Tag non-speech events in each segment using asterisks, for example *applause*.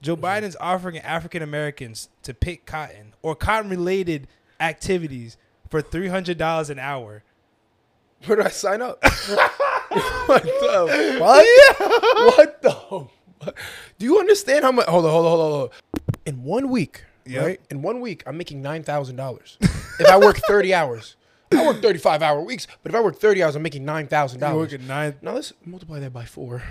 Joe Biden's offering African Americans to pick cotton or cotton related activities for three hundred dollars an hour. Where do I *laughs* sign up? what Oh, the fuck? What the fuck? Do you understand how much? Hold on, hold on, hold on, hold on. In one week, Yep. right? In one week, I'm making nine thousand dollars. if I work thirty hours, I work thirty-five hour weeks. But if I work thirty hours, I'm making nine thousand You're dollars. working nine. Now let's multiply that by four.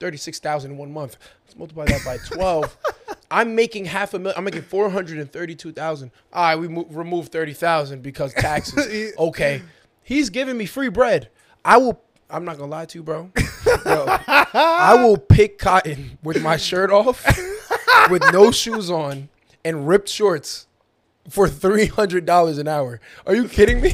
36,000 in one month. Let's multiply that by *laughs* 12. I'm making half a million. I'm making 432,000. All right, we mo- remove 30,000 *laughs* because taxes. Okay. He's giving me free bread. I will, I'm not going to lie to you, bro. Yo, I will pick cotton with my shirt *laughs* off, with no shoes on, and ripped shorts for $300 an hour. Are you kidding me?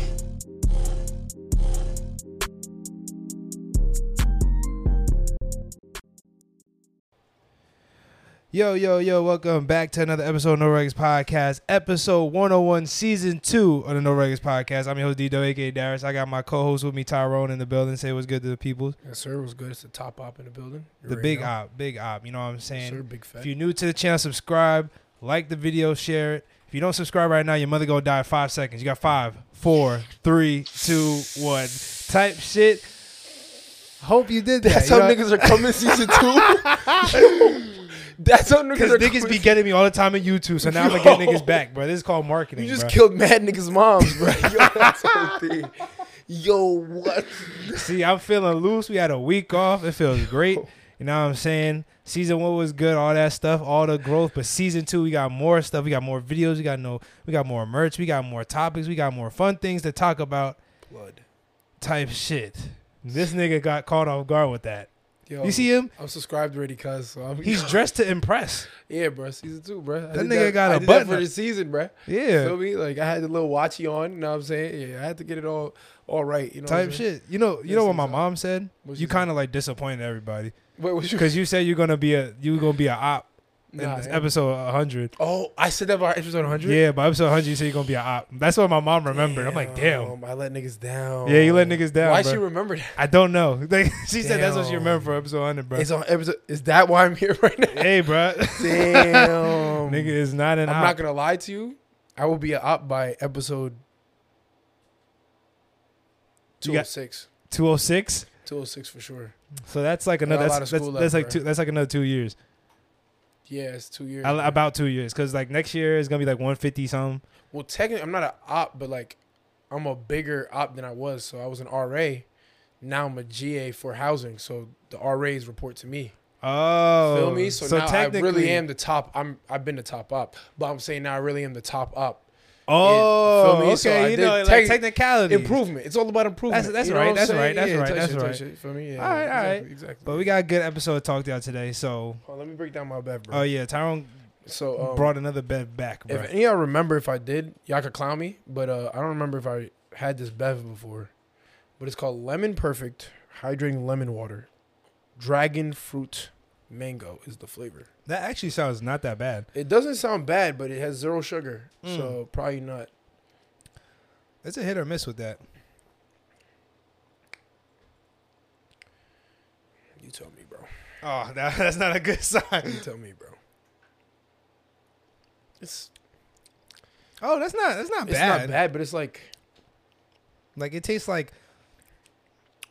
Yo, yo, yo, welcome back to another episode of No Regs Podcast, episode 101, season two of the No Regs Podcast. I'm your host, D-Dub, aka Darius. I got my co-host with me, Tyrone, in the building. Say what's good to the people. Yes, sir. It was good. It's the top op in the building. You The already big know. op, big op. You know what I'm saying? Sir, big fat. If you're new to the channel, subscribe, like the video, share it. If you don't subscribe right now, your mother gonna die in five seconds. You got five, four, three, two, one. Type shit. Hope you did that. That's you how know? niggas are coming season *laughs* two. That's how niggas Cause are niggas coming. be getting me all the time on YouTube, so now I'm gonna get Yo. niggas back, bro. This is called marketing. *laughs* you just bro. killed mad niggas' moms, bro. *laughs* Yo, that's the thing. Yo, what? See, I'm feeling loose. We had a week off. It feels great. You know what I'm saying? Season one was good, all that stuff, all the growth. But season two, we got more stuff. We got more videos. We got no. We got more merch. We got more topics. We got more fun things to talk about. Blood. Type shit. This nigga got caught off guard with that. Yo, You see him? I'm subscribed already, cuz. So I'm- *laughs* He's dressed to impress. yeah, bro. Season two, bro. That nigga got a I did that button for up. the season, bro. Feel Yeah. me? Like I had the little watchy on. You know what I'm saying? Yeah, I had to get it all, all right. You know. what I'm Type saying? shit. You know. You This know what is my up. mom said. What'd You she say? kind of like disappointed everybody Wait, what you? because you said you're gonna be a you gonna be a op in Nah, this yeah. episode 100. Oh, I said that about episode 100. Yeah, by episode 100, you say you're gonna be an op. That's what my mom remembered. I'm like, damn. I let niggas down. Yeah, you let niggas down, Why bro. she remember that? I don't know. *laughs* Like, she said that's what she Damn. remembered for episode 100, bro. It's on episode. Is that why I'm here *laughs* right now? hey, bro. *laughs* Damn. Nigga is not an I'm op. not gonna lie to you. I will be an op by episode You got- 206. 206. 206 for sure. So that's like Got a another. lot That's, of that's, school that's left, like two. bro. That's like another two years. Yeah, it's two years. Al- bro. about two years, because like next year is gonna be like 150 something. well, technically, I'm not an op, but like, I'm a bigger op than I was. So I was an RA. Now I'm a GA for housing. So the RAs report to me. Oh, Feel me? So, now I really am the top. I'm. I've been the top op, but I'm saying now I really am the top op. Oh, Feel me? okay. So I you did know, like tec- technicality. Improvement. It's all about improvement. that's You know right, what I'm that's saying? right, that's Yeah, right, touch that's it, right. touch it, Feel me? Yeah. All right, all exactly, right. Exactly. But we got a good episode to talk to y'all today. So, Hold on, let me break down my bet, bro. oh yeah, Tyrone so um, brought another bed back, bro. if any of y'all remember, if I did, y'all could clown me. But uh, I don't remember if I had this bev before. But it's called Lemon Perfect Hydrating Lemon Water. Dragon fruit mango is the flavor. that actually sounds not that bad. It doesn't sound bad, but it has zero sugar, Mm. so probably not. It's a hit or miss with that. You tell me, bro. Oh, *laughs* that, that's not a good sign. You tell me, bro. It's Oh, that's not that's not it's bad. not bad, but it's like Like it tastes like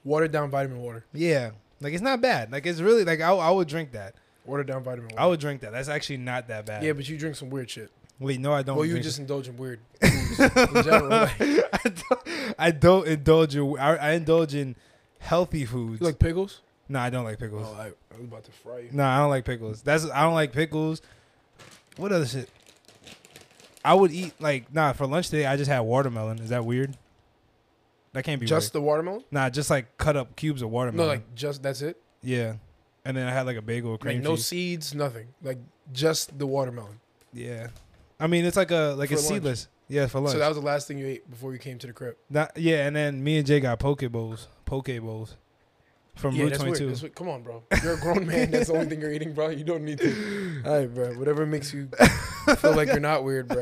watered down vitamin water. yeah. Like it's not bad. Like it's really like I, I would drink that. Watered down vitamin water. I would drink that. That's actually not that bad. Yeah, but you drink some weird shit. Wait, no, I don't. well, you drink just indulge *laughs* in weird foods in general. Like, you I, don't, I don't indulge in. I, I indulge in healthy foods. like pickles? no, I don't like pickles. Oh, I, I was about to fry you. No, I don't like pickles. That's I don't like pickles. What other shit? I would eat like nah for lunch today. I just had watermelon. Is that weird? That can't be Just weird. the watermelon? nah. Just like cut up cubes of No, watermelon. like just that's it. yeah, and then I had like a bagel with cream Like no cheese. seeds, nothing. Like just the watermelon. Yeah, I mean it's like a like For it's lunch. seedless. Yeah, for lunch. So that was the last thing you ate before you came to the crib. Not, yeah, and then me and Jay got poke bowls. Poke bowls from yeah, Route that's Twenty weird. Two. That's weird. Come on, bro. You're a grown man. That's the only thing you're eating, bro. You don't need *laughs* to. All right, bro. Whatever makes you feel like you're not weird, bro.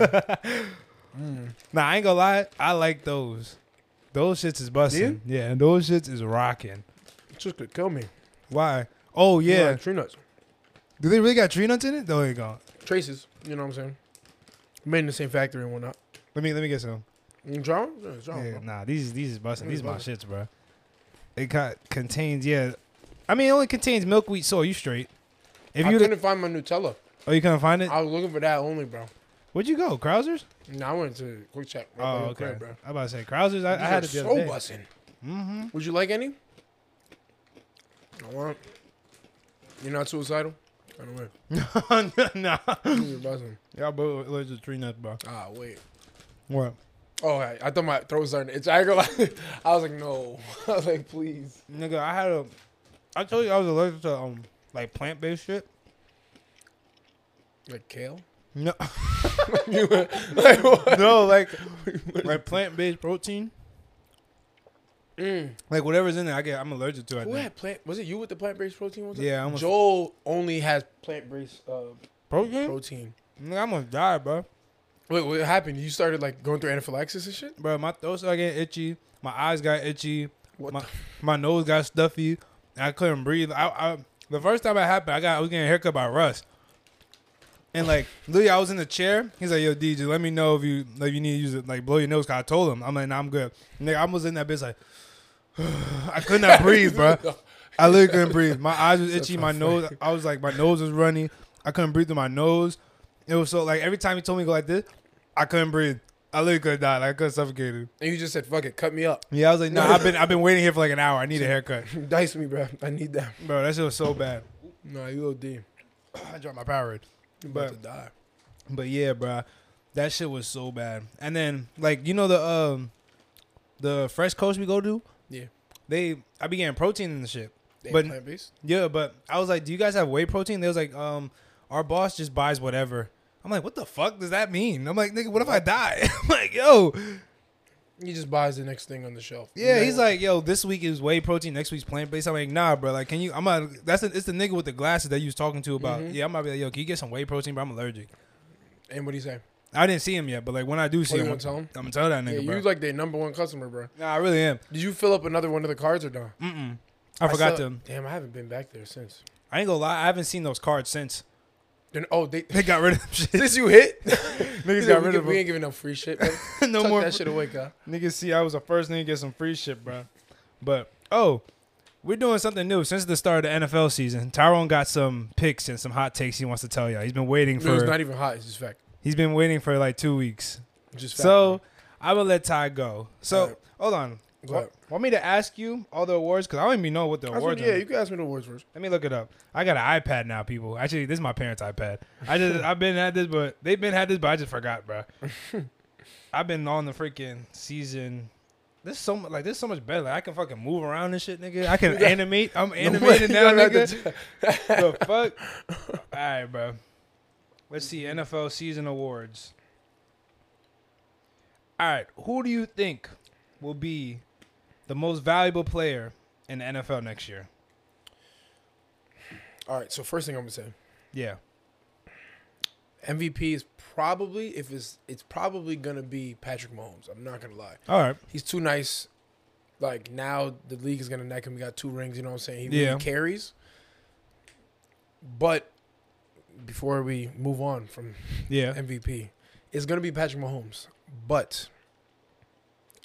Nah, I ain't gonna lie. I like those. Those shits is busting. Yeah, and those shits is rocking. It's just gonna kill me. Why? Oh You don't yeah, like tree nuts. Do they really got tree nuts in it? No, they gone. Traces, you know what I'm saying? Made in the same factory and whatnot. Let me let me get some. You John? Yeah, it's John, Yeah, bro. nah, these these is busting. These These my bustin'. shits, bro. It got contains yeah. I mean, it only contains milkweed soy. You straight? If I you couldn't find my Nutella. oh, you couldn't find it? I was looking for that only, bro. Where'd you go? Krausers? No, I went to Quick Check. right by Oh, your okay. crib, bro. I'm about to say Krausers. I, I These had are it the so other day. bussin'. Mm-hmm. Would you like any? I want. You're not suicidal? *gasps* I don't know. Mm-hmm. *laughs* nah, You're buzzing. y'all both allergic to tree nuts, bro. Ah, wait. What? Oh, I, I thought my throat was starting to itch. I, go like, *laughs* I was like, no. *laughs* I was like, please. Nigga, I had a. I told you I was allergic to um like plant based shit. Like kale? *laughs* No, You were- *laughs* like, what? no, like like plant based protein, Mm. like whatever's in there. I get I'm allergic to. I Who think. had plant? Was it you with the plant based protein? One time? Yeah, I almost Joel only has plant based uh, protein. protein. Nigga, I'm gonna die, bro. Wait, what happened? You started like going through anaphylaxis and shit. Bro, my throat started getting itchy. My eyes got itchy. What? My- the- My nose got stuffy. I couldn't breathe. I, I the first time it happened, I got I was getting a haircut by Russ. And like literally, I was in the chair. He's like, "Yo, DJ, let me know if you like you need to use it, like blow your nose." Cause I told him, I'm like, "Nah, I'm good." Nigga, I was in that bitch like, *sighs* I could not breathe, bro. I literally couldn't breathe. My eyes *laughs* was itchy. My nose, I was like, my nose was runny. I couldn't breathe through my nose. It was so like every time he told me to go like this, I couldn't breathe. I literally could die. Like, I could suffocate it. *laughs* And you just said, "Fuck it, cut *laughs* me up, Yeah, I was like, no, I've been I've been waiting here for like an hour. I need a haircut, dice me, bro. I need that." bro. That shit was so bad. No, you OD. You *clears throat* I dropped my Powerade, about but to die. but yeah, bro, that shit was so bad. And then like you know the um the fresh coast we go to, Yeah. they I be getting protein in the shit. They But- plant based. Yeah, but I was like, do you guys have whey protein? They was like, um, our boss just buys whatever. I'm like, what the fuck does that mean? I'm like, nigga, what if I die? *laughs* I'm like, yo, He just buys the next thing on the shelf. Yeah, You he's know? like, yo, this week is whey protein, next week's plant based. I'm like, nah, bro. Like, can you? I'm a, that's the it's the nigga with the glasses that you was talking to about. Mhm. Yeah, I'm gonna be like, yo, can you get some whey protein? But I'm allergic. And what do you say? I didn't see him yet, but like when I do see What you him, gonna tell him? I'm gonna tell that Yeah, nigga, you bro. like their number one customer, bro. nah, I really am. Did you fill up another one of the cards or not? Mm-mm. I forgot still- them. Damn, I haven't been back there since. I ain't gonna lie, I haven't seen those cards since *laughs* Then oh, they they got rid of them. Shit. since you hit, *laughs* niggas He's got like, rid we, of we them. ain't giving up free *laughs* shit. Bro. no Tuck more. that shit away, guy. Niggas see, I was the first nigga to get some free shit, bro. But oh, we're doing something new since the start of the NFL season. Tyrone got some picks and some hot takes he wants to tell y'all. He's been waiting No, for. it's not even hot. It's just fact. He's been waiting for like two weeks. It's just fact. So I will let Ty go. So Alright. hold on. Go ahead. Want me to ask you all the awards? Because I don't even know what the That's what- awards yeah, are. you can ask me the words first. Let me look it up. I got an iPad now, people. Actually, this is my parents' iPad. I just I've been at this, but they've been had this, but I just forgot, bro. I've been on the freaking season. This so much like this so much better. Like, I can fucking move around and shit, nigga. I can animate. I'm animating You now, don't have to nigga t- *laughs* the fuck? All right, bro. Let's see NFL season awards. All right, who do you think will be the most valuable player in the NFL next year? All right. So first thing I'm gonna say, Yeah, MVP is probably if it's it's probably gonna be Patrick Mahomes. I'm not gonna lie. all right, He's too nice. Like now the league is gonna neck him. He got two rings. You know what I'm saying? He Yeah. really carries. But before we move on from yeah. MVP. It's going to be Patrick Mahomes, but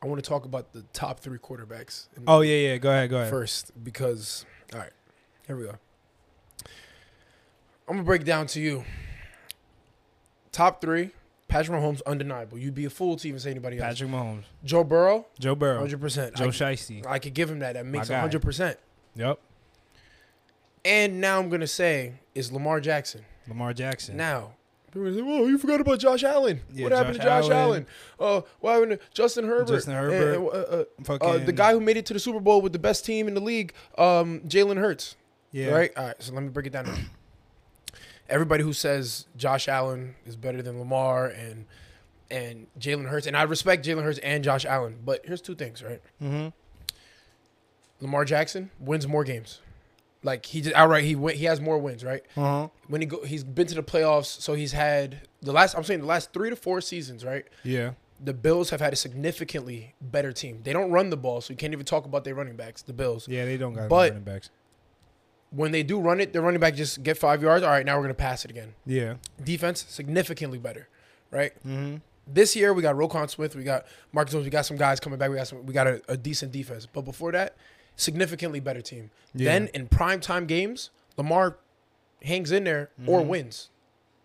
I want to talk about the top three quarterbacks in Oh yeah, yeah. Go ahead, go ahead. first because, all right, here we go. I'm going to break down to you. Top three, Patrick Mahomes, undeniable. You'd be a fool to even say anybody else. Patrick Mahomes, Joe Burrow, Joe Burrow, 100%. Joe I, Shiesty. I could give him that. That makes guy. 100%. Yep, And now I'm going to say is Lamar Jackson. Lamar Jackson. Now, people are gonna say, "Whoa, you forgot about Josh Allen. Yeah, what happened Josh to Josh Allen. Allen? Uh, what happened to Justin Herbert? Justin Herbert. And, uh, uh, Fucking, uh, the guy who made it to the Super Bowl with the best team in the league, um, Jalen Hurts. Yeah. Right. All right. So let me break it down. *clears throat* Now. Everybody who says Josh Allen is better than Lamar and and Jalen Hurts, and I respect Jalen Hurts and Josh Allen, but here's two things, right? Mm-hmm. Lamar Jackson wins more games. Like he just outright he win, he has more wins, right? Uh huh. when he go, he's been to the playoffs, so he's had the last. I'm saying the last three to four seasons, right? Yeah. The Bills have had a significantly better team. They don't run the ball, so you can't even talk about their running backs. The Bills, Yeah. They don't got no But- running backs. When they do run it, the running back just get five yards. All right, now we're gonna pass it again. Yeah. Defense significantly better, right? Mm-hmm. This year we got Rokon Smith, we got Mark Jones, we got some guys coming back. We got some, we got a, a decent defense, but before that, significantly better team. Yeah. Then in primetime games, Lamar hangs in there or wins.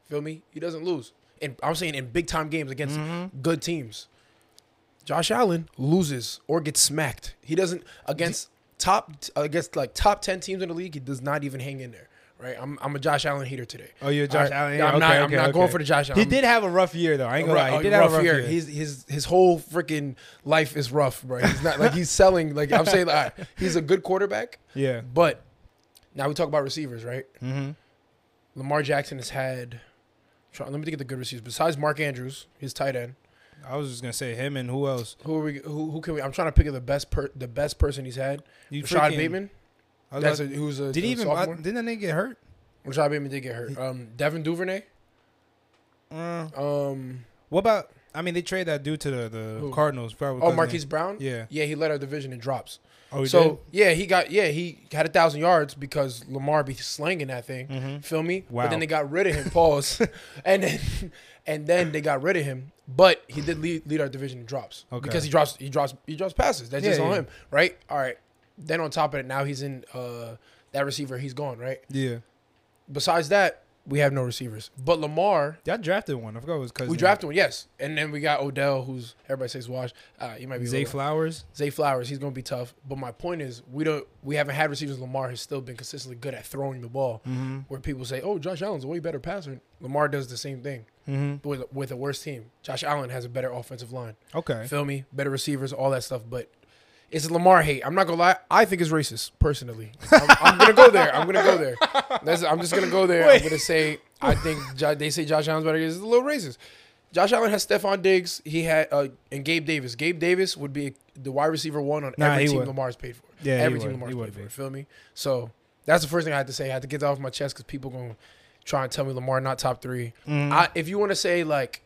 Feel me? He doesn't lose. And I'm saying in big time games against good teams, Josh Allen loses or gets smacked. He doesn't against top against like top ten teams in the league. He does not even hang in there. Right? I'm, I'm a Josh Allen hater today. Oh, you're a Josh Alright? Allen. Yeah, I'm hater? not. Okay, I'm okay, not going okay. for the Josh Allen. He did have a rough year though. I ain't gonna lie. Right, He did oh, have rough a rough year. year. His his his whole freaking life is rough, right? He's not like he's selling. Like I'm saying, like, he's a good quarterback, yeah. but now we talk about receivers, right? Mm-hmm. Lamar Jackson has had. try- Let me think of the good receivers besides Mark Andrews, his tight end. I was just gonna say him and who else? Who are we? Who, who can we? I'm trying to pick the best per, the best person he's had. You Rashad freaking- Bateman. I was That's a, about- who's a did he a even? sophomore. didn't that nigga get hurt? Rashad Bateman did get hurt. Um, Devin Duvernay. Uh, Um, what about? I mean, they trade that dude to the, the Who? Cardinals. Probably oh cousin. Marquise Brown. Yeah. yeah, he led our division in drops. Oh, he so yeah, he got yeah he had a thousand yards because Lamar be slinging that thing. did. Mm-hmm. Feel me? Wow. But then they got rid of him. Pause. *laughs* and then and then they got rid of him. But he did lead, lead our division in drops Okay. because he drops he drops he drops passes. That's just Yeah, on yeah. him, right? All right. Then on top of it, now he's in uh, that receiver. He's gone, right? Yeah. Besides that, we have no receivers. But Lamar, Y'all drafted one. I forgot it was cousin. we drafted one, yes. And then we got Odell, who's everybody says wash. Uh, you might be a Zay little- Flowers. Zay Flowers, he's gonna be tough. But my point is, we don't we haven't had receivers. Lamar has still been consistently good at throwing the ball. Mm-hmm. Where people say, "Oh, Josh Allen's a way better passer." Lamar does the same thing Mm-hmm. with with a worse team. Josh Allen has a better offensive line. Okay. Feel me? Better receivers, all that stuff. But it's Lamar hate. I'm not gonna lie. I think it's racist personally. I'm, I'm gonna go there. I'm gonna go there. That's, I'm just gonna go there. I'm gonna say I think Jo- they say Josh Allen's better. It's a little racist. Josh Allen has Stephon Diggs. He had uh, and Gabe Davis. Gabe Davis would be the wide receiver one on Nah, every he team would. Lamar's paid for. Yeah, he every would. team Lamar's He would paid be. for. Feel me? So that's the first thing I had to say. I had to get that off my chest because people gonna try and tell me Lamar not top three. Mm. I, if you want to say like,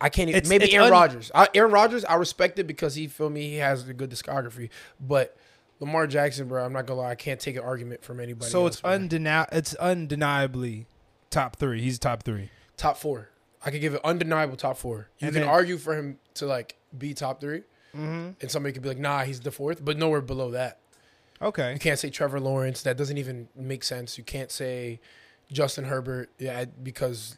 I can't. even It's- maybe it's Aaron un- Rodgers. I, Aaron Rodgers, I respect it because he feel me. He has a good discography, but Lamar Jackson, bro, I'm not gonna lie. I can't take an argument from anybody. so else, it's man. undeni- It's undeniably top three. He's top three. top four. I could give it undeniable top four. You And can then- argue for him to like be top three, Mm-hmm. and somebody could be like, nah, he's the fourth, but nowhere below that. Okay. You can't say Trevor Lawrence. That doesn't even make sense. You can't say Justin Herbert, yeah, because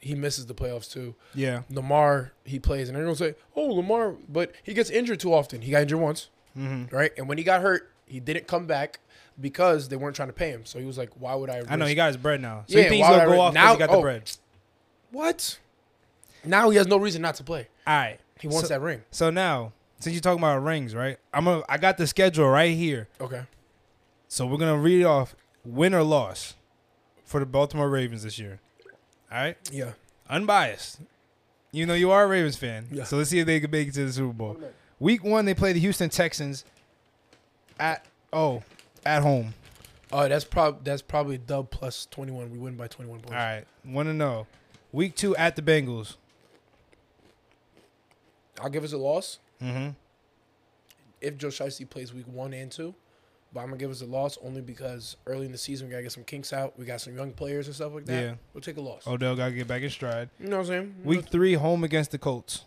he misses the playoffs too. Yeah. Lamar, he plays, and everyone's say, "Oh, Lamar," but he gets injured too often. He got injured once, Mm-hmm. right? And when he got hurt, he didn't come back because they weren't trying to pay him. So he was like, "Why would I?" I know he risk- got his bread now. So Yeah, you think why he's would gonna I go re- off because now- he got the oh. bread? what? Now he has no reason not to play. All right. He wants So- that ring. So now, since you're talking about rings, right? I'm gonna, I got the schedule right here. Okay. So we're gonna read off win or loss for the Baltimore Ravens this year. All right, Yeah. unbiased. You know you are a Ravens fan, Yeah. so let's see if they can make it to the Super Bowl. Week one, they play the Houston Texans at oh at home. Uh, that's probably that's probably dub plus twenty one. We win by twenty one points. All right, want to know. Week two at the Bengals. I'll give us a loss Mm-hmm. if Joe Shiesty plays week one and two, but I'm gonna give us a loss only because early in the season we gotta get some kinks out. We got some young players and stuff like that. Yeah. We'll take a loss. Odell got to get back in stride. You know what I'm saying? Week three, home against the Colts.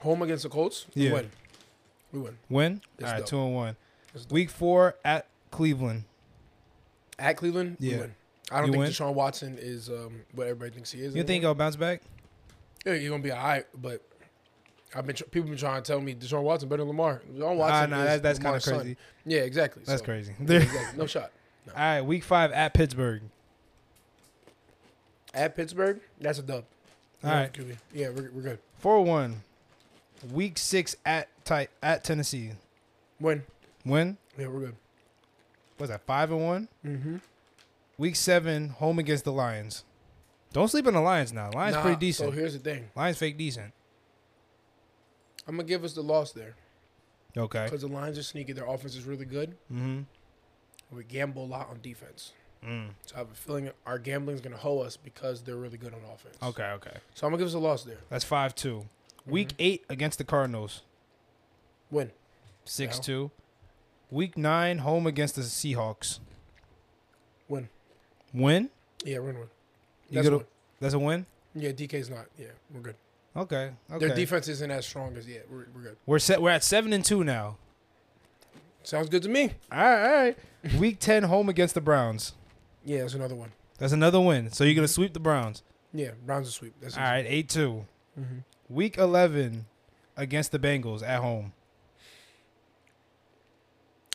home against the Colts. Yeah. We win. We win. Win. That's All right, dope. two and one. That's dope. Week four at Cleveland. At Cleveland, Yeah. we win. I don't You think win? Deshaun Watson is um, what everybody thinks he is. You think anymore. I'll bounce back? yeah, you're gonna be all right, but I've been tr- people been trying to tell me Deshaun Watson better than Lamar. Ah, Deshaun Watson. nah, is that, that's kind of Lamar's son. crazy. Yeah, exactly. That's So, crazy. yeah, exactly. No shot. *laughs* All right, week five at Pittsburgh. At Pittsburgh, that's a dub. All right, QB. Yeah, we're, we're good. four one. Week six at tight at Tennessee. Win. Win Yeah, we're good. was that five and one. Mm-hmm. Week seven home against the Lions. Don't sleep on the Lions now. Lions pretty decent. So here's the thing. Lions fake decent. I'm gonna give us the loss there Okay. because the Lions are sneaky. Their offense is really good. Mm-hmm. We gamble a lot on defense, Mm. so I have a feeling our gambling is gonna hoe us because they're really good on offense. Okay. Okay. So I'm gonna give us a loss there. That's five two. Week eight against the Cardinals. Win. Six two. Week nine, home against the Seahawks. Win. Win? Yeah, we're gonna win. You That's get a- one. That's a win. Yeah, DK's not. Yeah, we're good. Okay. Okay. Their defense isn't as strong as yeah. We're, we're good. we're set. We're at seven and two now. Sounds good to me. All right. All right. Week ten, home against the Browns. Yeah, that's another one. That's another win. So you're gonna sweep the Browns. Yeah, Browns a sweep. That's All right. Eight two. Mm-hmm. Week eleven, against the Bengals at home.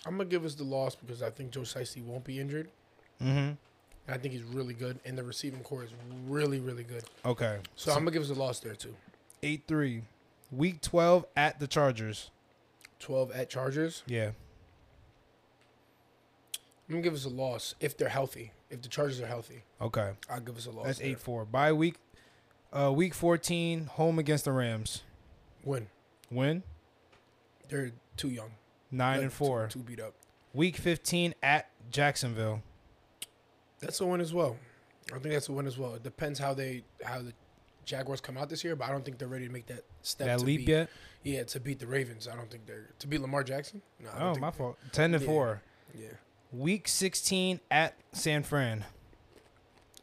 I'm gonna give us the loss because I think Joe Shiesty won't be injured. Mm-hmm. And I think he's really good, and the receiving core is really, really good. Okay. So, I'm gonna give us a loss there too. eight three. Week twelve at the Chargers. 12 at Chargers. Yeah. I'm gonna give us a loss if they're healthy. If the Chargers are healthy, Okay. I'll give us a loss. That's there. eight four. By week, uh, week fourteen, home against the Rams. Win. Win They're too young. nine Like, and four. Too, too beat up. Week fifteen at Jacksonville. That's a win as well. I think that's a win as well. It depends how they how the Jaguars come out this year, but I don't think they're ready to make that step. that to leap beat, yet? Yeah, to beat the Ravens. I don't think they're to beat Lamar Jackson. No, I don't Oh, think my fault. Ten and Yeah. four. Yeah, Week sixteen at San Fran.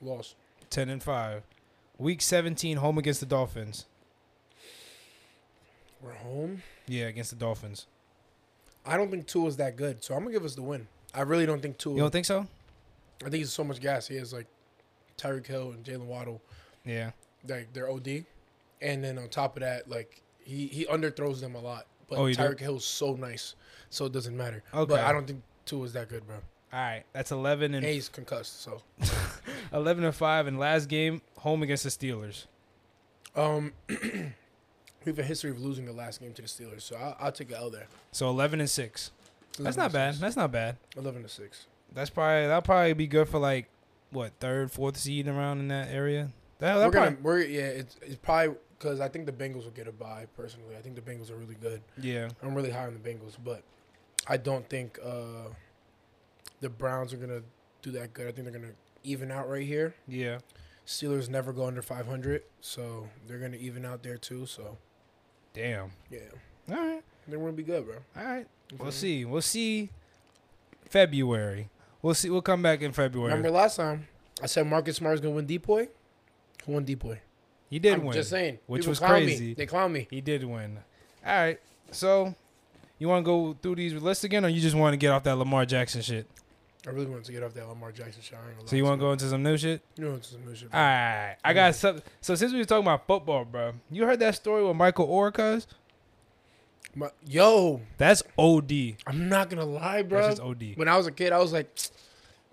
loss. Ten and five. Week seventeen, home against the Dolphins. We're home. Yeah, against the Dolphins. I don't think Tua's that good, so I'm gonna give us the win. I really don't think Tua. You don't think so? I think he's so much gas. He has like Tyreek Hill and Jalen Waddle, Yeah. like they're OD, and then on top of that, like he he underthrows them a lot. But Oh, he do? Tyreek Hill's so nice, so it doesn't matter. Okay. But I don't think Tua's that good, bro. All right. That's eleven And and he's concussed, so eleven and five, and last game, home against the Steelers. Um, *clears throat* we have a history of losing the last game to the Steelers, so I'll, I'll take a L there. So eleven and six. That's 11 not to bad. six. That's not bad. Eleven to six. That's probably that'll probably be good for like what third, fourth seed around in that area. That, We're that gonna. probably, We're yeah. It's, it's probably because I think the Bengals will get a bye. Personally, I think the Bengals are really good. yeah. I'm really high on the Bengals, but I don't think uh, the Browns are gonna do that good. I think they're gonna even out right here. Yeah. Steelers never go under 500, so they're gonna even out there too. So Damn. yeah, All right. they're gonna be good, bro. All right. We'll You feel me? see. We'll see. February. We'll see. We'll come back in February. Remember last time I said Marcus Smart's gonna win Depoy. Who won Depoy? he did I'm win. just saying, which people was clown me. crazy. They clown me. He did win. All right. So, you want to go through these lists again, or you just want to get off that Lamar Jackson shit? I really wanted to get off that Lamar Jackson shot. I ain't gonna So lie you to want to go into some new shit? You know, it's some new shit. All right. I got some. So since we were talking about football, bro, you heard that story with Michael Orcas? My- yo, That's OD. I'm not gonna lie, bro. That's just OD. When I was a kid, I was like,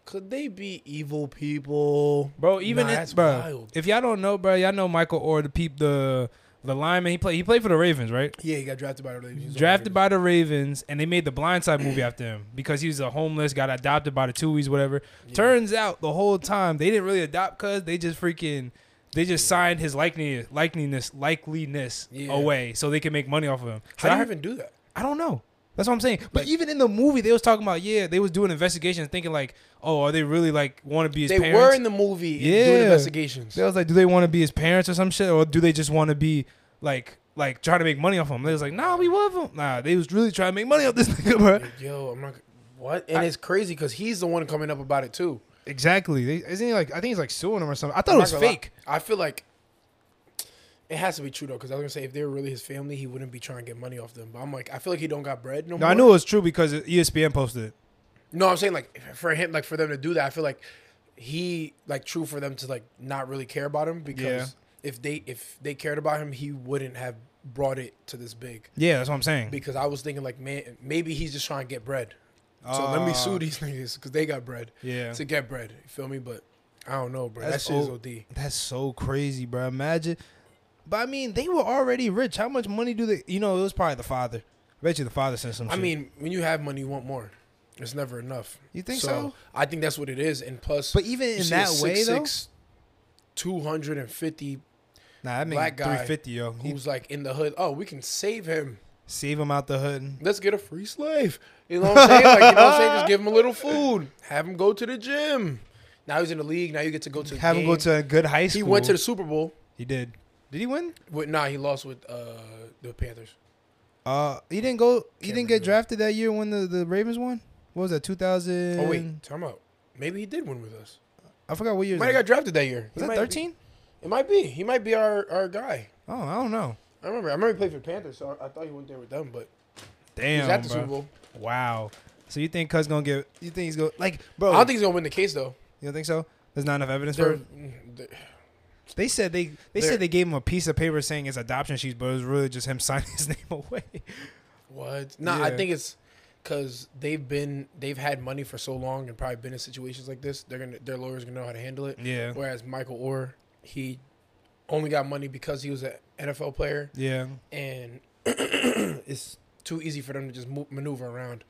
could they be evil people? Bro, even Nah, if- that's bro, wild. if y'all don't know, bro, y'all know Michael Orr, the peep, the the lineman. He played he played for the Ravens, right? Yeah, he got drafted by the Ravens. Drafted by the Ravens, and they made the Blindside movie after him because he was a homeless, got adopted by the Tuies, whatever. Yeah. Turns out the whole time they didn't really adopt, cause they just freaking they just signed his likeliness, likeliness, likeliness Yeah. away so they can make money off of him. So How do I, you heard- even do that? I don't know. That's what I'm saying. But Like- even in the movie, they was talking about yeah, they was doing investigations, thinking like, oh, are they really like want to be his They parents? were in the movie yeah. Yeah. doing investigations. They was like, do they want to be his parents or some shit, or do they just want to be like like trying to make money off him? They was like, nah, we love him. Nah, they was really trying to make money off this *laughs* nigga, bro. Like, yo, I'm not. What? And it's crazy because he's the one coming up about it too. Exactly. They, isn't he like? I think he's like suing him or something. I thought I'm it not was gonna lie. fake. I feel like it has to be true though, because I was gonna say if they were really his family, he wouldn't be trying to get money off them. But I'm like, I feel like he don't got bread no, No, more. I knew it was true because E ESPN posted it. No, I'm saying like for him, like for them to do that, I feel like he like true for them to like not really care about him because Yeah. if they if they cared about him, he wouldn't have brought it to this big. Yeah, that's what I'm saying. Because I was thinking like, man, maybe he's just trying to get bread. So let me Uh, sue these *laughs* niggas because they got bread Yeah, to get bread. You feel me? But I don't know, bro. That's that shit is old- OD. that's so crazy, bro. Imagine. But I mean, they were already rich. How much money do they? You know, it was probably the father. I bet you the father sent some. I shit. mean, when you have money, you want more. It's never enough. You think so? I think that's what it is. And plus, but even in that way though, two hundred and fifty. nah, that black nigga guy 350 yo. He Who's like in the hood? Oh, we can save him. save him out the hood. Let's get a free slave. You know what I'm saying? Like, you know what I'm saying? *laughs* Just give him a little food. Have him go to the gym. Now he's in the league. Now you get to go to the Have him go game. to a good high He school. went to the Super Bowl. He did. Did he win? With, nah, he lost with uh, the Panthers. Uh, he didn't go. He Can't didn't get remember. drafted that year when the, the Ravens won. What was that? Two thousand. Oh wait, time out. Maybe he did win with us. I forgot what year. was He might have that. got drafted that year. Was He that might be- thirteen? It might be. He might be our, our guy. Oh, I don't know. I remember. I remember he played for the Panthers, so I, I thought he went there with them. But Damn, he was at the bro. Super Bowl. Wow. So you think Cuz gonna get? You think he's gonna like, bro? I don't think he's gonna win the case though. you don't think so. There's not enough evidence Oh. for. They're- it? they're- They said they they they're- said they gave him a piece of paper saying it's adoption sheets, but it was really just him *laughs* signing his name away. what? Nah, I Yeah. think it's because they've been they've had money for so long and probably been in situations like this. They're gonna their lawyers gonna know how to handle it. Yeah. Whereas Michael Orr, he only got money because he was an NFL player, Yeah. and *clears throat* it's too easy for them to just move, maneuver around.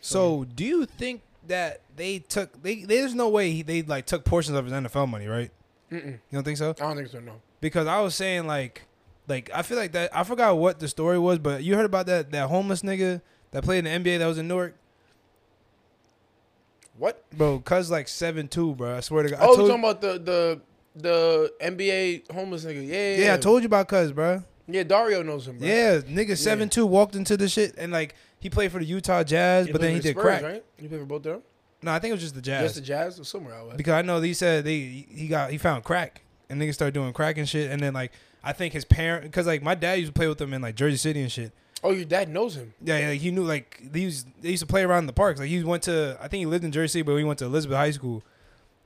So do you think that they took they there's no way he, they like took portions of his NFL money, right? Mm-mm. You don't think so? I don't think so. No. Because I was saying like like I feel like that I forgot what the story was, but you heard about that that homeless nigga that played in the NBA that was in Newark? What? Bro, cuz like seven two, bro. I swear to God. I Oh, told- you're talking about the the the NBA homeless nigga. Yeah, yeah. yeah, I told you about cuz, bro. Yeah, Dario knows him. Bro. Yeah, nigga seven two walked into the shit and like he played for the Utah Jazz, He but played then for he the did Spurs, crack. Right? You played for both of them. No, I think it was just the Jazz. Just the Jazz or somewhere out west. Because I know they said they he got he found crack and niggas started doing crack and shit and then like I think his parent because like my dad used to play with them in like Jersey City and shit. Oh, your dad knows him. Yeah, yeah, he knew like they used they used to play around in the parks. Like he went to I think he lived in Jersey City, but he went to Elizabeth High School,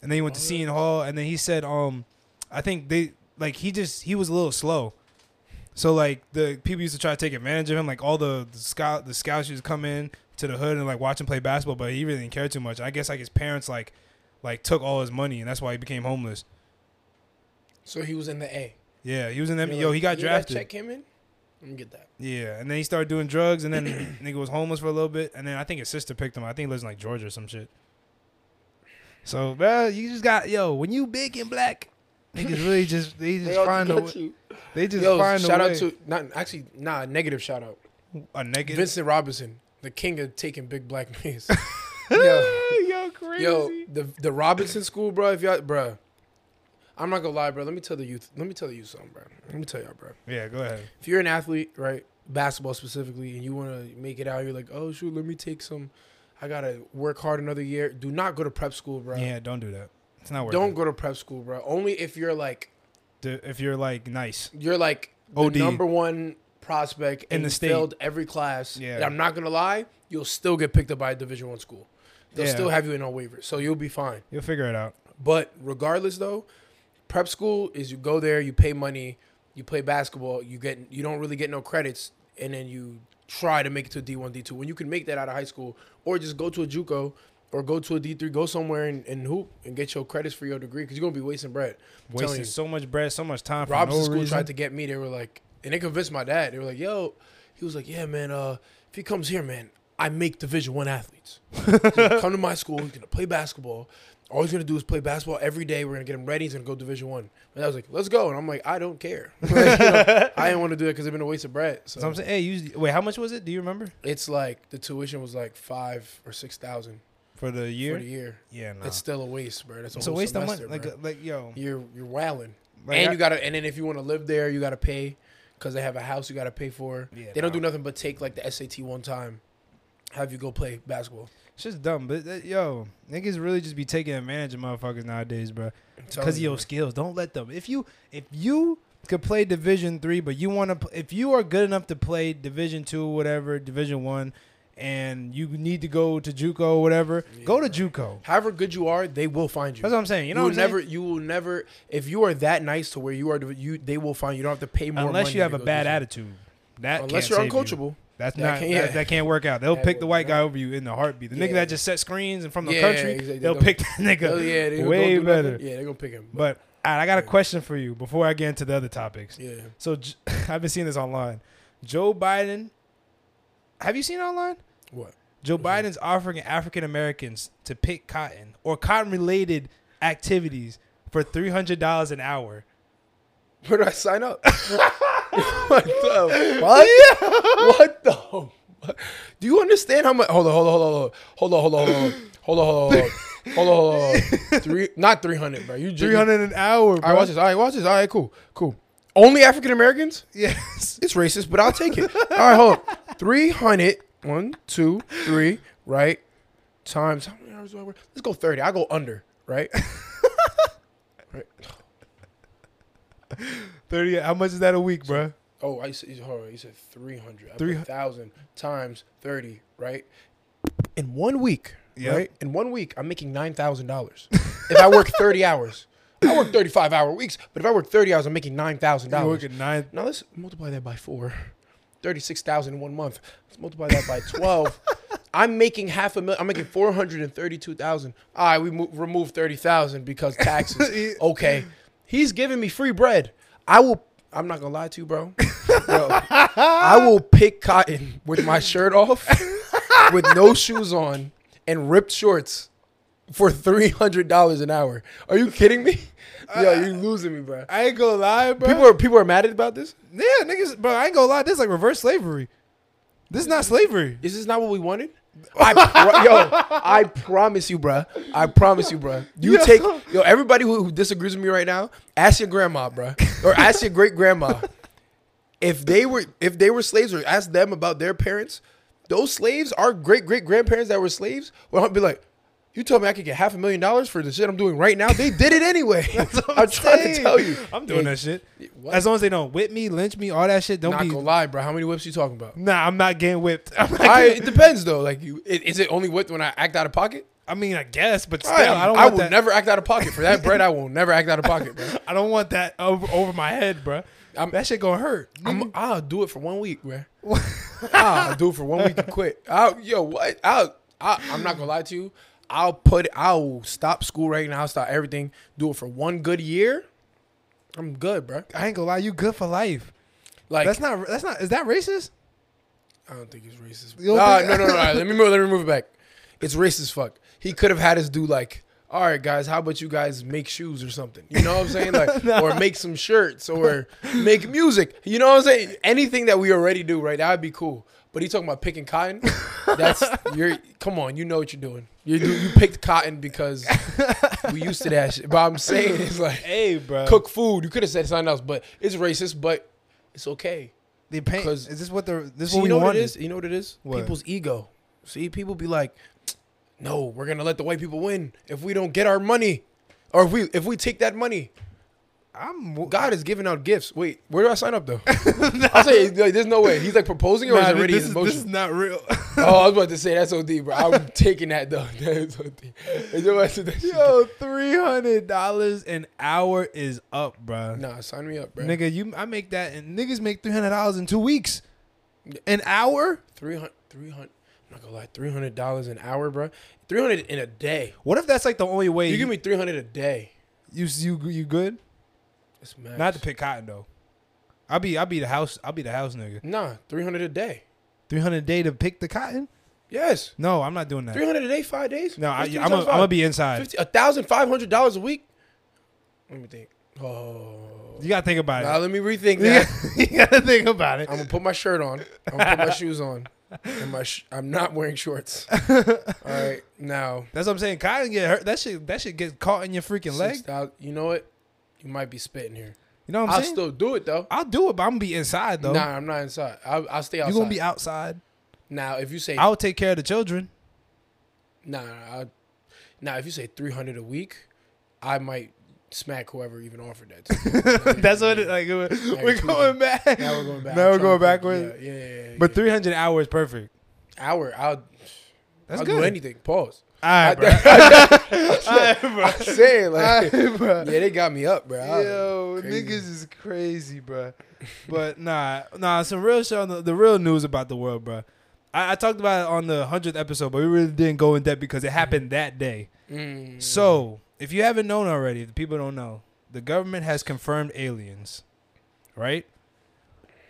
and then he went to Oh, Seton Hall, and then he said um I think they like he just he was a little slow. So like the people used to try to take advantage of him, like all the, the scout the scouts used to come in to the hood and like watch him play basketball, but he really didn't care too much. I guess like his parents like like took all his money and that's why he became homeless. So he was in the A. Yeah, he was in I the mean, yo, he got drafted. Check him in. Let me get that. Yeah, and then he started doing drugs and then *clears throat* nigga was homeless for a little bit and then I think his sister picked him. up. I think he lives in like Georgia or some shit. So, bro, you just got yo, when you big and black, niggas really just *laughs* they just find a way. you. They just Yo, find shout a way. out to not actually nah negative shout out a negative. Vincent Robinson, the king of taking big black names. *laughs* yo, *laughs* yo, crazy. yo, the the Robinson School, bro. If y'all, bro, I'm not gonna lie, bro. Let me tell the youth. Let me tell the youth something, bro. Let me tell y'all, bro. Yeah, go ahead. if you're an athlete, right, basketball specifically, and you want to make it out, you're like, oh shoot, let me take some. I gotta work hard another year. Do not go to prep school, bro. Yeah, don't do that. It's not worth Don't it. go to prep school, bro. Only if you're like D- if you're like nice. you're like the OD. number one prospect In and the you state. failed every class. Yeah. And I'm not gonna lie, you'll still get picked up by a Division One school. They'll Yeah. still have you in on waivers, so you'll be fine. You'll figure it out. But regardless, though, prep school is you go there, you pay money, you play basketball, you get you don't really get no credits, and then you try to make it to a D one, D two. When you can make that out of high school, or just go to a JUCO, or go to a D three, go somewhere and, and hoop and get your credits for your degree because you're gonna be wasting bread. I'm telling Wasting you. so much bread, so much time for Robinson no School reason. tried to get me. They were like, and they convinced my dad. They were like, "Yo," he was like, "Yeah, man. Uh, if he comes here, man, I make Division One athletes. He's gonna come to my school. He's gonna play basketball. All he's gonna do is play basketball every day. We're gonna get him ready. He's gonna go Division One." And I was like, "Let's go!" And I'm like, "I don't care. *laughs* Like, you know, I didn't want to do it because it's been a waste of bread." So, so I'm saying, hey, you wait, how much was it? Do you remember? it's like the tuition was like five or six thousand For the year? for the year. Yeah, no. That's still a waste, bro. That's a, it's a whole waste of money. semester, Like, bro. uh, like, yo, you're you're wailing. Like, and I- you gotta, and then if you want to live there, you gotta pay because they have a house you gotta pay for. Yeah, they don't do nah. nothing but take like the SAT one time, have you go play basketball. It's just dumb, but uh, yo, niggas really just be taking advantage of motherfuckers nowadays, bro. I'm telling Because of you, your bro. skills, don't let them. If you if you could play Division three, but you want to, if you are good enough to play Division two, whatever, Division one, and you need to go to JUCO, whatever, Yeah, go to bro. JUCO. however good you are, they will find you. That's what I'm saying. You you know, will what I'm saying? never, you will never. If you are that nice to where you are, you they will find you. You don't have to pay more. unless money you have to a go bad do something. attitude. That Unless can't you're save you. uncoachable. *laughs* That's That not can't- that, that can't work out. They'll That pick the will white guy not. over you in the heartbeat. The nigga Yeah. that just set screens and from the Yeah, country, exactly. they'll They'll- pick that nigga Oh, yeah, they way don't do better. Nothing. Yeah, they're gonna pick him. But, But all right, I got a question for you before I get into the other topics. yeah, So J- *laughs* I've been seeing this online. Joe Biden, have you seen it online? what? Joe Mhm. Biden's offering African Americans to pick cotton or cotton related activities for three hundred dollars an hour. Where do I *laughs* sign up? what the what? What the? fuck? Do you understand how much? Hold on, hold on, hold on, hold on, hold on, hold on, hold on, hold on, hold on, hold on, hold on. Three, not three hundred, bro. You Three hundred an hour, All bro. right, watch this. All right, watch this. All right, cool, cool. Only African Americans? Yes. It's racist, but I'll take it. All right, hold on. three hundred. One, two, three. Right. Times how many hours do I work? Let's go thirty. I go under. Right. right. *laughs* Thirty. How much is that a week, bruh? Oh, I said, hold on, you said 300. Three- 3,000 times 30, right? In one week, Yep. right? In one week, I'm making $9,000. if I work 30 hours, I work 35 hour weeks, but if I work 30 hours, I'm making You $9,000. working nine. Now let's multiply that by four. 36,000 in one month. Let's multiply that by *laughs* 12. I'm making half a million. I'm making 432,000. All right, we mo- remove 30,000 *laughs* because taxes. Okay. He's giving me free bread. I will, I'm not going to lie to you, bro. Bro, *laughs* I will pick cotton with my shirt off, with no shoes on, and ripped shorts for $300 an hour. Are you kidding me? Yo, you losing me, bro. Uh, I ain't gonna lie, bro. People are, people are mad about this? yeah, niggas, bro. I ain't gonna lie. This is like reverse slavery. This is not slavery. Is this not what we wanted? I pro- *laughs* yo, I promise you, bruh. I promise you, bruh. You Yeah. take yo. Everybody who, who disagrees with me right now, ask your grandma, bruh, or ask your great grandma. If they were if they were slaves, or ask them about their parents. Those slaves, our great great grandparents that were slaves, would be like, "You told me I could get half a million dollars for the shit I'm doing right now. They did it *laughs* anyway. I'm, trying to saying. tell you, I'm doing Yeah, that shit. what? As long as they don't whip me, lynch me, all that shit. Don't Not be. gonna lie, bro. How many whips you talking about? Nah, I'm not getting whipped. *laughs* I'm not *laughs* I, getting- it depends though. Like, you, i- is it only whipped when I act out of pocket? I mean, I guess, but still, I, I, don't. I want will that. never act out of pocket for that bread. I will never act out of pocket, bro. *laughs* I don't want that over, over my head, bro. I'm- that shit gonna hurt. I'm, I'll do it for one week, bro. *laughs* I'll do it for one week and quit. I'll, yo, what? I'll, I, I'm not gonna lie to you. I'll put. I'll stop school right now. I'll stop everything. Do it for one good year. I'm good, bro. I ain't gonna lie, you good for life. Like That's not. That's not. Is that racist? I don't think it's racist. You don't Nah, think- no, no, no. all right, let me move, let me move it back. It's racist. as Fuck. He could have had us do like, all right, guys, how about you guys make shoes or something? You know what I'm *laughs* saying? Like, or make some shirts or make music. You know what I'm saying? Anything that we already do, right? That would be cool. But he talking about picking cotton. *laughs* That's you're. Come on, you know what you're doing. You do, you picked *laughs* cotton because we used to that shit. But I'm saying it's like Hey, bro. cook food. You could have said something else, but it's racist. But it's okay. They paint. 'Cause- Is this what the? This See, what you we know what wanted? it is? You know what it is? What? People's ego. See, people be like, "No, we're gonna let the white people win if we don't get our money, or if we if we take that money." I'm. God is giving out gifts. Wait, where do I *laughs* sign up though? I say like, there's no way. He's like proposing, or Nah, is it th- already this, in is, motion? this is not *laughs* real. *laughs* oh, I was about to say that's OD, bro. I'm taking that though. *laughs* That's OD. Is your ass with that shit? Yo, three hundred dollars an hour is up, bro. Nah, sign me up, bro. Nigga, you I make that and niggas make three hundred dollars in two weeks. An hour? 300 300 I'm not gonna lie, three hundred dollars an hour, bro. Three hundred in a day. What if that's like the only way You give me three hundred a day. you you you good? That's mad. Not to pick cotton though. I'll be I'll be the house I'll be the house nigga. Nah, three hundred a day. Three hundred a day to pick the cotton? Yes, No, I'm not doing that. three hundred a day, five days. No, I, That's three I'm times gonna five. be inside. Fifty- a thousand five hundred dollars a week. Let me think. Oh, You gotta think about now it. let me *laughs* rethink You that. gotta, *laughs* you gotta think about *laughs* it. I'm gonna put my shirt on. I'm gonna put my shoes on. And my sh- I'm not *laughs* wearing shorts. All right, now That's what I'm saying. Cotton get hurt. That shit that shit gets caught in your freaking leg. 6,000 you know what? You might be spitting here. You know what I'm I'll saying? still do it though. I'll do it, but I'm gonna be inside though. Nah, I'm not inside. I'll, I'll stay you outside. gonna be outside. now if you say I'll take care of the *laughs* children. Nah, I, nah. If you say three hundred a week, I might smack whoever even offered that. To me. That's what it like. We're, we're too. going back. now we're going back. Now I'm we're going trying to backwards. think. Yeah, yeah, yeah, yeah. But 300 hours is perfect. hour, I'll, That's I'll good. do anything. Pause. All right, *laughs* bro. *laughs* I'm saying like, Aight, bro. *laughs* yeah, they got me up, bro. I was Yo, crazy. niggas is crazy, bro. But nah, nah, some real shit on the, the real news about the world, bro. I, I talked about it on the 100th episode, but we really didn't go in depth because it happened that day. Mm. So, if you haven't known already, if the people don't know, the government has confirmed aliens, right?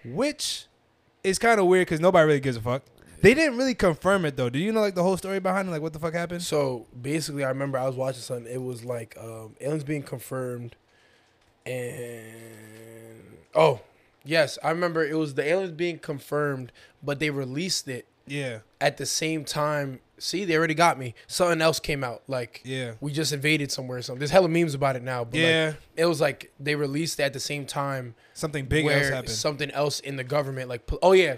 Which is kind of weird because nobody really gives a fuck. They didn't really confirm it though. Do you know like the whole story behind it? Like what the fuck happened? So basically, I remember I was watching something. It was like um, aliens being confirmed, and oh yes, I remember it was the aliens being confirmed, but they released it Yeah, at the same time. See, they already got me. Something else came out. Like yeah, we just invaded somewhere or something. There's hella memes about it now. But like, yeah. it was like they released it at the same time Something big where else happened. something else in the government, like pol- oh yeah,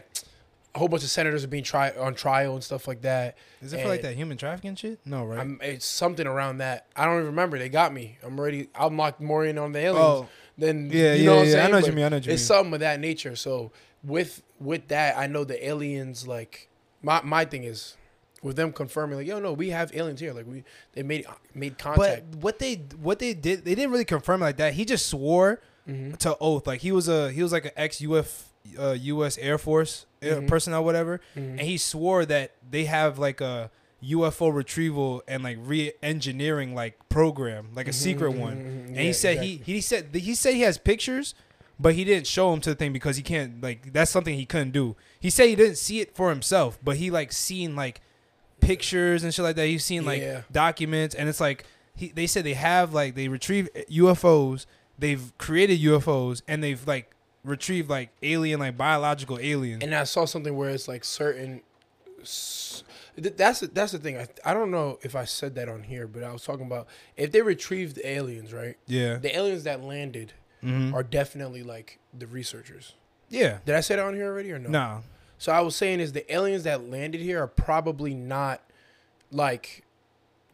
a whole bunch of senators are being tried on trial and stuff like that. Is it for like And that human trafficking shit? No, right? I'm, it's something around that. I don't even remember. They got me. I'm already. I'm locked more in on the aliens. Oh. Then Yeah, you know yeah, yeah. what I'm I saying? know what But you mean, I know what you it's mean. something of that nature. So with with that, I know the aliens. Like my my thing is with them confirming, like yo, no, we have aliens here. Like we they made made but contact. what they what they did they didn't really confirm it like that. He just swore Mm-hmm. to oath like he was a he was like an ex UF uh, U.S. Air Force uh, Mm-hmm. personnel whatever, and he swore that they have like a UFO retrieval and like re-engineering like program like a Mm-hmm, secret one. And Yeah, he said he he said he said he has pictures. But he didn't show him to the thing because he can't like that's something he couldn't do. He said he didn't see it for himself, but he like seen like pictures and shit like that. He's seen like Yeah. documents, and it's like he, they said they have like they retrieve UFOs, they've created UFOs, and they've like retrieved like alien like biological aliens. and I saw something where it's like certain. s- th- That's the- that's the thing. I I don't know if I said that on here, but I was talking about if they retrieved the aliens, right? yeah, The aliens that landed Mm-hmm. are definitely like the researchers. yeah, Did I say that on here already or no? nah, So I was saying is the aliens that landed here are probably not like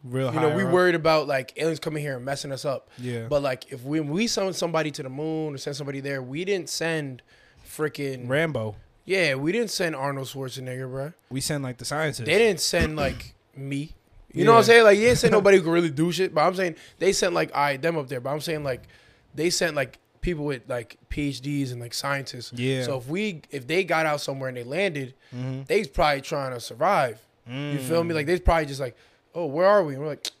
real. you know we higher up. worried about like aliens coming here and messing us up. Yeah. But like if we we send somebody to the moon or send somebody there, we didn't send freaking Rambo. yeah we didn't send Arnold Schwarzenegger, bro. We send like the scientists. They didn't send like me. You know what I'm Yeah. saying? Like, they didn't send nobody who could really do shit. But I'm saying they sent like I them up there. But I'm saying like they sent like people with like PhDs and like scientists. Yeah. Mm-hmm. So if we if they got out somewhere and they landed, they's probably trying to survive. You feel Mm. me? Like they's probably just like, oh, where are we? And we're like,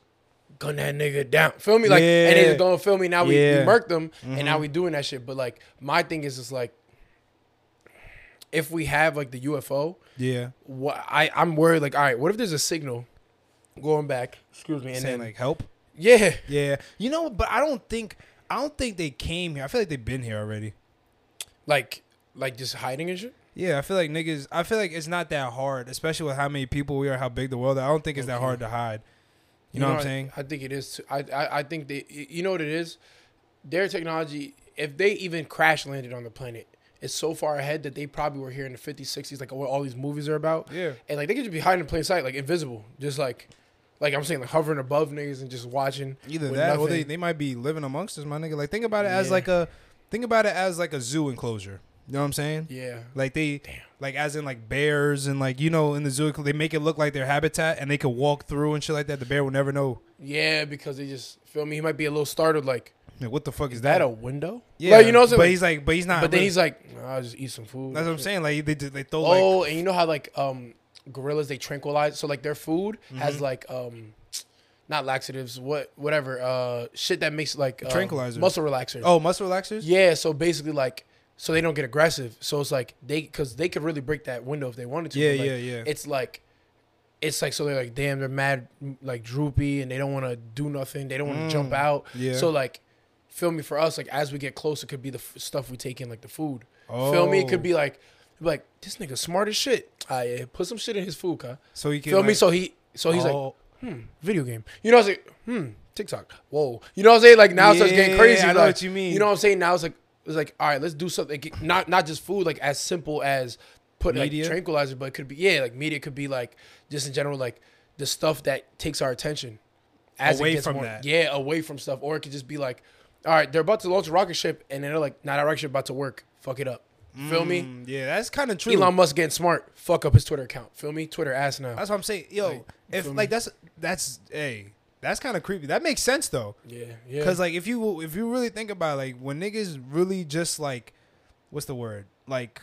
gun that nigga down. Feel me? Like, and they Yeah. just don't feel me. Now we, Yeah. Mm-hmm. we murked them, and now we doing that shit. But like my thing is just like, if we have like the UFO, yeah, what I I'm worried. Like, all right, what if there's a signal going back? Excuse me. And saying then, like help. yeah, Yeah, you know, but I don't think I don't think they came here. I feel like they've been here already. like like just hiding and shit. Yeah, I feel like niggas. I feel like it's not that hard, especially with how many people we are, how big the world. is. I don't think it's that hard to hide. You, know, what I'm saying? I, think it is. Too, I, I I think they. You know what it is? Their technology. If they even crash landed on the planet, it's so far ahead that they probably were here in the 50s, 60s, like what all these movies are about. Yeah. And like they could just be hiding in plain sight, like invisible, just like. Like I'm saying, like hovering above niggas and just watching. Either with that, or they, nothing. they might be living amongst us, my nigga. Like think about it as Yeah. like a think about it as like a zoo enclosure. You know what I'm saying? Yeah. Like they like as in like bears and like you know in the zoo they make it look like their habitat and they could walk through and shit like that. The bear will never know. Yeah, because they just feel me. He might be a little startled, like Like, what the fuck is at that? a window. yeah, Like, you know what I'm saying? But he's like, but he's not. But then really- he's like, "Nah, I'll just eat some food. that's what I'm saying. Like they they throw like oh, and you know how like um gorillas they tranquilize, so like their food Mm-hmm. has like um not laxatives, what whatever uh shit that makes like uh, Tranquilizers. muscle relaxers. oh muscle relaxers. yeah. So basically like. So they don't get aggressive. So it's like they, because they could really break that window if they wanted to. Yeah, but, like, yeah, yeah. It's like, it's like so they're like, damn, they're mad, like droopy, and they don't want to do nothing. They don't want to jump out. Mm, yeah. So like, feel me for us. Like as we get close, it could be the f- stuff we take in, like the food. Feel me? It Oh. could be like, like this nigga smart as shit. I yeah, put some shit in his food, huh? So he can Feel me? like- So he, so he's like, oh. video game. You know, I was like, hmm, TikTok. Whoa. You know what I'm saying? Like now it starts Yeah, getting crazy. I know like, what you mean. You know what I'm saying? Now it's like it's like, all right, let's do something. Like, Not not just food, like as simple as putting like Media? tranquilizer, but it could be yeah, like media could be like just in general, like the stuff that takes our attention. As Away it gets from more, that. Yeah, away from stuff. Or it could just be like, all right, they're about to launch a rocket ship and then they're like, nah, that rocket ship about to work. Fuck it up. Feel me? Mm, Yeah, that's kind of true. Elon Musk getting smart. Fuck up his Twitter account. Feel me? Twitter ass now. That's what I'm saying. Yo, if like that's that's hey, that's kind of creepy. That makes sense though, yeah, yeah. because like if you if you really think about it, like when niggas really just like, what's the word like,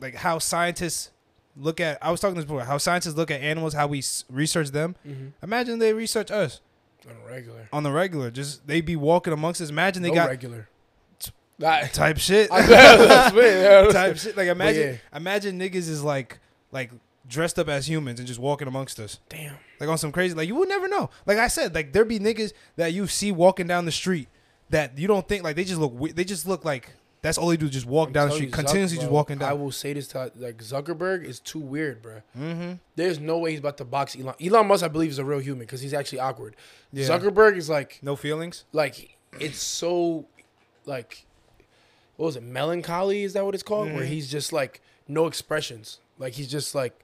like how scientists look at. I was talking this before. How scientists look at animals, how we s- research them. Imagine they research us Mm-hmm. on a regular. on the regular. Just they be walking amongst us. Imagine they no got regular. *laughs* type shit. *laughs* *laughs* type shit. Like imagine imagine niggas is like like dressed up as humans and just walking amongst us. Damn. Like on some crazy, like you would never know. Like I said, like there be niggas that you see walking down the street that you don't think like they just look we- they just look like that's all they do is just walk down the Tell street you, continuously Zuck- just bro, walking down. I will say this to like Zuckerberg is too weird, bro. Mm-hmm. There's no way he's about to box Elon. Elon Musk, I believe, is a real human because he's actually awkward. Yeah. Zuckerberg is like no feelings. like it's so Mm-hmm. like what was it melancholy? Is that what it's called? Where he's just like no expressions. Like he's just like,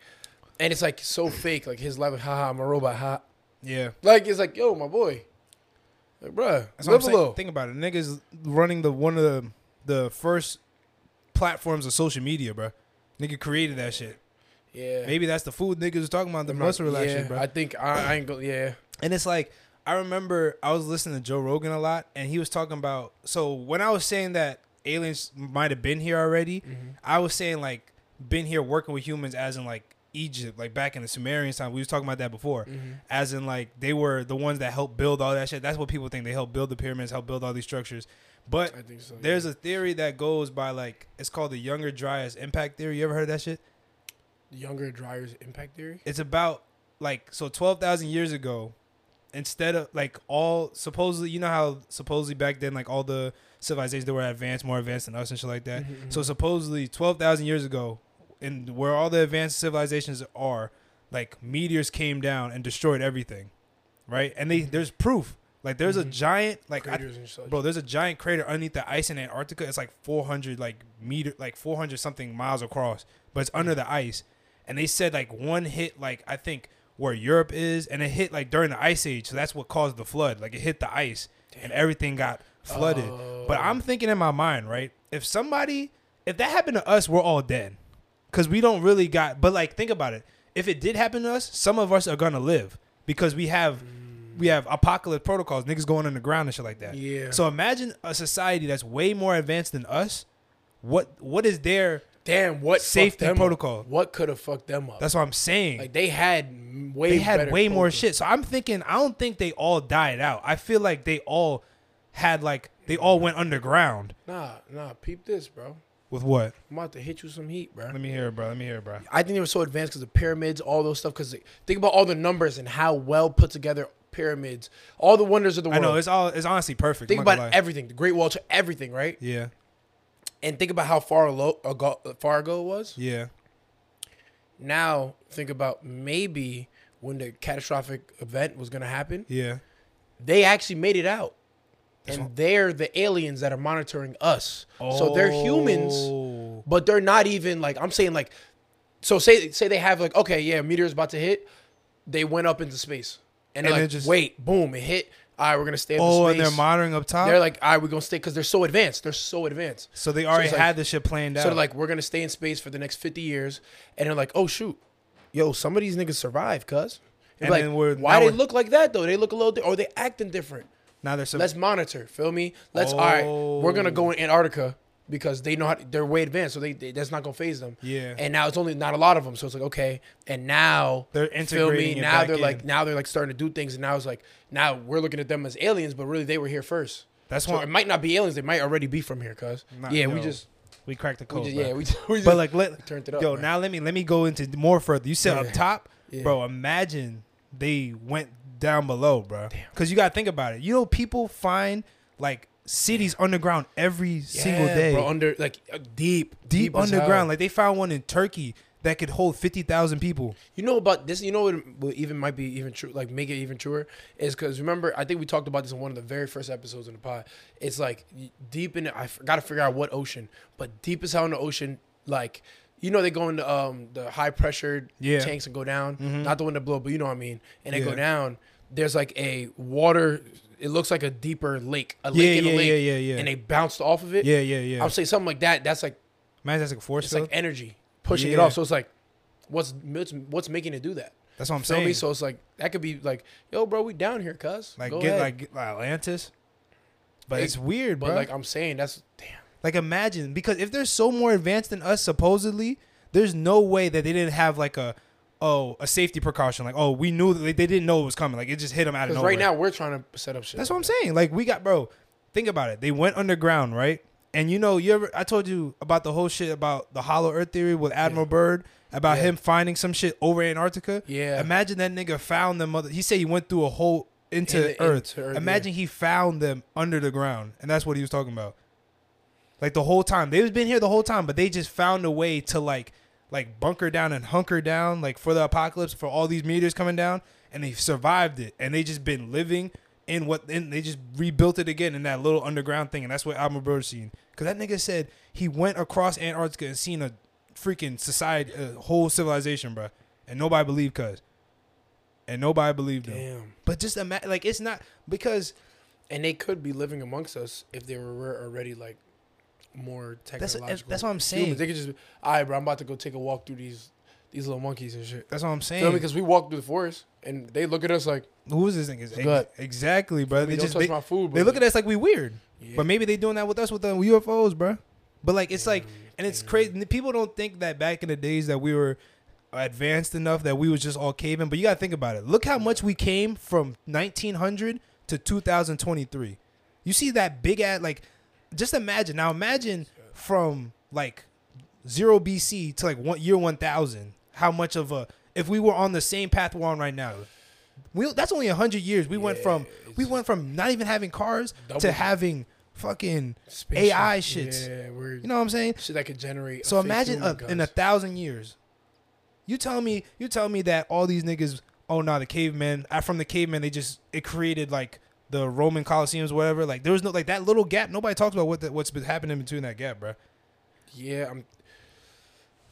and it's like so fake. Like his level, haha, I'm a robot, ha. Yeah. Like it's like, yo, my boy, like bruh, That's what I'm live a saying. little. Think about it. Niggas running the one of the the first platforms of social media, bro. Nigga created that shit. yeah, Maybe that's the food niggas was talking about the I'm not- muscle relax yeah, shit, bro. I think I, I ain't go. Yeah, And it's like I remember I was listening to Joe Rogan a lot, and he was talking about. So when I was saying that aliens might have been here already, I was saying like been here working with humans, as in like Egypt, like back in the Sumerian time. We was talking about that before, Mm-hmm. as in like they were the ones that helped build all that shit. That's what people think they helped build the pyramids, helped build all these structures. But I think so. yeah. there's a theory that goes by like it's called the Younger Dryas impact theory. You ever heard of that shit? younger dryers impact theory. it's about like so 12,000 years ago instead of like all supposedly you know how supposedly back then like all the civilizations that were advanced more advanced than us and shit like that Mm-hmm. so supposedly 12,000 years ago and where all the advanced civilizations are like meteors came down and destroyed everything right and they there's proof like there's a giant like I, Craters and such. bro there's a giant crater underneath the ice in antarctica it's like 400 like meter like 400 something miles across but it's under the ice and they said like one hit like i think where europe is and it hit like during the ice age so that's what caused the flood like it hit the ice and everything got Uh, flooded but Oh. i'm thinking in my mind right if somebody if that happened to us we're all dead because we don't really got but like think about it if it did happen to us some of us are gonna live because we have we have apocalypse protocols niggas going underground and shit like that Yeah. so imagine a society that's way more advanced than us what what is their Damn, what fucked safety them up? protocol. What could have fucked them up? that's what i'm saying like they had m- way they had better way more protocol. shit so i'm thinking i don't think they all died out i feel like they all had like they all went underground Nah, nah, peep this, bro. with what I'm about to hit you some heat, bro. let me hear it bro let me hear it bro I think they were so advanced because the pyramids, all those stuff. Because think about all the numbers and how well put together pyramids, all the wonders of the i world. know it's all it's honestly perfect think I'm not about gonna lie. everything, the Great Wall, to everything, right? yeah And think about how far lo- ago, far ago it was. yeah Now think about maybe when the catastrophic event was going to happen, yeah they actually made it out, and they're the aliens that are monitoring us. So they're humans. Oh. but they're not even like I'm saying like so say say they have like okay yeah meteor's about to hit they went up into space and, And they're it like just- wait boom it hit all right we're gonna stay up Oh, and in space they're monitoring up top. They're like all right we're gonna stay because they're so advanced they're so advanced so they already it's like- had this shit planned out. so they're like we're gonna stay in space for the next 50 years and they're like oh shoot yo some of these niggas survive cuz and And like, then we're- why now they we're- look like that though they look a little di- or they acting different now there's some. let's monitor. Feel me? Let's all right. We're gonna Oh. go in Antarctica because they know how, they're way advanced, so they, they- that's not gonna phase them. Yeah. And now it's only not a lot of them, so it's like okay. And now They're integrating it Now back they're like in. now they're like starting to do things, and now it's like now we're looking at them as aliens, but really they were here first. That's So why- it might not be aliens; they might already be from here, cuz *laughs* Nah, yeah, we yo, just, we cracked the we code. just bro. yeah, we just, we just but like let turned it up. yo man. now let me let me go into more further. You said Yeah. up top, Yeah. bro. Imagine they went down below, bro. Because you gotta think about it. You know, people find like cities underground every single Yeah, day, bro, under like uh, deep, deep, as hell. underground. Like they found one in Turkey that could hold fifty thousand people. You know about this? You know what, what even might be even true, like make it even truer, is because remember I think we talked about this in one of the very first episodes in the pod. It's like deep in I got to figure out what ocean, but deep as hell in the ocean, like you know they go into um, the high pressured Yeah. Mm-hmm. tanks and go down, not the one that blow, up, but you know what I mean, and they Yeah. go down. There's like a water. It looks like a deeper lake, a lake Yeah, in a yeah, lake, yeah, yeah, yeah. and they bounced off of it. Yeah, yeah, yeah. I'll say something like that. That's like Imagine that's like a force it's field. like energy pushing it Yeah. off. So it's like, what's what's, what's making it do that? that's what I'm Feel saying. me? So it's like that could be like, yo, bro, we down here, cuz. like Go get ahead. like get, like Atlantis. But Hey, it's weird, but bro. like I'm saying, that's damn. Like imagine because if they're so more advanced than us supposedly, there's no way that they didn't have like a oh a safety precaution. Like oh we knew they, they didn't know it was coming. Like it just hit them out of Because nowhere. right now we're trying to set up shit. that's what I'm saying. Like we got bro. Think about it. They went underground, right? And you know you ever I told you about the whole shit about the Hollow Earth theory with Admiral Byrd about Yeah. him finding some shit over Antarctica. Yeah. Imagine that nigga found them. Other, he said he went through a hole into In the- Earth. into Earth, yeah. Imagine he found them under the ground, and that's what he was talking about. Like the whole time they've been here the whole time, but they just found a way to like like bunker down and hunker down like for the apocalypse for all these meteors coming down, and they've survived it, and they just been living in what and they just rebuilt it again in that little underground thing, and that's what Admiral Byrd seen because that nigga said he went across Antarctica and seen a freaking society, uh, whole civilization, bro. And nobody believed Cuz. And nobody believed him. Damn. But just imagine, like it's not because And they could be living amongst us if they were already like more that's technological. that's, what I'm saying. humans. They could just, be, all right, bro. I'm about to go take a walk through these these little monkeys and shit. That's what I'm Feel me? saying. Because we walk through the forest and they look at us like, Who is this thing? Ex- Good. Exactly, bro. "Hey, They don't just touch they, my food. they look at us like we weird. Yeah. But maybe they doing that with us with the UFOs, bro. But like it's like and it's crazy. n- People don't think that back in the days that we were advanced enough that we was just all caving. But you gotta think about it. Look how much we came from 1900 to 2023. You see that big ass like. Just imagine now. Imagine from like zero BC to like one year 1000. How much of a if we were on the same path we're on right now. We, that's only hundred years. We went Yeah, from we it's- went from not even having cars Double- to having fucking Spaceship. AI shits. Yeah, we're, You know what I'm saying? shit that could generate. So a fake imagine human, a, in a guys. thousand years, you tell me you tell me that all these niggas, oh no, the cavemen uh, from the cavemen, they just it created like the Roman Colosseums, whatever. Like there was no like that little gap. Nobody talks about what the, what's been happening between that gap, bro. yeah. I'm,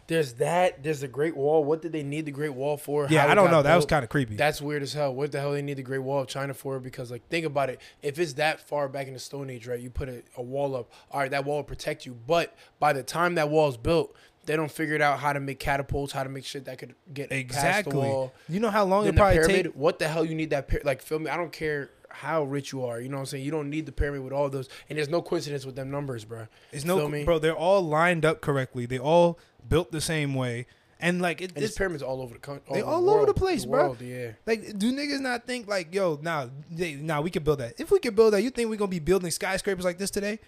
there's that. There's the Great Wall. What did they need the Great Wall for? Yeah, How I it don't got know. That was built? kind of creepy. That's weird as hell. What the hell they need the Great Wall of China for? Because like, think about it. If it's that far back in the Stone Age, right? You put a, a wall up. All right, that wall will protect you. But by the time that wall is built, they don't figured out how to make catapults, how to make shit that could get past the exactly. wall. You know how long Then it the probably pyramid. take. What the hell you need that? Py- like, feel me? I don't care how rich you are. You know what I'm saying? You don't need the pyramid with all those. And there's no coincidence with them numbers, bro. It's feel no me? bro. They're all lined up correctly. They all built the same way, and like it, And it's there's pyramids all over the country. They all over the place, bro. *laughs* Yeah. Like, do niggas not think like, yo, nah, they, nah, we could build that. If we could build that, you think we're gonna be building skyscrapers like this today?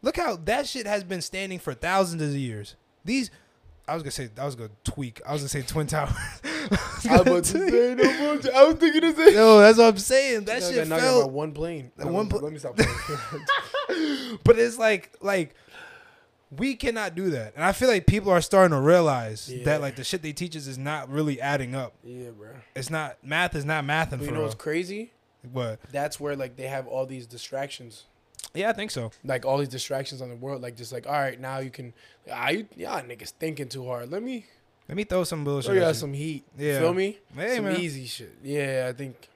Look how that shit has been standing for thousands of years. These, I was gonna say, I was gonna tweak. I was gonna say twin towers. *laughs* I was, about to say, no more- *laughs* I was thinking the same. yo, that's what I'm saying. *laughs* That Now I shit got fell. about one plane. That No, one let me- *laughs* pla- Let me stop. playing. But it's like like we cannot do that. And I feel like people are starting to realize Yeah. that like the shit they teach us is not really adding up. yeah, *laughs* bro. It's not math is not math and But for you know real. what's crazy? But That's where like they have all these distractions, yeah, I think so. like all these distractions on the world. Like just like, all right, now you can. Ah, you y'all niggas thinking too hard. Let me Let me throw some bullshit. throw y'all at you. Oh, some heat. Yeah. Feel me? Hey, some man. easy shit. Yeah, I think.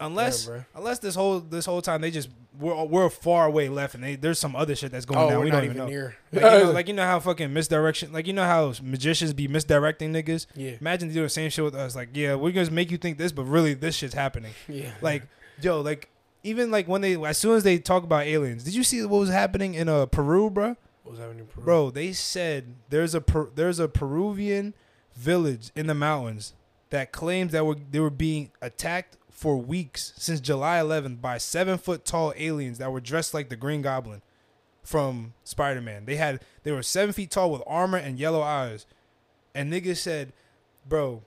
Unless Yeah, bruh. unless this whole this whole time they just we're we're far away left and they, there's some other shit that's going Oh, down. we're We not don't even even know. near. Like you, know, *laughs* like you know how fucking misdirection, like you know how magicians be misdirecting niggas. yeah, Imagine they do the same shit with us. Like, yeah, we're gonna make you think this, but really this shit's happening. yeah. *laughs* Like, yo, like even like when they as soon as they talk about aliens, did you see what was happening in uh, Peru, bro? what was happening, in Peru? Bro, they said there's a per, there's a Peruvian village in the mountains that claims that were they were being attacked for weeks since July 11th by seven foot tall aliens that were dressed like the Green Goblin from Spider Man. They had they were seven feet tall with armor and yellow eyes, and niggas said, bro,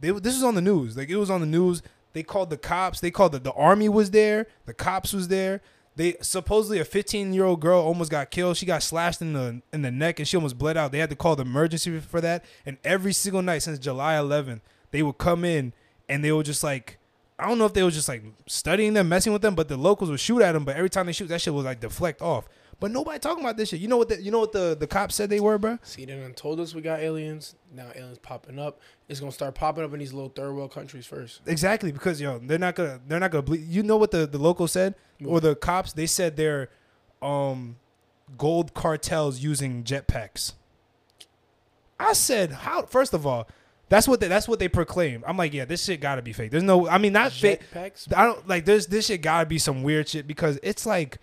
they this was on the news. Like it was on the news. They called the cops. They called the the army was there. The cops was there. They supposedly a 15 year old girl almost got killed. She got slashed in the in the neck and she almost bled out. They had to call the emergency for that. And every single night since July 11th, they would come in and they were just like, I don't know if they was just like studying them, messing with them, but the locals would shoot at them. But every time they shoot, that shit was like deflect off. But nobody talking about this shit. You know what? The, you know what the the cops said they were, bro? See, they done told us we got aliens. Now aliens popping up. It's gonna start popping up in these little third world countries first. Exactly, because yo, they're not gonna they're not gonna believe. You know what the the locals said or the cops? They said they're um gold cartels using jetpacks. I said how? First of all, that's what they, that's what they proclaim. I'm like, yeah, this shit gotta be fake. There's no, I mean, not fake. Jetpacks. I don't like. There's this shit gotta be some weird shit because it's like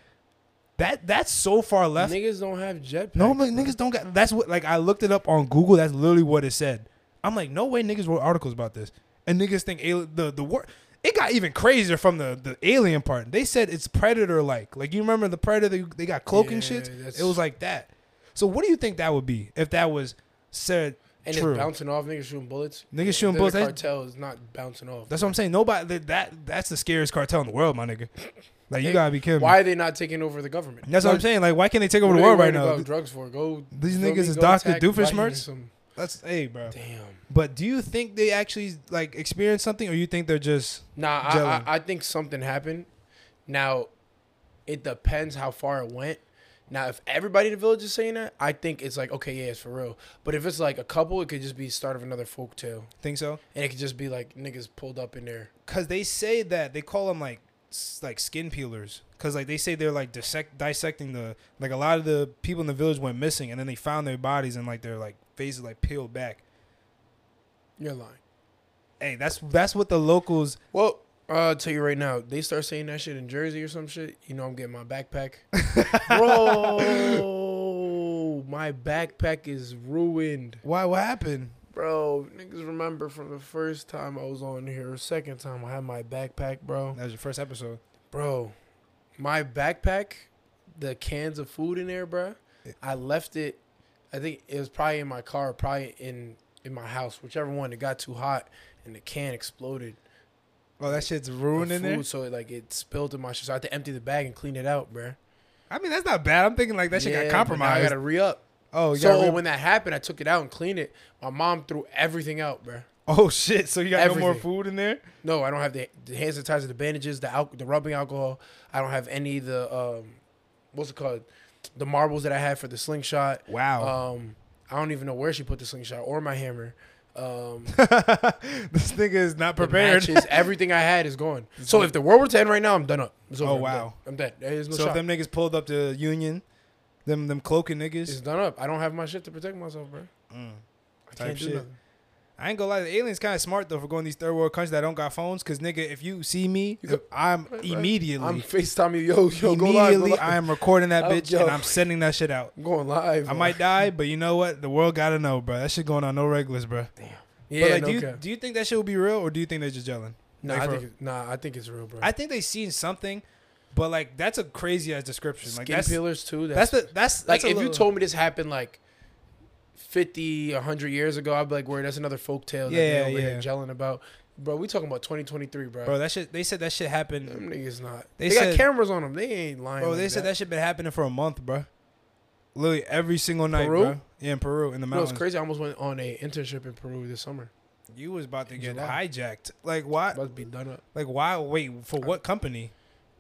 that that's so far left. Niggas don't have jetpacks. No, I'm like niggas don't got. That's what like I looked it up on Google. That's literally what it said. I'm like, no way, niggas wrote articles about this, and niggas think ali- the the war. It got even crazier from the the alien part. They said it's predator like. Like you remember the predator? They got cloaking Yeah, shit. that's- It was like that. So what do you think that would be if that was said? and true. it's bouncing off. Niggas shooting bullets. Niggas Yeah, shooting they're bullets. The They- cartel is not bouncing off. That's what I'm saying. Nobody that, that that's the scariest cartel in the world, my nigga. Like you gotta be kidding. me. Why are they not taking over the government? That's what I'm Like, saying. Like why can't they take what over the are they world right worried now? about drugs for go. These feel me? niggas is Go Dr. attack Biden or Doofenshmirtz? some- That's hey, bro. Damn. But do you think they actually like experience something, or you think they're just Nah, I, Jello. I, I think something happened. Now, it depends how far it went. Now, if everybody in the village is saying that, I think it's like, okay, yeah, it's for real. But if it's like a couple, it could just be start of another folk tale, Think so? and it could just be like niggas pulled up in there. Cause they say that they call them like s- like skin peelers. Cause like they say they're like dissect dissecting the like a lot of the people in the village went missing and then they found their bodies and like their like faces like peeled back. You're lying. Hey, that's that's what the locals. Well, uh, I'll tell you right now, they start saying that shit in Jersey or some shit. You know, I'm getting my backpack, bro. My backpack is ruined. Why? What happened? Bro, niggas remember from the first time I was on here, second time I had my backpack, bro. That was your first episode. Bro, my backpack, the cans of food in there, bro. I left it. I think it was probably in my car, probably in in my house, whichever one. It got too hot, and the can exploded. Oh, that shit's of ruined in there. food, so it, like it spilled in my shit. So I had to empty the bag and clean it out, bro. I mean, that's not bad. I'm thinking like that shit got compromised. I gotta re up. oh, you So gotta- when that happened, I took it out and cleaned it. My mom threw everything out, bro. *laughs* oh shit! So you got no more Everything. food in there? No, I don't have the, the hand sanitizer, the bandages, the al- the rubbing alcohol. I don't have any of the um, what's it called, the marbles that I had for the slingshot. Wow. Um, I don't even know where she put the slingshot or my hammer. *laughs* Um, *laughs* this nigga is not the prepared. matches, everything I had *laughs* is gone. So if the world were to end right now, I'm done up. It's over. Oh, I'm wow. dead. I'm dead. There's no so if shot. them niggas pulled up to Union, them them cloaking niggas. It's done up. I don't have my shit to protect myself, bro. Mm. I Type can't do shit. nothing. I ain't gonna lie, the aliens kind of smart though for going to these third world countries that don't got phones. Cause nigga, if you see me, You go- I'm Right, right. immediately, I'm *laughs* FaceTime you, yo, yo, go live. Go immediately, live. I am recording that I'm- bitch yo. and I'm sending that shit out. I'm going live. I might die, but you know what? The world gotta know, bro. That shit going on no regulars, bro. Yeah, but like, no do you cap. do you think that shit will be real or do you think they're just gelling? Nah, like, I for- think, it- nah, I think it's real, bro. I think they seen something, but like that's a crazy ass description. Skin Like that's peelers too. That's, that's the that's like that's a if you little- told me this happened like 50, 100 years ago, I'd be like, "Word, that's another folk tale that Yeah, they're yeah. over here gelling about." Bro, we talking about 2023, bro. bro that shit they said that shit happened. Them niggas not. They They, said- got cameras on them. They ain't lying. Bro, like they said that shit been happening for a month, bro. Literally every single night, Peru? bro. Yeah, in Peru, in the You know, it's mountains. crazy. I almost went on a internship in Peru this summer. You was about to In get July. hijacked. Like why? Must be done up Like why? Wait for what company?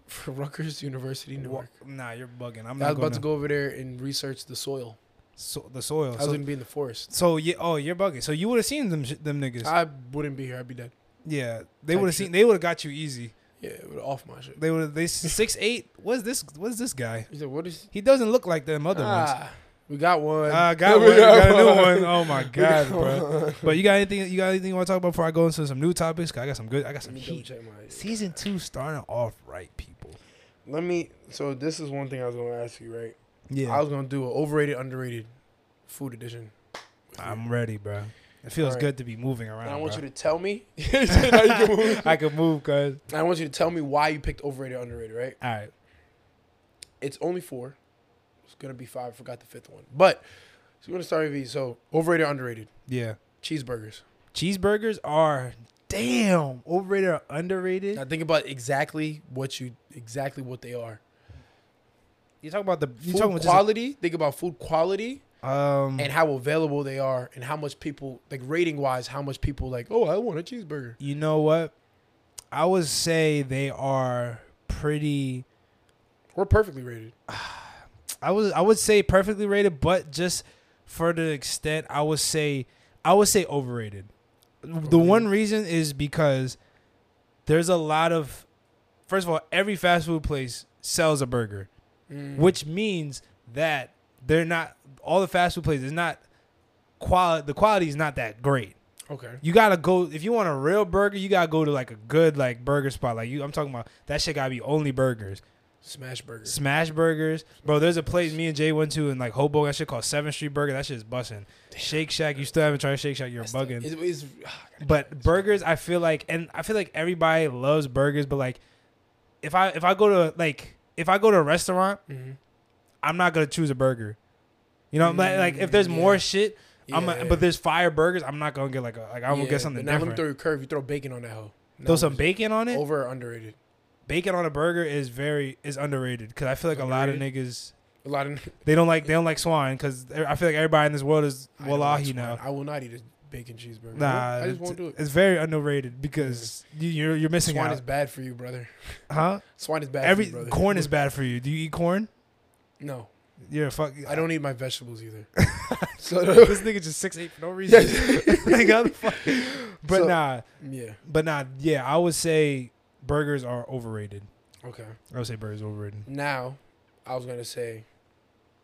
for Rutgers University, Newark. Wha- Nah, you're bugging. I'm not I was going about to go over there and research the soil. So, the soil. I was Oh, So, gonna be in the forest. so yeah. Oh, you're bugging. So you would have seen them sh- them niggas. I wouldn't be here. I'd be dead. yeah, they type would have shit. seen. They would have got you easy. Yeah, it would off my shit. They would. They *laughs* six eight. What's this? What's this guy? He said, "What is?" He doesn't look like them other ones. Ah, we got one. Uh, got *laughs* We one. Got a new one. one. Oh my *laughs* We got god, bro. one. But you got anything? You got anything you want to talk about before I go into some new topics? 'Cause I got some good. I got Let some me double heat. check my. Season two starting off right, people. Let me. So this is one thing I was gonna ask you, right? I Yeah, was gonna do an overrated, underrated food edition. I'm ready, bro. It feels Alright. good to be moving around. And I want bro. you to *laughs* tell me. *laughs* Now you can move. I could move, cuz. I want you to tell me why you picked overrated, underrated, right? All right. It's only four. It's gonna be five. I forgot the fifth one, but so we're gonna start with these. So overrated, underrated Yeah. cheeseburgers. Cheeseburgers are damn overrated or underrated. Now think about exactly what you exactly what they are. You talking about the you Food talking about quality. think about food just quality. um and how available they are and how much people like rating wise how much people like oh i want a cheeseburger you know what? I would say they are pretty we're perfectly rated I was I would say perfectly rated, but just for the extent I would say I would say overrated. The one reason is because there's a lot of first of all, every fast food place sells a burger. Mm, Mm-hmm. which means that they're not all the fast food places is not quality the quality is not that great okay you gotta go if you want a real burger you gotta go to like a good like burger spot like you i'm talking about that shit gotta be only burgers smash burger smash burgers bro there's a place me and jay went to in like hoboken that shit called 7th street burger that shit is bussing shake shack you still haven't tried shake shack you're bugging It's- it's- *sighs* but burgers, I feel like, and I feel like everybody loves burgers. But like, if I if I go to like if I go to a restaurant, Mhm. I'm not gonna choose a burger. You know, like, like if there's Mm, more yeah. shit, I'm Yeah, a, yeah. but there's fire burgers. I'm not gonna get like a, like I'm gonna Yeah, get something but now let me different. throw Throw, you a curve you throw bacon on that hoe Now Oh. some it's bacon on it. over or underrated Bacon on a burger is very is underrated because I feel like a lot of niggas a lot of they don't like they don't like swine because I feel like everybody in this world is I don't like wallahi swine. now. i will not eat a bacon cheeseburger Nah, i it's, just won't do it it's very underrated because you, you're you're missing swine out. is bad for you brother huh? swine is bad Every *laughs* for you, brother. corn is bad for you. Do you eat corn? no You're a fuck. I don't eat my *laughs* vegetables either. So *laughs* *laughs* this nigga just six eight for no reason. *laughs* like, how the fuck? But So- nah, yeah. but nah. Yeah, I would say burgers are overrated. Okay. I would say burgers are overrated. Now, I was gonna say,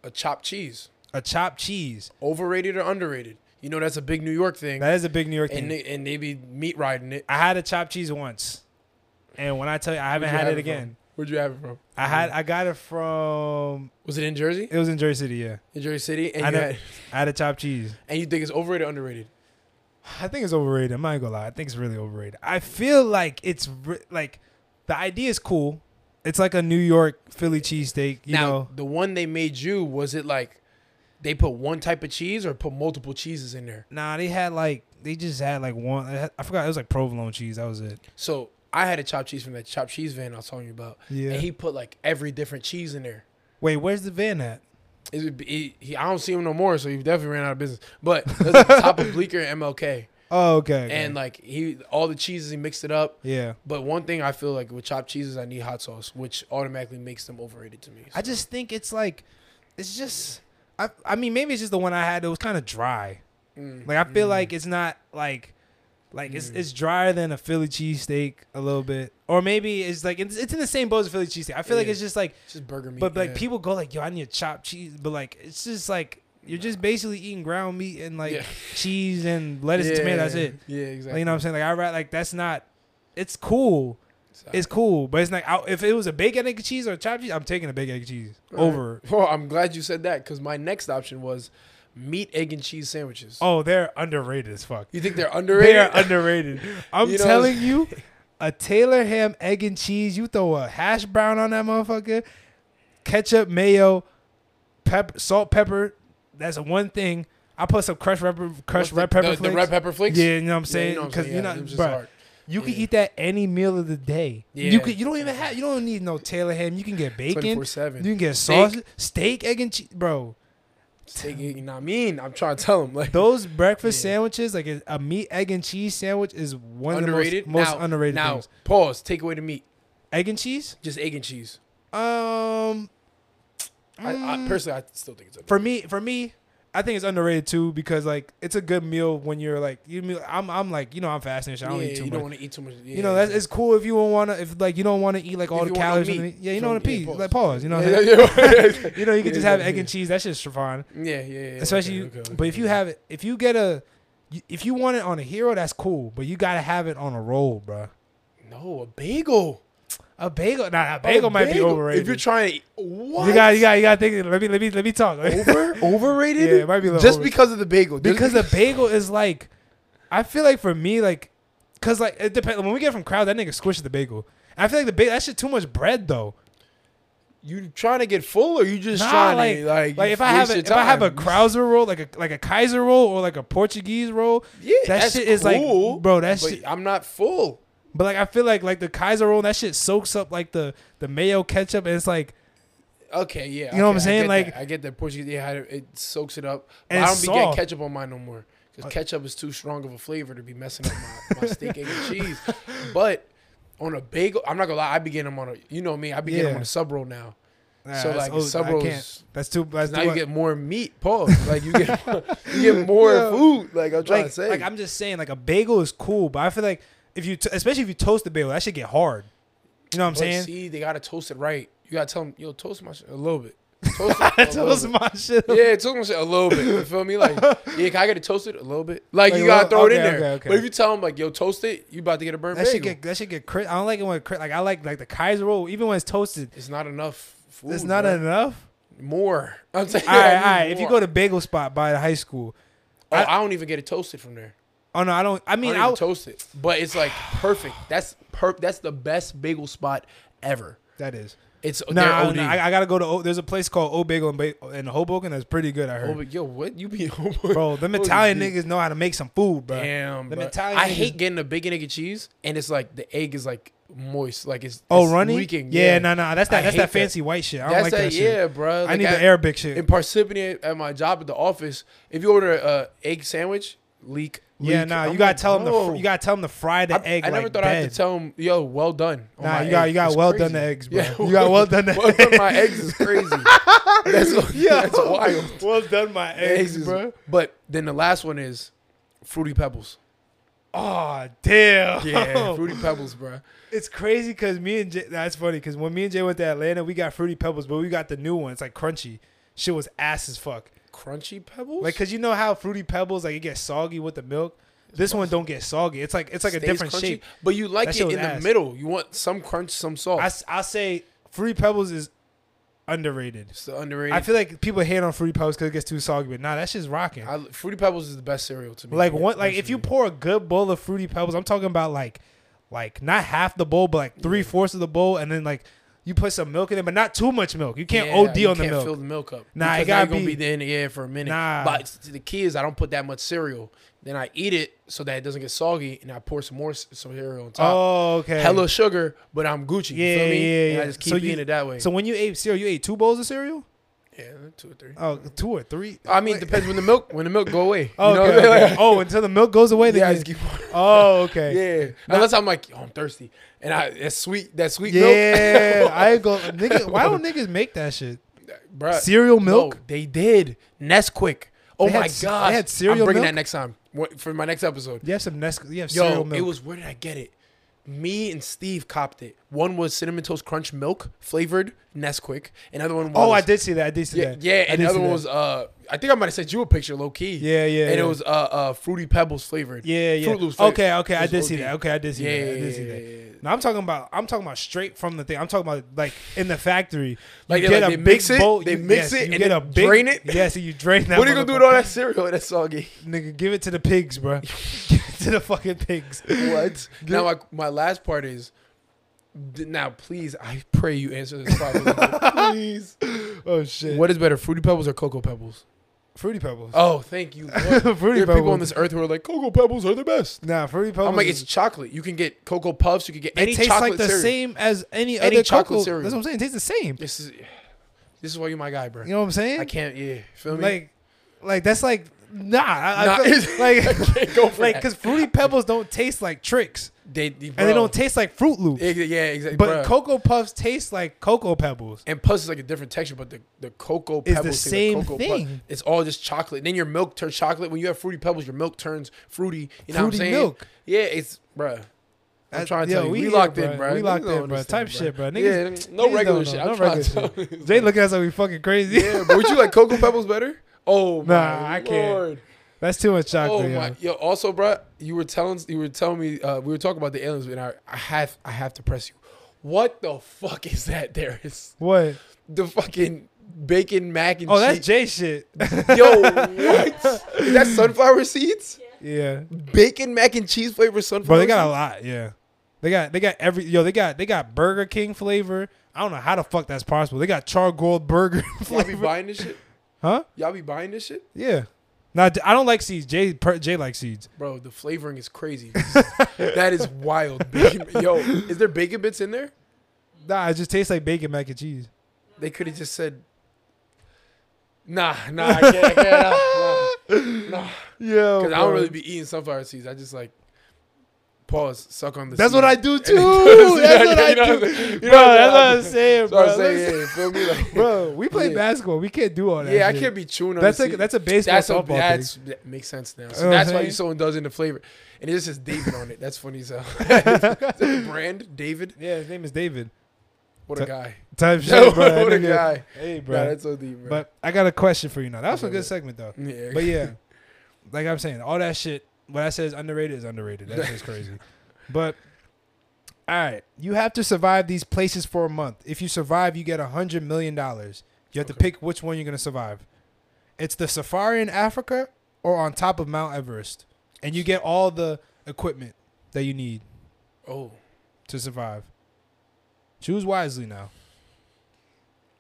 a chopped cheese, A chopped cheese. overrated or underrated? You know that's a big New York thing, That is a big New York thing. and they, and they be meat riding it. I had a chopped cheese once, and when I tell you, I haven't Where'd you had have it it from? again. Where'd you have it from? I had I got it from Was it in Jersey? it was in Jersey City. Yeah, In Jersey City, and I you know. had, I had a chopped cheese. and you think it's overrated, or underrated? I think it's overrated. I'm not gonna lie. I think it's really overrated. I feel like it's re- like the idea is cool. It's like a New York Philly cheesesteak. You now, know, the one they made you was it like they put one type of cheese or put multiple cheeses in there? nah, they had like they just had like one. I had- I forgot it was like provolone cheese. That was it. So I had a chopped cheese from that chopped cheese van I was telling you about, Yeah. and he put like every different cheese in there. Wait, where's the van at? It would be, he, he, I don't see him no more, so he definitely ran out of business. But it was like the top of Bleecker and MLK, Oh, *laughs* okay. okay. and like he all the cheeses he mixed it up. yeah, But one thing I feel like with chopped cheeses, I need hot sauce, which automatically makes them overrated to me. I just think it's like it's just. I I mean maybe it's just the one I had that was kind of dry. Mm. Like I feel like it's not like like it's it's drier than a Philly cheesesteak a little bit. Or maybe it's like it's, it's in the same boat as Philly cheesesteak. I feel like Yeah. it's just like It's just burger meat. but like yeah. people go like, yo, I need a chopped cheese but like it's just like you're just basically eating ground meat and like Yeah. cheese and lettuce and tomato, that's Yeah. it. Yeah, Like, exactly. you know what I'm saying? Like I ra- like that's not it's cool. It's cool, but it's like I, if it was a bacon egg and cheese or a chopped cheese, I'm taking a bacon egg and cheese All right. over. *laughs* Well, I'm glad you said that because my next option was meat, egg, and cheese sandwiches. Oh, they're underrated as fuck. You think they're They underrated? are *laughs* underrated. I'm You know- telling you, a Taylor ham, egg and cheese. You throw a hash brown on that motherfucker, ketchup, mayo, pep, salt, pepper. That's one thing. I put some crushed red, pepper- crushed What's the- red pepper the, flakes. The red pepper flakes. Yeah, you know what I'm Yeah, you saying. know what I'm Because saying? you Yeah, know, it was just bruh, hard. you can Yeah. eat that any meal of the day. You Yeah. can. You don't even have. You don't need no Taylor ham. You can get bacon. 24/7. You can get Steak. sausage, steak, egg and cheese, bro. Take it, you know what I mean? I'm trying to tell them like Those breakfast Yeah. sandwiches, like a- a meat, egg, and cheese sandwich, is one underrated. of the most, most now, underrated Now things. pause. Take away the meat. Egg and cheese? Just egg and cheese. Um, I, I mm, personally, I still think it's underrated. for me, for me, I think it's underrated too because like it's a good meal when you're like you. meal- I'm I'm like you know I'm fasting. and shit. I don't yeah, eat too you much. don't want to eat too much. Yeah, you know that's it's cool if you don't want to if like you don't want to eat like all If the you want no calories. and meat. the- yeah, you So, don't want to yeah, pee. pause. Like pause. You know, what I'm yeah, saying? *laughs* yeah, you know you can Yeah, just have yeah, egg yeah. and cheese. That's just fine. yeah, yeah, yeah. Especially, okay, okay, but if okay. you have it, if you get a, you- if you want it on a hero, that's cool. But you gotta have it on a roll, bruh. no a bagel, A bagel, nah, a bagel might be overrated. Oh, If you're trying to, what you got, you got, you got to think. Let me, let me, let me talk. *laughs* over overrated? Yeah, it might be a little just over- because of the bagel. *laughs* There's- because a bagel is like, I feel like for me, like, cause like it depends. When we get from crowd, that nigga squishes the bagel. I feel like the bagel that shit too much bread though. you trying to get full, or you just Nah, trying like, to like, like if I have waste a, if your I have a time? Krauser roll, like a like a Kaiser roll or like a Portuguese roll, yeah, that that's shit is like, cool, bro, that but shit. I'm not full. But like I feel like like the Kaiser roll, that shit soaks up like the the mayo ketchup, and it's like Okay, yeah. You know what I'm okay, I saying? get Like- that. I get that Portuguese. Yeah, it- it soaks it up. But And I it's don't be getting soft. Uh, ketchup on mine no more because ketchup is too strong of a flavor to be messing up my, my steak egg and cheese. But on a bagel, I'm not gonna lie. I be getting them on a. You know me. I be getting Yeah. them on a sub roll now. nah, So, that's like, old- sub I rolls- can't. That's too. That's Now too you much. get more meat, Paul. Like you get, *laughs* you get more Yeah. food. Like I'm trying like, to say. like, I'm just saying, like a bagel is cool, but I feel like if you, t- especially if you toast the bagel, that should get hard. You know what I'm But saying? *laughs* see, they gotta toast it right. You gotta tell them, yo, toast my shit a *laughs* little bit. Toast it a toast little bit. my shit. Yeah, toast my shit a little bit. You feel *laughs* me? Like, yeah, can I get it toasted a little bit? Like, Like, you gotta well, throw it in okay, there. okay, okay. But if you tell them like, yo, toast it, you about to get a burnt That should bagel. get that should get cri- I don't like it when it cri- like I like like the Kaiser roll even when it's toasted. it's not enough food. It's not bro. enough. more. *laughs* I'm saying. All right, all I need right. If you more. go to Bagel Spot by the high school, oh, I, don't even get it toasted from there. oh no, I don't. I I mean, don't I, even toast it, but it's like perfect. That's per. That's the best bagel spot ever. that is. It's Nah, they're I- OD. I, I gotta go to. O, there's a place called O Bagel in, ba- in Hoboken that's pretty good. I oh, heard, but yo, what you be? *laughs* bro. Them OD. Italian niggas know how to make some food, bro. Damn, The bro. Italian I egg hate is- getting a bacon, egg, and cheese, and it's like the egg is like moist, like it's Oh, it's runny. leaking. Yeah, no, no. That's that. I that's hate that fancy white shit. I don't That's like that, that, shit. yeah, bro. I need the Arabic shit. In Parsippany, at my job at the office, if you order a egg sandwich, leak Yeah, leak. nah, I'm you gotta like, tell them the fr- bro. you gotta tell them to fry the I, egg. I never like thought I had dead. *laughs* to tell him, yo, well done. on Nah, my you got egg." you got It's well crazy. done the eggs, bro. Yeah, you *laughs* got well done the well done my eggs. *laughs* eggs is crazy. That's, Yo. that's wild. Well done *laughs* my eggs, Eggs is- bro. But then the last one is fruity pebbles. Oh damn. *laughs* fruity pebbles, bro. *laughs* It's crazy because me and Jay, that's funny because when me and Jay went to Atlanta, we got Fruity Pebbles, but we got the new one. It's like crunchy. Shit was ass as fuck. Crunchy pebbles. Like, cause you know how Fruity Pebbles like it gets soggy with the milk. This one don't get soggy. It's like it's like a Stays different crunchy, shape. but you like That it shit in was the ass. middle. You want some crunch, some salt. I s- I say Fruity Pebbles is underrated. it's the underrated. I feel like people hate on Fruity Pebbles because it gets too soggy, but nah, that shit's rocking. I, fruity pebbles is the best cereal to me. Like one, like if you personally. pour a good bowl of fruity pebbles, I'm talking about like, like not half the bowl, but like three fourths of the bowl, and then like you put some milk in it, but not too much milk. You can't Yeah, OD you on the can't milk. Fill the milk up. Nah, it Because now gotta you're gonna be- be there in the air for a minute. Nah. But to the kids, I don't put that much cereal. Then I eat it so that it doesn't get soggy, and I pour some more s- some cereal on top. oh, okay. Hella sugar, but I'm Gucci. Yeah, you feel me? yeah, And I yeah. just keep So you- eating it that way. So when you ate cereal, you ate two bowls of cereal? yeah, two or three. Oh, two or three? I mean, it depends when the milk when the milk go away. Oh, you Uh, know? okay, *laughs* okay. oh, until the milk goes away. Then yeah, I you- just keep. oh, okay. *laughs* Yeah, unless I'm like, oh, I'm thirsty, and I that sweet that sweet Yeah, milk. I go. Nigga, why don't niggas make that shit? *laughs* Bruh, Cereal milk? No, they did Nesquik. Oh They had my c- they god! had cereal I'm bringing milk? that next time What- for my next episode. You have some Nesquik. You have Yo, cereal milk. it was where did I get it? Me and Steve copped it. One was cinnamon toast crunch milk flavored Nesquik. Another one was oh, I did see that. I did see Yeah, that. yeah. I And did the other see one that. was uh, I think I might have sent you a picture, low key. Yeah, yeah, And yeah. it was uh, uh, fruity pebbles flavored. Yeah, yeah. Fruit Loops flavored. okay, okay, I It was did see OD. that. Okay, I did see Yeah, that. I yeah, did see yeah, that. yeah, yeah. Now I'm talking about I'm talking about straight from the thing. I'm talking about like in the factory. Like, you they- get like, a they mix big it- bowl- they you- mix it you and get then a big, drain it? Yes, and you drain that. What are you gonna do with all that cereal *laughs* that's soggy? motherfucker. Nigga, give it to the pigs, *laughs* bro. give it to the fucking pigs. What? now my, my last part is. d- Now, please, I pray you answer this *laughs* properly. please. Oh shit. What is better, Fruity Pebbles or Cocoa Pebbles? Fruity pebbles? Oh, thank you. *laughs* Fruity Lord. there are people on pebbles. this earth who are like, Cocoa Pebbles are the best. Nah, fruity pebbles. I'm like, is- it's chocolate. You can get Cocoa Puffs. You can get it any tastes chocolate like the cereal. same as any, Any other chocolate cocoa. cereal. That's what I'm saying. It tastes the same. This is, this is why you're my guy, bro. You know what I'm saying? I can't. Yeah, feel me. *laughs* like, like that's like nah. I, Nah, *laughs* I feel, like can't go for *laughs* like that. because *laughs* fruity pebbles don't taste like tricks they, they, and they bro. don't taste like fruit loops Ex- yeah, exactly. but But cocoa puffs taste like cocoa pebbles and plus it's like a different texture. But the the cocoa the pebbles taste like same cocoa Puff. thing. It's all just chocolate. then your milk turns chocolate. When you have fruity pebbles, your milk turns fruity. You know what Fruity I'm saying? milk. Yeah, it's bruh. I'm Uh, trying to yo, tell you, we, here, locked bruh. in, bruh. We Niggas locked don't in, bro. Type understand, bruh. shit, bro. Niggas, Yeah, no niggas regular don't shit. know, I'm no trying to regular tell you. Jay looking at us like we fucking crazy. *laughs* Yeah, but would you like cocoa pebbles better? Oh my Nah, I can't. Lord. *laughs* That's too much chocolate. Oh yo. my yo! Also, bruh, you were telling you were telling me uh, we were talking about the aliens, and I, I have I have to press you. What the fuck is that, *laughs* Darius? *laughs* What? The fucking bacon mac and Oh, that's *laughs* cheese. Jay shit. *laughs* yo, what? Is that sunflower seeds? yeah, Bacon mac and cheese flavored sunflower. bro. They got a lot. seeds? Yeah, they got they got every yo. They got they got Burger King flavor. I don't know how the fuck that's possible. They got charcoal burger *laughs* Y'all be flavor, buying this shit. huh? Y'all be buying this shit, Yeah. Now I don't like seeds. Jay per, Jay likes seeds. bro. The flavoring *laughs* is crazy. that is wild. Bacon- yo, is there bacon bits in there? Nah, it just tastes like bacon mac and cheese. They could have just said, Nah, nah, I can't. I *laughs* Oh, can't nah, nah. Yeah, Because I don't really be eating sunflower seeds. I just like pause, suck on the. That's seed. what I *laughs* do too. You That's know what I what I'm do, saying? You know bro. what I'm That's what I'm saying? saying, That's what bro. I'm saying. Yeah, you feel me? Like, Bro, we play Yeah. basketball. We can't do all that. *laughs* yeah, I shit. can't be chewing on. That's the like seed. that's a baseball that's softball that's thing. that makes sense now. You know So what I'm that's why saying? you someone does in the flavor, and it just says David on it. That's funny as hell. Is *laughs* that the *laughs* brand David, Yeah, his name is *laughs* David. what Ta- a guy. Type shit, bro. That what a nigga- guy. Hey, bro. Bro, that's so deep, bro. but I got a question for you now. That was a Okay, good yeah. segment though. yeah, But *laughs* yeah, like I'm saying, all that shit. What I said is underrated is underrated. That's just *laughs* crazy. But all right, you have to survive these places for a month. If you survive, you get a hundred million dollars. You have to Okay. pick which one you're gonna survive. It's the safari in Africa or on top of Mount Everest, and you get all the equipment that you need oh, to survive. Choose wisely now.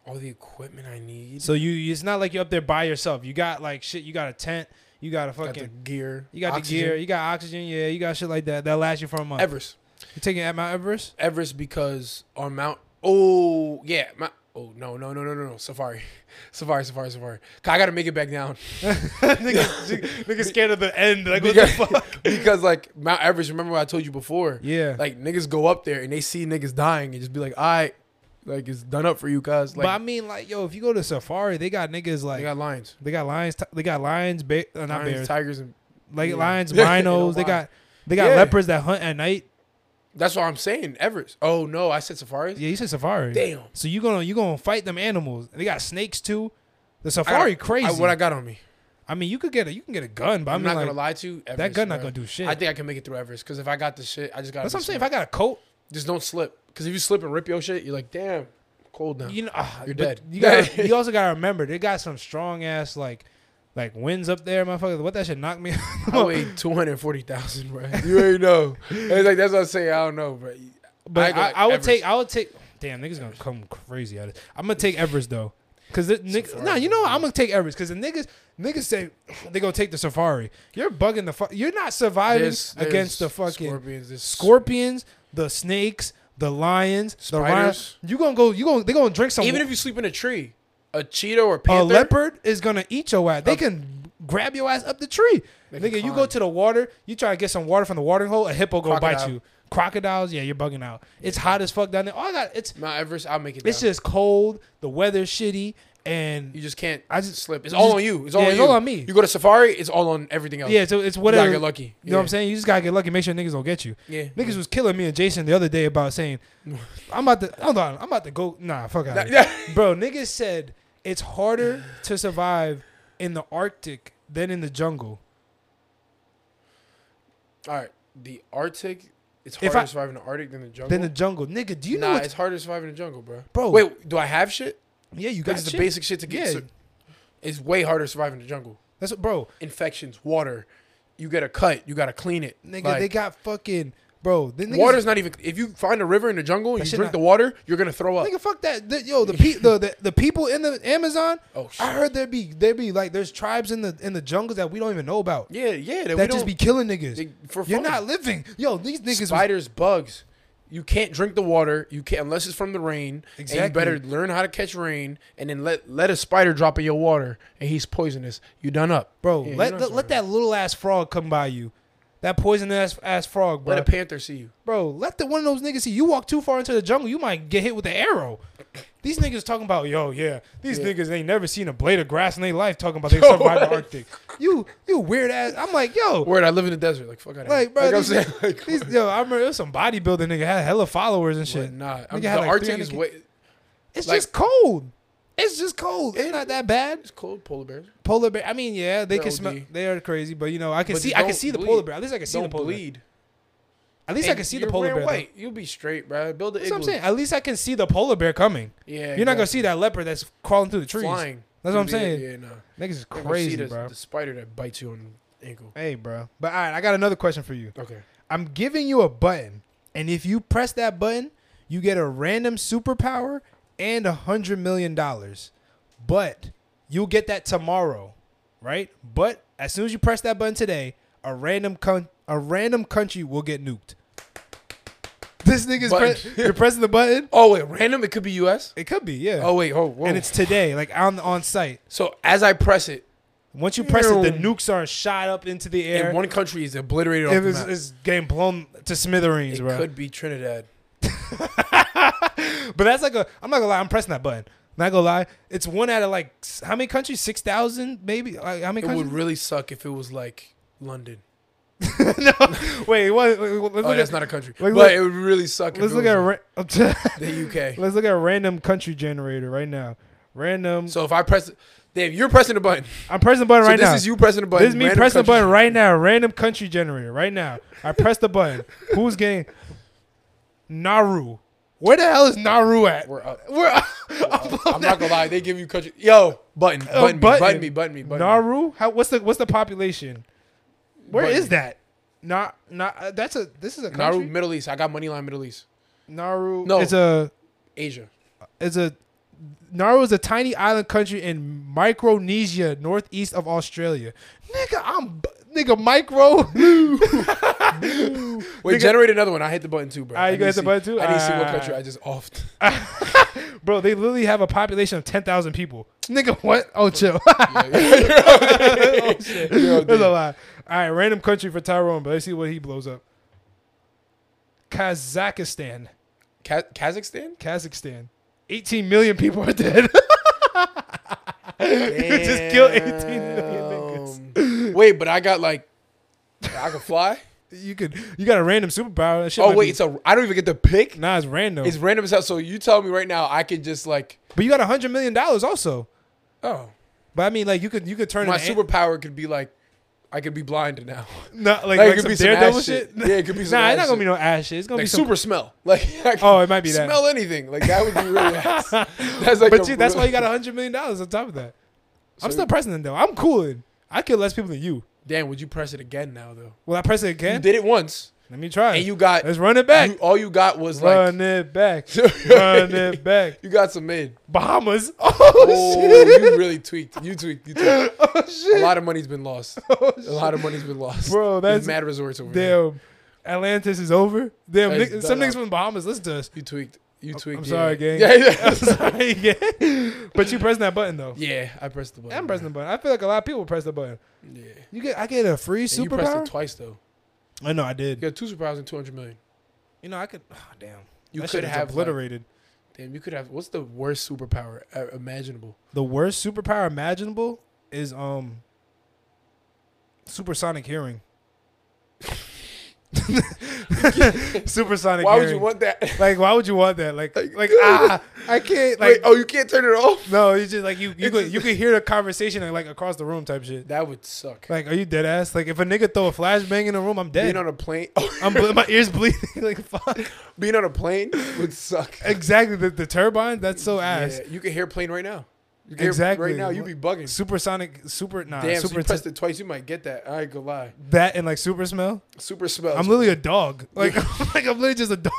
all the equipment I need. So you, it's not like you're up there by yourself. You got like shit. You got a tent. You got a got fucking the gear. You got oxygen. the gear. You got oxygen. Yeah, you got shit like that. That lasts you for a month. Everest. *laughs* you taking at Mount Everest? Everest because on Mount. Oh yeah, Mount, Oh no no no no no no Safari, *laughs* Safari Safari Safari. I gotta make it back down nigga, nigga scared of the end. Like what the fuck? *laughs* because like Mount Everest. Remember what I told you before? *laughs* Yeah. Like niggas go up there and they see niggas dying and just be like, all right, like it's done up for you, cause like but I mean, like, yo, if you go to safari, they got niggas like they got lions, they got lions. ti- They got lions. Ba- uh, not lions, bears. tigers, and like yeah. lions, *laughs* Yeah, rhinos. you they know, got they got Yeah. leopards that hunt at night. that's what I'm saying. Everest. Oh no, I said Safari. Yeah, you said safari. Damn. So you gonna you gonna fight them animals? They got snakes too. The safari I got- crazy. I, I, what I got on me. mean, you could get a you can get a gun, but I'm I mean, not like, gonna lie to you. Everest, that gun not bro. gonna do shit. I think I can make it through Everest because if I got the shit, I just got. That's what I'm saying. If I got a coat, just don't slip because if you slip and rip your shit, you're like, damn, cold now. you know, ah, You're but dead. You *laughs* got you also gotta remember they got some strong ass like like winds up there, motherfucker. What that should knock me. *laughs* I weigh two hundred forty thousand, bro. You already know. It's like that's what I'm saying. I don't know, bro. But go I, I, would Everest. take. I would take. Damn, niggas gonna come crazy at it. I'm gonna take Everest though, cause the niggas. Safari. Nah, you know what? I'm gonna take Everest, cause the niggas niggas say *sniffs* they gonna take the safari. You're bugging the fuck. You're not surviving There's- there's against the fucking scorpions. There's scorpions, the snakes, the lions, the rhinos. Spiders. You gonna go? You gonna? They gonna drink some? Even if you sleep in a tree, a cheetah or a a panther. leopard is gonna eat your ass, they can grab your ass up the tree. They can Nigga, you climb. go to the water, you try to get some water from the watering hole, a hippo go bite Crocodile. you. Crocodiles, yeah, you're bugging out. It's hot as fuck down there. All I got, it's Mount Everest, I'll make it. It's down. just cold. The weather's shitty, and you just can't. I I just- just slip. It's you all just- on you. It's yeah, all on it's you. all on me. You go to safari, it's all on everything else. yeah, so it's you whatever. gotta get lucky. Mm. You You know what I'm saying? You just gotta get lucky. Make sure niggas don't get you. Yeah. Niggas was killing me and Jason the other day about *laughs* saying, "I'm about to hold on, I'm about to go." Nah, fuck out, Yeah. bro. Niggas said it's harder to survive in the Arctic than in the jungle. *laughs* All right. The Arctic. It's If harder I- to survive in the Arctic than the jungle. Than the jungle, nigga. Do you know? nah, What, it's harder to survive in the jungle, bro. Bro. wait, do I have shit? yeah, you got Because it's the shit. basic shit to get. Yeah. sur- it's way harder to survive in the jungle. That's what, bro. Infections, water. You get a cut. You gotta clean it. Nigga, Like, they got fucking bro. The niggas, water's not even. If you find a river in the jungle and That you shit drink not- the water, you're gonna throw up. Nigga, fuck that. The- yo, the, pe- the the the people in the Amazon. Oh, shit. I heard there be there be like there's tribes in the in the jungles that we don't even know about. yeah, yeah. That, we that just don't- be killing niggas. They- for You're fun. not living. Yo, these niggas. was- spiders, bugs. You can't drink the water. You can't unless it's from the rain. And Exactly. you better learn how to catch rain, and then let let a spider drop in your water, and he's poisonous. You done up, bro, Yeah, you let done let, up. let that little ass frog come by you. That poisonous ass, ass frog, bro. let a panther see you. bro, let the one of those niggas see you walk too far into the jungle, you might get hit with an arrow. These niggas talking about yo, yeah. These niggas ain't never seen a blade of grass in their life. Talking *laughs* about they survived the Arctic. You, you weird ass. I'm like, yo, Word, I live in the desert. Like fuck, out Like, bro, I'm these- saying, *laughs* like, These, yo, I remember it was some bodybuilding nigga had hella followers and but shit. nah. Nigga I'm, had the like Arctic 300 is way. It's like- just cold. It's just cold. It's not that bad. It's cold. Polar bears. Polar bear. I mean, yeah, they They're can smell. OD. They are crazy, but you know, I can But see. just I can don't see the bleed. polar bear. At least I can see the Don't polar bear. bleed. At least I can see the polar bear. though. Wait, you'll be straight, bro. Build the That's what I'm igloo. saying. At least I can see the polar bear coming. Yeah, You're not gonna exactly. see that leopard that's crawling through the trees. flying. That's what I'm Yeah, saying. Yeah, no. Niggas is You're gonna see crazy, the, bro. The spider that bites you on the ankle. Hey, bro. But all right, I got another question for you. Okay. I'm giving you a button, and if you press that button, you get a random superpower and a hundred million dollars. But you'll get that tomorrow, right? But as soon as you press that button today, a random con- a random country will get nuked. This nigga's Button. pre- you're pressing the button. Oh wait, random. It could be U.S. It could be, yeah. Oh wait, oh, whoa. and it's today, like on on site. so as I press it, Once you press it, the Ew. nukes are shot up into the air. and one country is obliterated off it the is map. it's getting blown to smithereens, it bro. could be Trinidad. but that's like a. I'm not gonna lie. I'm pressing that button. Not gonna lie. It's one out of like s- how many countries? Six thousand, maybe. Like, how many It would countries? really suck if it was like London. *laughs* no. Wait. What? wait, Let's Oh, look that's at. not a country. Like, but look- it would really suck. If Let's it look was at like *laughs* ra- the UK. let's *laughs* look at a random country generator right now. Random. So if I press, damn, you're pressing the button. I'm pressing the button So right this now. is you pressing the button. This is me Random pressing the country- button right now. Random country generator right now. I press the *laughs* button. Who's getting? Nauru. Where the hell is Nauru at? *laughs* We're up. Where? I'm not gonna lie. They give you country. Yo, button, button. button, Me, button me, button me, button me. Nauru? How? What's the what's the population? Where is Button. that? Not not. Uh, that's a. This is a Nauru, country. Middle East. I got money line Middle East, Nauru. No. It's a. *laughs* Asia. It's a. Nauru is a tiny island country in *laughs* Micronesia, northeast of Australia. Nigga, I'm b- nigga micro. Wait, Nigga- generate another one. I hit the button too, bro. Ah, you gonna I need hit the see- button too? I need to see what Ah. country I just *laughs* offed. Bro, they literally have a population of 10,000 people. Nigga, what? Oh, chill. *laughs* oh, shit. *laughs* Yo, That's dude. a lot. All right, random country for Tyrone, but let's see what he blows up. Kazakhstan. Ka- Kazakhstan? Kazakhstan. 18 million people are dead. *laughs* You *laughs* just killed 18 million Damn. Wait, but I got like, I can fly. you could, you got a random superpower. That shit oh might wait, be- it's a. I don't even get to pick. nah, it's random. It's random as hell. So you tell me right now, I could just like, but you got 100 million dollars also. oh, But I mean, like you could, you could turn my an ant- superpower could be like, I could be blind now. No, like, Nah, it like could some be some daredevil ass shit. shit. Yeah, it *laughs* could be some Nah, it's not ass gonna shit. be no ash shit. It's gonna Like be some. super smell. *laughs* Like I can Oh, it might be that. smell anything. Like that would *laughs* be really. ass. That's like. But a dude, that's why you real- got a hundred million dollars on top of that. I'm So- still president though. I'm cooling. I kill less people than you. *laughs* Damn, would you press it again now though? Will I press it You again? did it once, Let me try. and you got. Let's run it back. you- all you got was like. run it *laughs* back. run it back. You got some mid. Bahamas. *laughs* Oh, Oh, shit. you really tweaked. You tweaked. You *laughs* tweaked. Oh A shit. lot of money's been *laughs* lost. A lot of money's been lost. Oh, Bro, There's that's- mad resorts over there. Damn. Atlantis is over. Damn. That is Nick, some done niggas up. from the Bahamas. Listen to us. You tweaked. You tweaked. I'm sorry, yeah. gang. Yeah, *laughs* yeah. *laughs* I'm sorry, gang. But you pressing that button though. yeah, I pressed the button. I'm pressing the button. I feel like a lot of people press the button. Yeah. And You get, I get a free you pressed superpower. it twice though. I know I You did. got two superpowers and two hundred million. You know I could. Oh, damn. You That shit could is have like, obliterated. damn. You could have. What's the worst superpower uh, imaginable? the worst superpower imaginable is um supersonic *laughs* hearing. *laughs* supersonic Why would hearing. you want that? *laughs* Like, like why would you want that? Like Like, *laughs* like ah I can't like oh, you can't turn it off. no, it's just like you you It's could just- you could hear the conversation like across the room type shit. That would suck. Like are you dead ass? Like if a nigga throw a flashbang in the room, I'm dead. Being on a plane. oh, I'm ble- my ears bleeding *laughs* like fuck. *laughs* being on a plane would *laughs* suck. Exactly the, the turbine that's so ass. Yeah, you can hear a plane right now. You can hear it Exactly. Right now, you be bugging. supersonic super nah Damn, so super you pressed it twice, you might get that. I ain't gonna lie. that and like super smell. Super smells. I'm literally a dog. *laughs* Like, like I'm literally just a dog.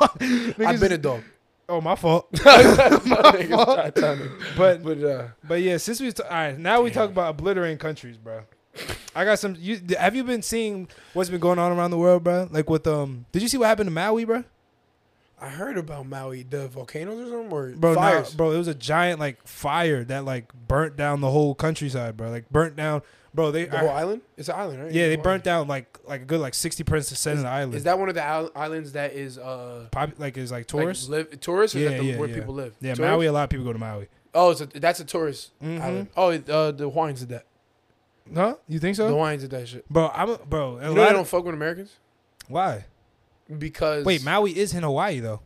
*laughs* I've been a *laughs* dog. oh, my fault. Sorry, Tommy. *laughs* But but uh, but yeah, since we t- all right, now we talk about obliterating countries, bro. I got some. You, have you been seeing what's been going on around the world, bro? Like with um, did you see what happened to Maui, bro? I heard about Maui, the volcanoes or something, or Bro, nah, fires. bro, it was a giant like fire that like burnt down the whole countryside, bro. Like burnt down, bro. They the whole island? It's an island, right? yeah, they Whole burnt down like like a good like sixty percent of the island. island. Is that one of the isl- islands that is uh Pop, like is like like, tourists? live, tourists? Or is Yeah, that the, yeah, where yeah. people live? yeah, Tourists? Maui. A lot of people go to Maui. Oh, it's a, that's a tourist Mhm. island. Oh, it- uh, the Hawaiians did that. Huh? You think The so, Hawaiians did that shit. bro? I'm a- bro. a You know lot they of- don't fuck with Americans Why? because Wait, Maui is in Hawaii though.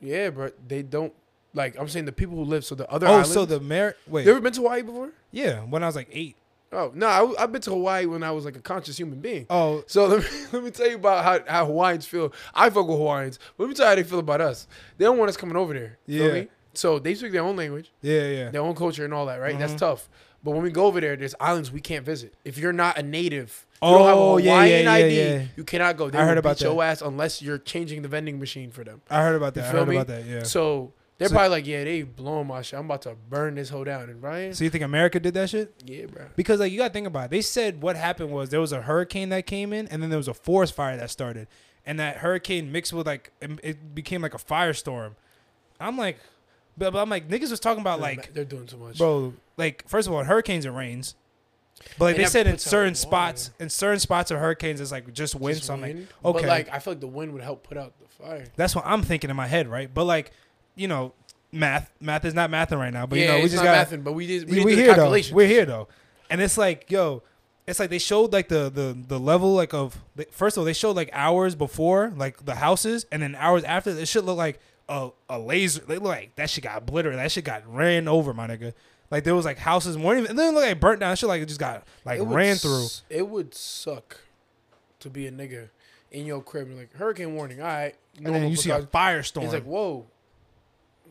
Yeah, bro, they don't like. I'm saying the people who live. So the other Oh, islands. so the Mar wait, you ever been to Hawaii before? yeah, when I was like eight. Oh no, I, I've been to Hawaii when I was like a conscious human being. Oh, So *laughs* let me, let me tell you about how, how Hawaiians feel. I fuck with Hawaiians. But let me tell you how they feel about us. They don't want us coming over there. Feel Yeah. me? So they speak their own language, yeah, yeah, Mm-hmm. their own culture, and all that. Right? That's tough. But when we go over there, there's islands we can't visit. If you're not a native, if you don't have Oh, a yeah, Hawaiian yeah, yeah, ID, yeah. you cannot go. They I heard will about beat your ass unless you're changing the vending machine for them. I heard about that. I feel heard me? about that. Yeah. So, So they're So- probably like, yeah, they blowing my shit. I'm about to burn this whole down. And Ryan, you think America did that shit? yeah, bro. Because like you gotta think about it. They said what happened was there was a hurricane that came in, and then there was a forest fire that started, and that hurricane mixed with like it- it became like a firestorm. I'm like, but, but I'm like niggas was talking about like, they're doing too much, bro, like first of all, hurricanes and rains. But like And they that said in puts out certain water. spots, in certain spots of hurricanes, it's like just wind. Just so I'm like, wind. okay. But like, I feel like the wind would help put out the fire. That's what I'm thinking in my head, right? But like, you know, math math is not mathing right now. But yeah, you know, we it's just not got mathing, but we did. We, we, did the here though. calculation. We're here though, and it's like yo, it's like they showed like the the the level like of the- first of all they showed like hours before like the houses and then hours after this shit looked like a a laser. They look like that shit got obliterated. That shit got ran over, my nigga. Like there was like houses weren't even. It didn't look like it burnt down. That shit like it just got like It would ran s- through. It would suck to be a nigga in your crib and like hurricane warning. All right, And then you see a precautions. firestorm, It's like, whoa,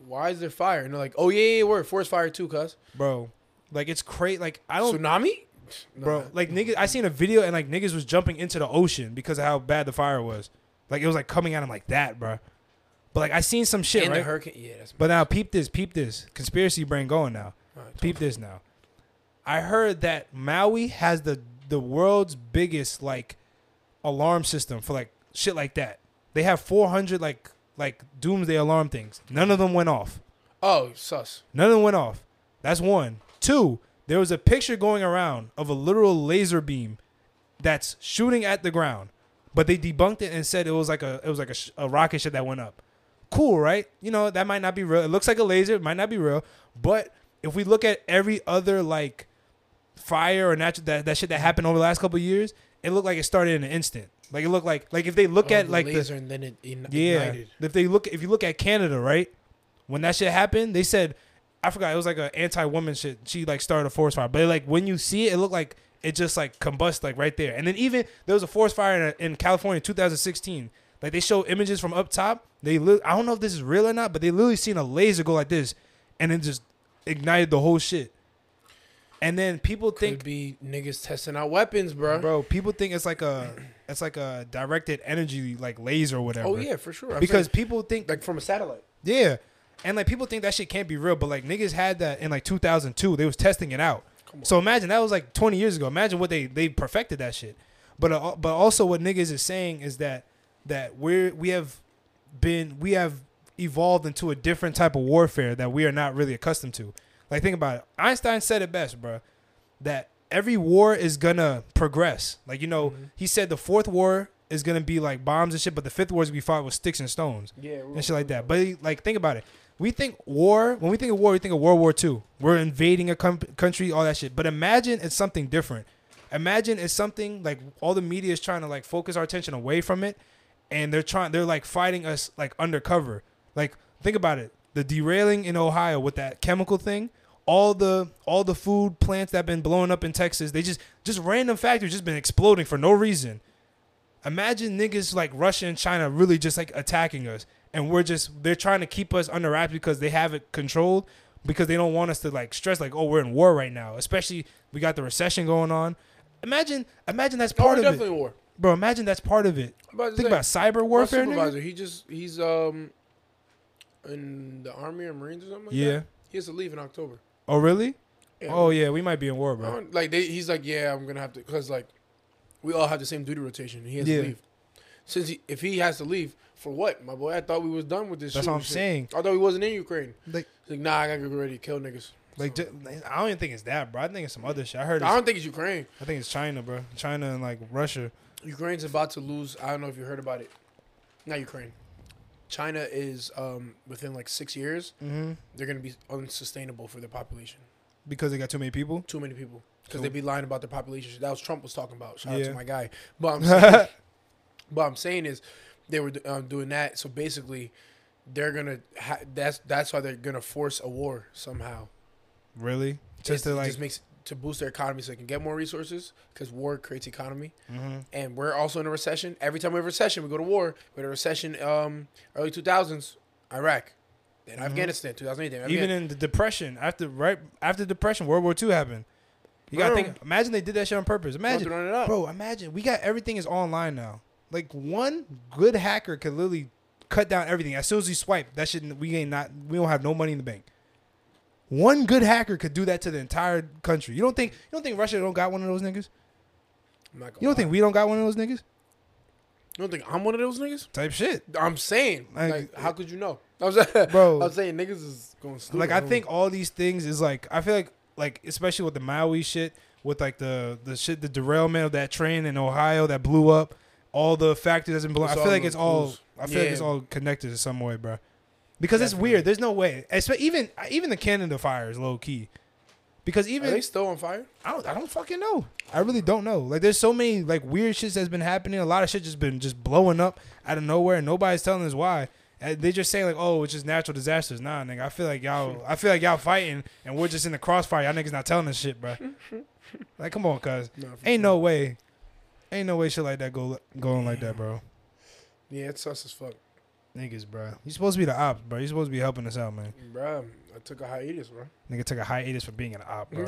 why is there fire? And they're like, oh yeah, yeah, yeah we're forest fire too, cuz bro. Like it's crazy. Like I don't tsunami, bro. Nah. Like niggas, I seen a video and like niggas was jumping into the ocean because of how bad the fire was. Like it was like coming at him like that, bro. But like I seen some shit, and right? the hurricane. Yeah, that's but now peep this, peep this. Conspiracy brain going now. all right, Peep this now. I heard that Maui has the the world's biggest like alarm system for like shit like that. They have 400 like like doomsday alarm things. None of them went off. Oh, sus. None of them went off. That's one. Two, there was a picture going around of a literal laser beam that's shooting at the ground, but they debunked it and said it was like a it was like a, sh- a rocket ship that went up. Cool, right? You know that might not be real. It looks like a laser. It might not be real. But if we look at every other like fire or natural that, that shit that happened over the last couple of years, it looked like it started in an instant. Like it looked like like if they look Oh, at the like the laser and then it in- yeah. ignited. If they look, if you look at Canada, right, when that shit happened, they said, I forgot it was like an anti-woman shit. She like started a forest fire, but like when you see it, it looked like it just like combust like right there. And then even there was a forest fire in, in California, in 2016. Like they show images from up top. They li- I don't know if this is real or not, but they literally seen a laser go like this, and it just ignited the whole shit. And then people think Could be niggas testing out weapons, bro. bro people think it's like a it's like a directed energy like laser or whatever oh yeah, for sure. I'm because saying, people think like from a satellite. yeah and like people think that shit can't be real but like niggas had that in like 2002 they was testing it out Come on. so imagine that was like 20 years ago imagine what they they perfected that shit but uh, but also what niggas is saying is that that we're we have been we have evolved into a different type of warfare that we are not really accustomed to like think about it einstein said it best bro that every war is gonna progress. Like you know, Mm-hmm. he said the fourth war is gonna be like bombs and shit, but the fifth war is gonna be fought with sticks and stones Yeah, Oh, and shit like that. But he- like, think about it. We think war. When we think of war, we think of World War II. We're invading a com- country, all that shit. But imagine it's something different. Imagine it's something like all the media is trying to like focus our attention away from it, and they're trying. They're like fighting us like undercover. Like think about it. The derailing in Ohio with that chemical thing. All the all the food plants that have been blowing up in Texas. They just just random factories just been exploding for no reason. Imagine niggas like Russia and China really just like attacking us, and we're just they're trying to keep us under wraps because they have it controlled because they don't want us to like stress like oh we're in war right now, especially we got the recession going on. Imagine, imagine that's part part of definitely it, war. bro. Imagine that's part of it. I'm about to Think say, about cyber my warfare, nigga. supervisor, he just he's um in the army or marines or something. Like Yeah. that. he has to leave in October. Oh really? Yeah. Oh yeah, we might be in war, I bro. don't- like they, he's like, yeah, I'm gonna have to, cause like we all have the same duty rotation. And he has Yeah. to leave. Since he, if he has to leave for what, my boy, I thought we was done with this. That's what shooting I'm shit. saying. I thought he wasn't in Ukraine. Like, He's like, nah, I gotta get ready to kill niggas. like ju- I don't even think it's that, bro. I think it's some other shit. I heard. It's, I don't think it's Ukraine. I think it's China, bro. China and like Russia. Ukraine's about to lose. I don't know if you heard about it. Not Ukraine. China is um, within like six years. Mm-hmm. They're gonna be unsustainable for their population. Because they got too many people. Too many people. Because So- they be lying about their population. That was Trump was talking about. Shout out Yeah. to my guy. But *laughs* I'm saying, but I'm saying is they were um, doing that. So basically, they're gonna. Ha- that's that's why they're gonna force a war somehow. Really? Just It to like. just makes to boost their economy so they can get more resources. Because war creates economy, hmm and we're also in a recession. Every time we have a recession, we go to war. We had a recession um, early 2000s, Iraq, then Afghanistan, 2008. Then Mm-hmm. Even Afghan- in the depression, after right after depression, World War II happened. You gotta Bro. think. Imagine they did that shit on purpose. I'm Imagine, throwing it up. bro. Imagine we got everything is online now. Like one good hacker could literally cut down everything. As soon as you swipe, that shit we ain't not we don't have no money in the bank. One good hacker could do that to the entire country. You don't think you don't think Russia don't got one of those niggas? I'm not gonna You don't lie. think we don't got one of those niggas? You don't think I'm one of those niggas? Type shit. I'm saying, Like, like, how could you know? *laughs* I was, bro, I was saying niggas is going stupid. like I homie. think all these things is like I feel like like especially with the Maui shit, with like the the shit the derailment of that train in Ohio that blew up, all the factories that's been blown. It's I feel all like little it's all clues. I feel like it's Yeah. all connected in some way, bro. Because it's Definitely. weird. There's no way. Espe- Even even the Canada fire is low key. Because are even they still on fire? I don't I don't fucking know. I really don't know. Like there's so many like weird shits that's been happening. A lot of shit just been just blowing up out of nowhere and nobody's telling us why. And they just saying like, oh, it's just natural disasters. Nah, nigga, I feel like y'all I feel like y'all fighting and we're just in the crossfire. Y'all niggas not telling us shit, bro. like, come on, cuz. No, for Ain't sure. no way. Ain't no way shit like that go going like that, bro. Yeah, it's sus as fuck, Niggas, bro. You supposed to be the ops, bro. You supposed to be helping us out, man. bro. I took a hiatus, bro. Nigga took a hiatus for being an op, bro.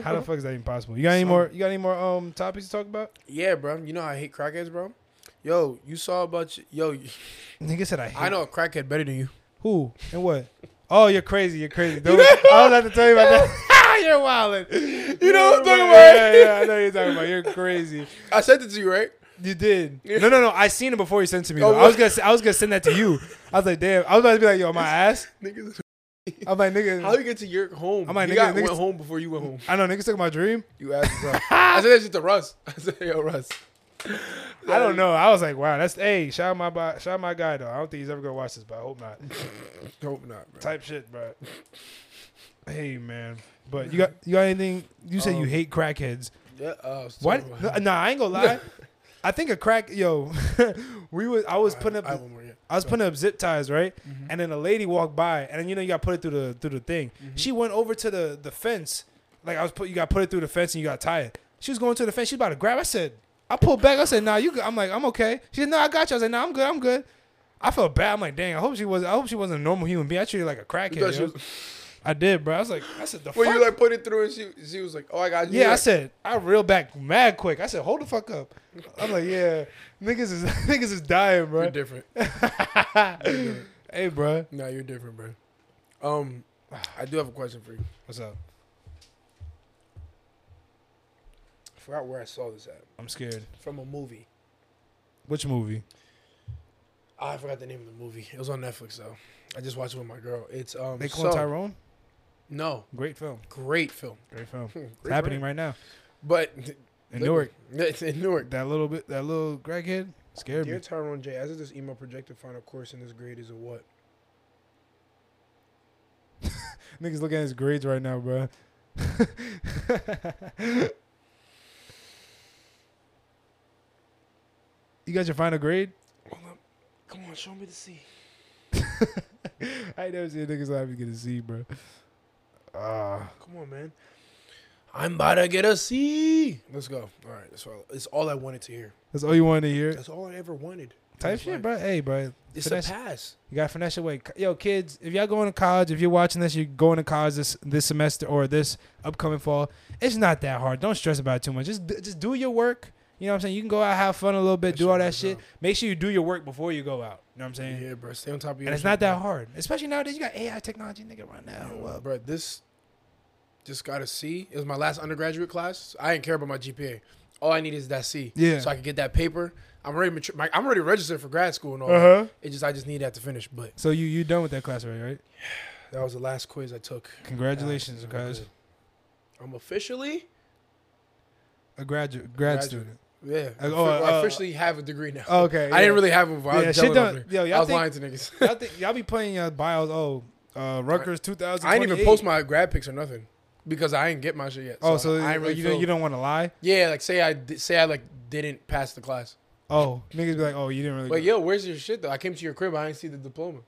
How the fuck is that even possible? You got any more you got any more um topics to talk about? Yeah, bro. You know I hate crackheads, bro. Yo, you saw about you, yo. *laughs* Nigga said I hate I know a crackhead better than you. Who and *laughs* what? Oh, you're crazy. You're crazy. Don't- I was about to *laughs* tell you about *laughs* that. you're wilding. You know what I'm talking *laughs* Yeah, yeah, yeah, I know what you're talking about. You're crazy. *laughs* I sent it to you, right? You did. No, no, no. I seen it before you sent it to Oh, me. though. I was gonna, s- I was gonna send that to you. I was like, damn. I was about to be like, yo, *laughs* my ass. *laughs* Niggas, I'm like, nigga. how you get to your home? I'm like, you nigga, got niggas- went home before you *laughs* went home. I know niggas took my dream. You asked bro. *laughs* I said that shit to Russ. *laughs* I said, yo, Russ. I don't know. I was like, wow, that's hey, shout out my bo- shout out my guy though. I don't think he's ever gonna watch this, but I hope not. Hope not, bro. Type shit, bro. *laughs* Hey man, but you got you got anything? You said you Um, hate crackheads. Yeah, uh, I was What? talking No, about- nah, I ain't gonna *laughs* lie. I think a crack, yo. *laughs* we was I was putting I- up Mm-hmm. I have one more, yeah. I was putting up zip ties, right? And then a lady walked by, and then you know you got to put it through the through the thing. Mm-hmm. Mm-hmm. She went over to the the fence, like I was put. You got to put it through the fence, and you got to tie it. She was going to the fence. She's about to grab. I said, I pulled back. I said, Nah, you. Good. I'm like, I'm okay. She said, No, I got you. I said, No, I'm good. I'm good. I felt bad. I'm like, dang. I hope she was. I hope she wasn't a normal human being. I treated her like a You thought crackhead. she yo. was- I did, bro. I was like, I said, the Well, fuck. you like put it through, and she she was like, "Oh, I got you." yeah, I said, I reeled back mad quick. I said, hold the fuck up. I'm like, yeah, niggas is *laughs* niggas is dying, you're bro. *laughs* different. hey, bro, No, you're different, bro. Um, I do have a question for you. what's up? I forgot where I saw this at I'm scared. from a movie. Which movie? Ah, I forgot the name of the movie. It was on Netflix though. I just watched it with my girl. It's um. They so- call Tyrone. No, Great film. great film. Great film. Great It's happening film. right now But *laughs* in Newark. *laughs* It's in Newark. That little bit, that little Greg kid scared Dear me. Tyrone J, as of this email, projected final course in this grade is a what? Niggas looking at his grades right now, bro. *laughs* you got your final grade? Hold up. Come on, show me the C. *laughs* I ain't never seen niggas happy get a C, bro. Ah, Come on, man. I'm about to get a C. Let's go. All right, that's all. It's all I wanted to hear. that's all you wanted to hear. That's all I ever wanted. Type That's shit, life. bro. Hey, bro. It's Finesse- a pass. You got to finesse your way. C- Yo, kids, if y'all going to college, if you're watching this, you're going to college this this semester or this upcoming fall, it's not that hard. Don't stress about it too much. Just d- just do your work. You know what I'm saying? You can go out, have fun a little bit, That do shit all that goes shit. down. Make sure you do your work before you go out. You know what I'm saying? Yeah, bro. Stay on top of your. And it's shit, not bro. that hard, especially nowadays. You got AI technology, nigga, right now. Well, bro, this just got a C. It was my last undergraduate class. I didn't care about my GPA. All I need is that C. Yeah. So I could get that paper. I'm already mature. My, I'm already registered for grad school and all. Uh that. huh. It just I just need that to finish. But So you you done with that class already, right? that was the last quiz I took. Congratulations, Yeah, guys. I'm officially A graduate grad Graduate. student. yeah. Uh, oh, oh, I uh, officially have a degree now. Okay. I didn't yeah. really have one. Before. I Yeah, was, shit jelling up done- there. yo, y'all I was think- lying to niggas. y'all, think, y'all be playing your bios. Oh, uh, Rutgers 2000. *laughs* I didn't even post my grad pics or nothing because I ain't get my shit yet. Oh, so I you, ain't really you, feel- don't, you don't want to lie? Yeah, like say I di- say I like didn't pass the class. Oh, niggas be like, oh, you didn't really. But go. yo, where's your shit though? I came to your crib. I ain't see *laughs* the diploma.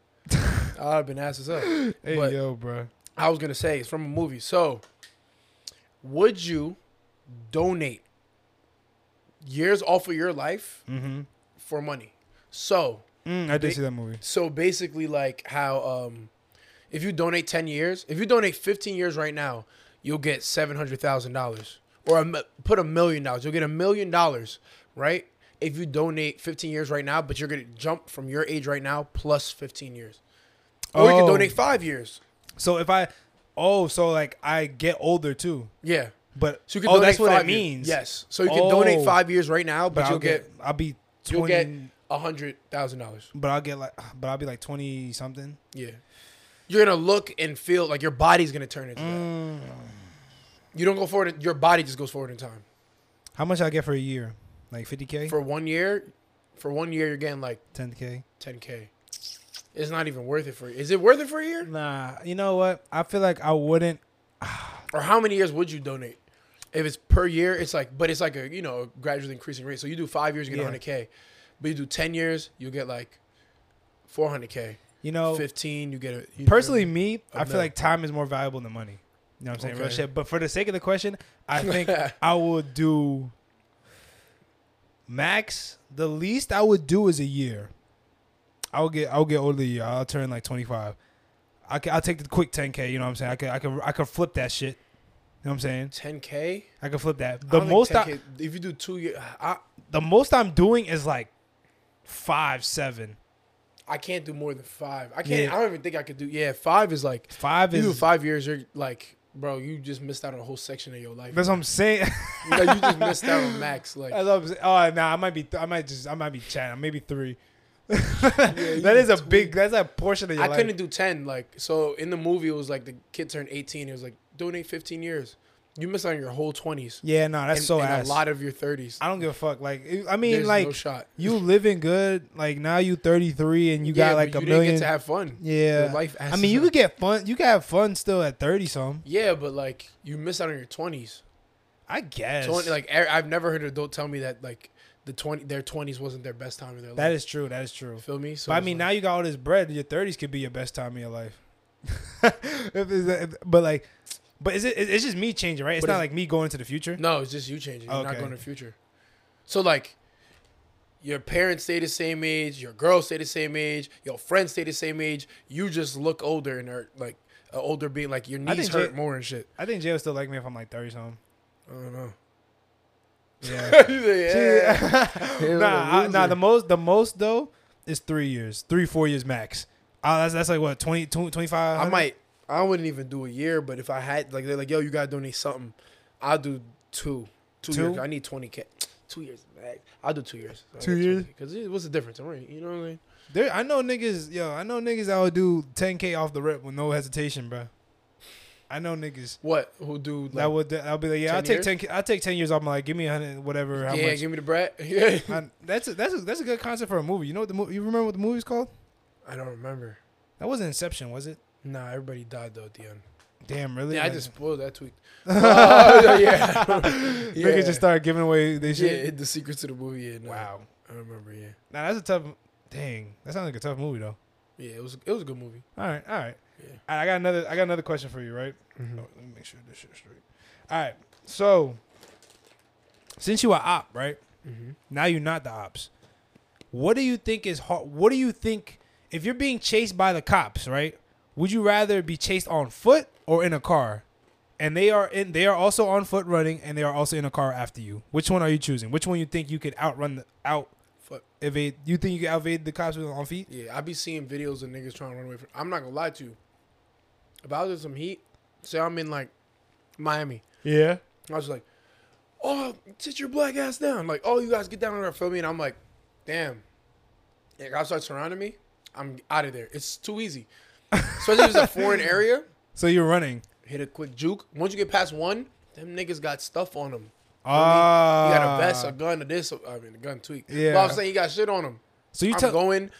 I've been asked this up. hey, but- yo, bro. I was gonna say it's from a movie. So, would you donate years off of your life Mm-hmm. for money? So, Mm, I They- did see that movie. so basically, like how um, if you donate ten years, if you donate fifteen years right now, you'll get seven hundred thousand dollars, or a, mi- put a million dollars, you'll get a million dollars, right? If you donate fifteen years right now, but you're gonna jump from your age right now plus fifteen years, or you Oh. can donate five years. So if I, oh, so like I get older too, Yeah. but So you can oh, donate that's what five it years. means. Yes. So you can Oh. donate five years right now, but, but, you'll I'll get, get, I'll be 20 you'll get a hundred thousand dollars. but I'll get like, *sighs* but I'll be like twenty something. Yeah. You're gonna look and feel like your body's gonna turn into that. Mm. You don't go forward; your body just goes forward in time. How much I get for a year? Like fifty k, For one year, for one year, you're getting like ten k. 10k. It's not even worth it for you. Is it worth it for a year? Nah, you know what? I feel like I wouldn't. Or how many years would you donate? If it's per year, it's like, but it's like a you know gradually increasing rate. So you do five years, you get Yeah. 100k. But you do 10 years, you get like 400k. You know, 15, you get a you personally, me, A I feel mil. like time is more valuable than money. You know what I'm saying? Real Okay. shit. But for the sake of the question, *laughs* I think I would do max. The least I would do is a year. I'll get I'll get older a year. I'll turn like 25. I can, I'll take the quick 10k. You know what I'm saying? I could I could I could flip that shit. You know what I'm saying? 10k. I could flip that. I The don't think most I, 10K if you do two years, I the most I'm doing is like five seven. I can't do more than five. I can't. Yeah. I don't even think I could do. Yeah, five is like Five you do is five years. You're like bro, you just missed out on a whole section of your life. That's what I'm saying. *laughs* *laughs* like, you just missed out on max. Like, I love. Oh, nah, I might be. Th- I might just. I might be chatting. Maybe three. *laughs* that is a big. That's a portion of your I life. couldn't do 10. Like, so in the movie, it was like the kid turned 18. It was like, donate 15 years. You missed out on your whole 20s. yeah, no, that's and, so and ass. a lot of your 30s. I don't give a fuck. Like, it- I mean, There's like no shot. you living good. Like now you 33 and you Yeah, got like but a you million. Didn't get to have fun. yeah, Your life I mean, you could get fun. You could have fun still at 30 some. Yeah, but like you miss out on your 20s. I guess. Twenty, like e- I've never heard an adult tell me that like the 20 their 20s wasn't their best time of their life. that is true. That is true. feel me? So But I it's mean, now like- you got all this bread. Your thirties could be your best time in your life. *laughs* If it's- if- but like, but is it? It's just me changing, right? It's But not it's- like me going to the future. No, it's just you changing. You're not Okay. going to the future. So like your parents stay the same age, your girls stay the same age, your friends stay the same age. You just look older and are like a older being like your I knees think hurt Jay- more and shit. I think Jay will still like me if I'm like thirty something. I don't know. Yeah. *laughs* *laughs* yeah. nah, I, nah. The most, the most though is three years, three four years max. Uh, that's that's like what 20, 20 25? I might. I wouldn't even do a year, but if I had, like, they're like, yo, you gotta donate something. I'll do two, two Two? years. I need twenty k. Two years. man. I'll do two years. Two years? Because what's the difference? I'm right. You know what I mean? There, I know niggas, yo. I know niggas that would do ten k off the rip with no hesitation, bro. I know niggas What? Who do? Like, that would. I'll be like, yeah, 10 I'll take years? ten. I'll take ten years off. My like, give me a hundred, whatever. How yeah, much? give me the brat. *laughs* Yeah. I, that's a, that's a, that's a good concept for a movie. You know what the movie? You remember what the movie's called? I don't remember. That wasn't Inception, was it? Nah, everybody died though at the end. Damn, really? Yeah, I Like, just *laughs* spoiled *laughs* that tweet. Oh, yeah. yeah. niggas just started giving away they yeah, shit. it- the secrets to the movie. Yeah, nah, wow. I remember. Yeah, Now that's a tough. Dang, that sounds like a tough movie though. yeah, it was it was a good movie. All right, all right. Yeah. Mm-hmm. All right, I got another. I got another question for you, right? Oh, let me make sure this shit's straight. All right. So, since you are op, right? Now you're not the ops. What do you think is hard? What do you think if you're being chased by the cops, right? Would you rather be chased on foot or in a car? And they are in. They are also on foot running, and they are also in a car after you. Which one are you choosing? Which one you think you could outrun the out Fuck. evade? You think you could evade the cops with- on feet? Yeah, I be seeing videos of niggas trying to run away from. I'm not gonna lie to you. If I was in some heat, say I'm in like Miami, Yeah. I was like, "Oh, sit your black ass down!" Like, "Oh, you guys get down on there, feel me?" And I'm like, "Damn." Like, I start surrounding me. I'm out of there. It's too easy. Especially if *laughs* it's a foreign area. So you're running. Hit a quick juke. Once you get past one, them niggas got stuff on them. Ah. You got a vest, a gun, a this. I mean, a gun tweak. Yeah. But I'm saying you got shit on them. So you I'm tell going,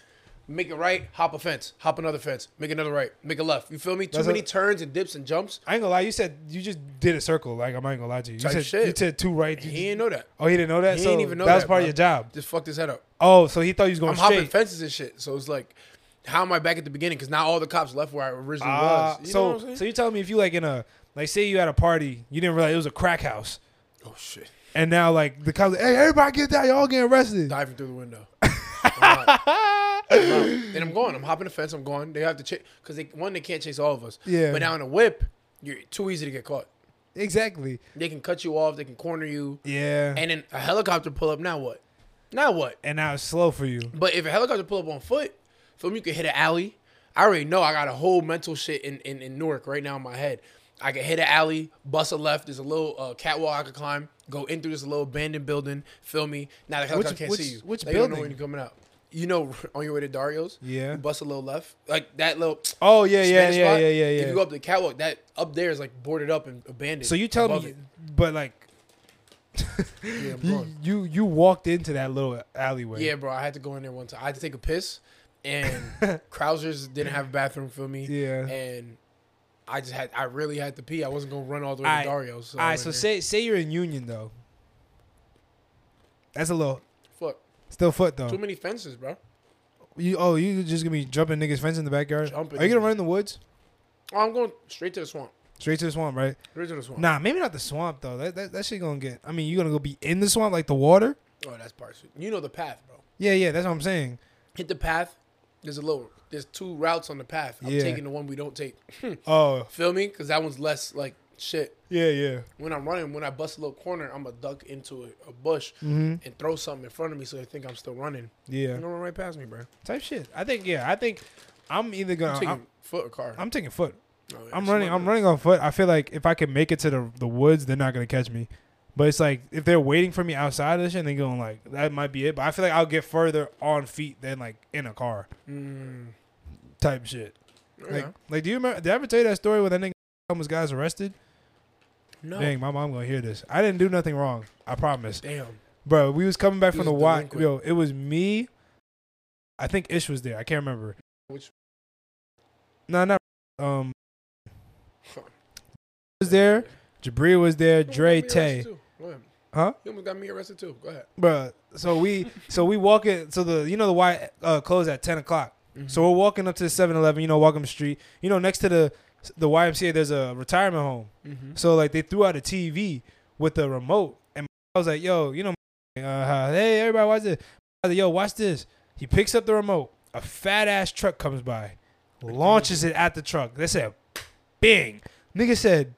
make a right, hop a fence, hop another fence, make another right, make a left. You feel me? Too That's many a- turns and dips and jumps. I ain't gonna lie. You said you just did a circle. Like I'm not gonna lie to you. You Type said shit. you said two right. you He just- didn't know that. oh, he didn't know that. He so didn't even know that was that, part of bro. your job. Just fucked his head up. Oh, so he thought he was going I'm hopping straight. fences and shit. So it's like, how am I back at the beginning? Because now all the cops left where I originally Ah, was. You know what so I'm so saying? you telling me if you like in a like say you at a party, you didn't realize it was a crack house, oh shit! and now like the cops, like, hey, everybody get down, y'all getting arrested. Diving through the *laughs* window. I'm out. I'm out. and I'm going. I'm hopping the fence. I'm going. They have to chase because they one they can't chase all of us. Yeah. But now in a whip, you're too easy to get caught. Exactly. They can cut you off. They can corner you. Yeah. And, And then a helicopter pull up. Now what? Now what? now it's slow for you. But if a helicopter pull up on foot, film you could hit an alley. I already know I got a whole mental shit in, in, in Newark right now in my head. I could hit an alley, bust a left. There's a little uh, catwalk I could climb. Go in through this little abandoned building. Feel me? Now the helicopter can't which- see you. which They don't know building? when you're coming out. You know, *laughs* on your way to Dario's. Yeah. you bust a little left, like that little. Oh yeah, yeah, Spanish yeah, spot. yeah, yeah, If you yeah. go up the catwalk, that up there is like boarded up and abandoned. so you tell above me, it. but like Yeah, I'm you, going. you you walked into that little alleyway. Yeah, bro, I had to go in there one time. I had to take a piss, *laughs* and Krausers didn't have a bathroom for me. Yeah. and I just had I really had to pee. I wasn't gonna run all the way Alright. to Dario. So All I right. went So there. say say you're in Union though. That's a little fuck still foot though. too many fences, bro. You oh you just gonna be jumping niggas fence in the backyard? Jumping Are you gonna niggas. run in the woods? Oh, I'm going straight to the swamp. Straight to the swamp, right? Straight to the swamp. Nah, maybe not the swamp though. That that, that shit gonna get. I mean, you gonna go be in the swamp like the water? Oh, that's part. You know the path, bro. Yeah, yeah. That's what I'm *laughs* saying. Hit the path. There's a little. There's two routes on the path. I'm Yeah. taking the one we don't take. Oh Feel me? Because that one's less like shit. yeah, yeah. When I'm running, when I bust a little corner, I'm gonna duck into a, a bush and throw something in front of me so they think I'm still running. Mm-hmm. Yeah, They're gonna run right past me, bro. type shit. I think yeah. I think I'm either gonna. taking I'm, foot or car. Oh, I'm taking foot. No, I'm it's running. not I'm good. running on foot. I feel like if I can make it to the the woods, they're not gonna catch me. But it's like if they're waiting for me outside of this shit, and they're going like that might be it. But I feel like I'll get further on feet than like in a car Mm, type shit. yeah. Like, like do you remember? Did I ever tell you that story when that nigga *laughs* almost got us arrested? no. Dang, my mom gonna hear this. I didn't do nothing wrong. I promise, Damn. bro. We was coming back He from the was watch. delinquent. Yo, it was me. I think Ish was there. I can't remember. Which- No, not um. Was there? Jabri was there. You almost Dre got me Tay. arrested too. Go ahead. Huh? You almost got me arrested too. Go ahead. Bruh. So we so we walk in so the you know the Y uh closed at ten o'clock. Mm-hmm. So we're walking up to the 7-Eleven, you know, walking up the street. You know, next to the the YMCA there's a retirement home. Mm-hmm. So like they threw out a TV with a remote and I was like, yo, you know, uh, hey everybody watch this. I was like, yo, watch this. He picks up the remote, a fat ass truck comes by, launches it at the truck. They said bing. Nigga said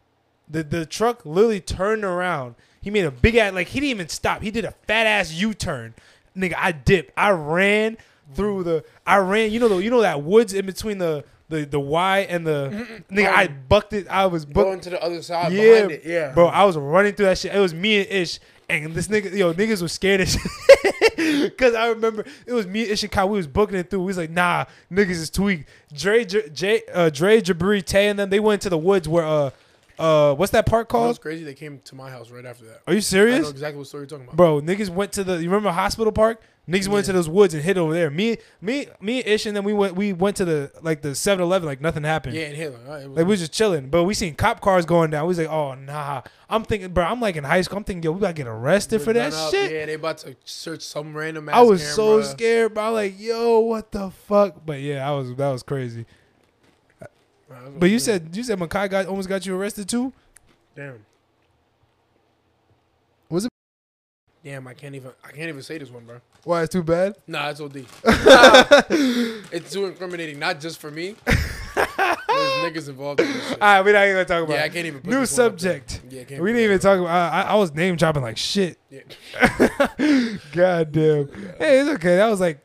the the truck literally turned around. He made a big ass like he didn't even stop. He did a fat ass U turn. Nigga, I dipped. I ran Mm. through the I ran, you know the you know that woods in between the the, the Y and the nigga, I bucked it. I was bucked Oh. Going to the other side Yeah, behind it. Yeah. Bro, I was running through that shit. It was me and Ish. And this nigga, yo, niggas was scared as shit. *laughs* Cause I remember it was me, Ish and Kai. We was booking it through. We was like, nah, niggas is tweaked. Dre, J, J, uh, Dre, Jabri, Tay, and them, they went to the woods where, uh, uh, what's that park That was called? crazy. They came to my house right after that. Are you I serious? know exactly what story you're talking about. Bro, niggas went to the, you remember hospital park? Niggas went to those woods and hid over there. Me, me, me, Ish, and then we went, we went to the, like the 7 Eleven, like nothing happened. Yeah, in Hitler. All right, it was- Like we was just chilling, but we seen cop cars going down. We was like, oh nah. I'm thinking, bro. I'm like in high school. I'm thinking, yo, we gotta get arrested for We're that done up. shit. Yeah, they about to search some random. Ass I was so camera. scared, bro. I'm like, yo, what the fuck? But yeah, I was that was crazy. Nah, that's what But you I'm said you said Makai got almost got you arrested too. doing. damn. Was it- Damn, I can't even. I can't even say this one, bro. Why it's too *laughs* bad? Nah, it's OD. it's too incriminating, not just for me. There's niggas involved in this shit. All right, we're not even gonna talk about. Yeah, I it. can't even. Put New this one up there. subject. Yeah, I can't. We put didn't it even up talk about. I, I, I was name dropping like shit. there. Yeah. *laughs* God damn. Hey, it's okay. That was like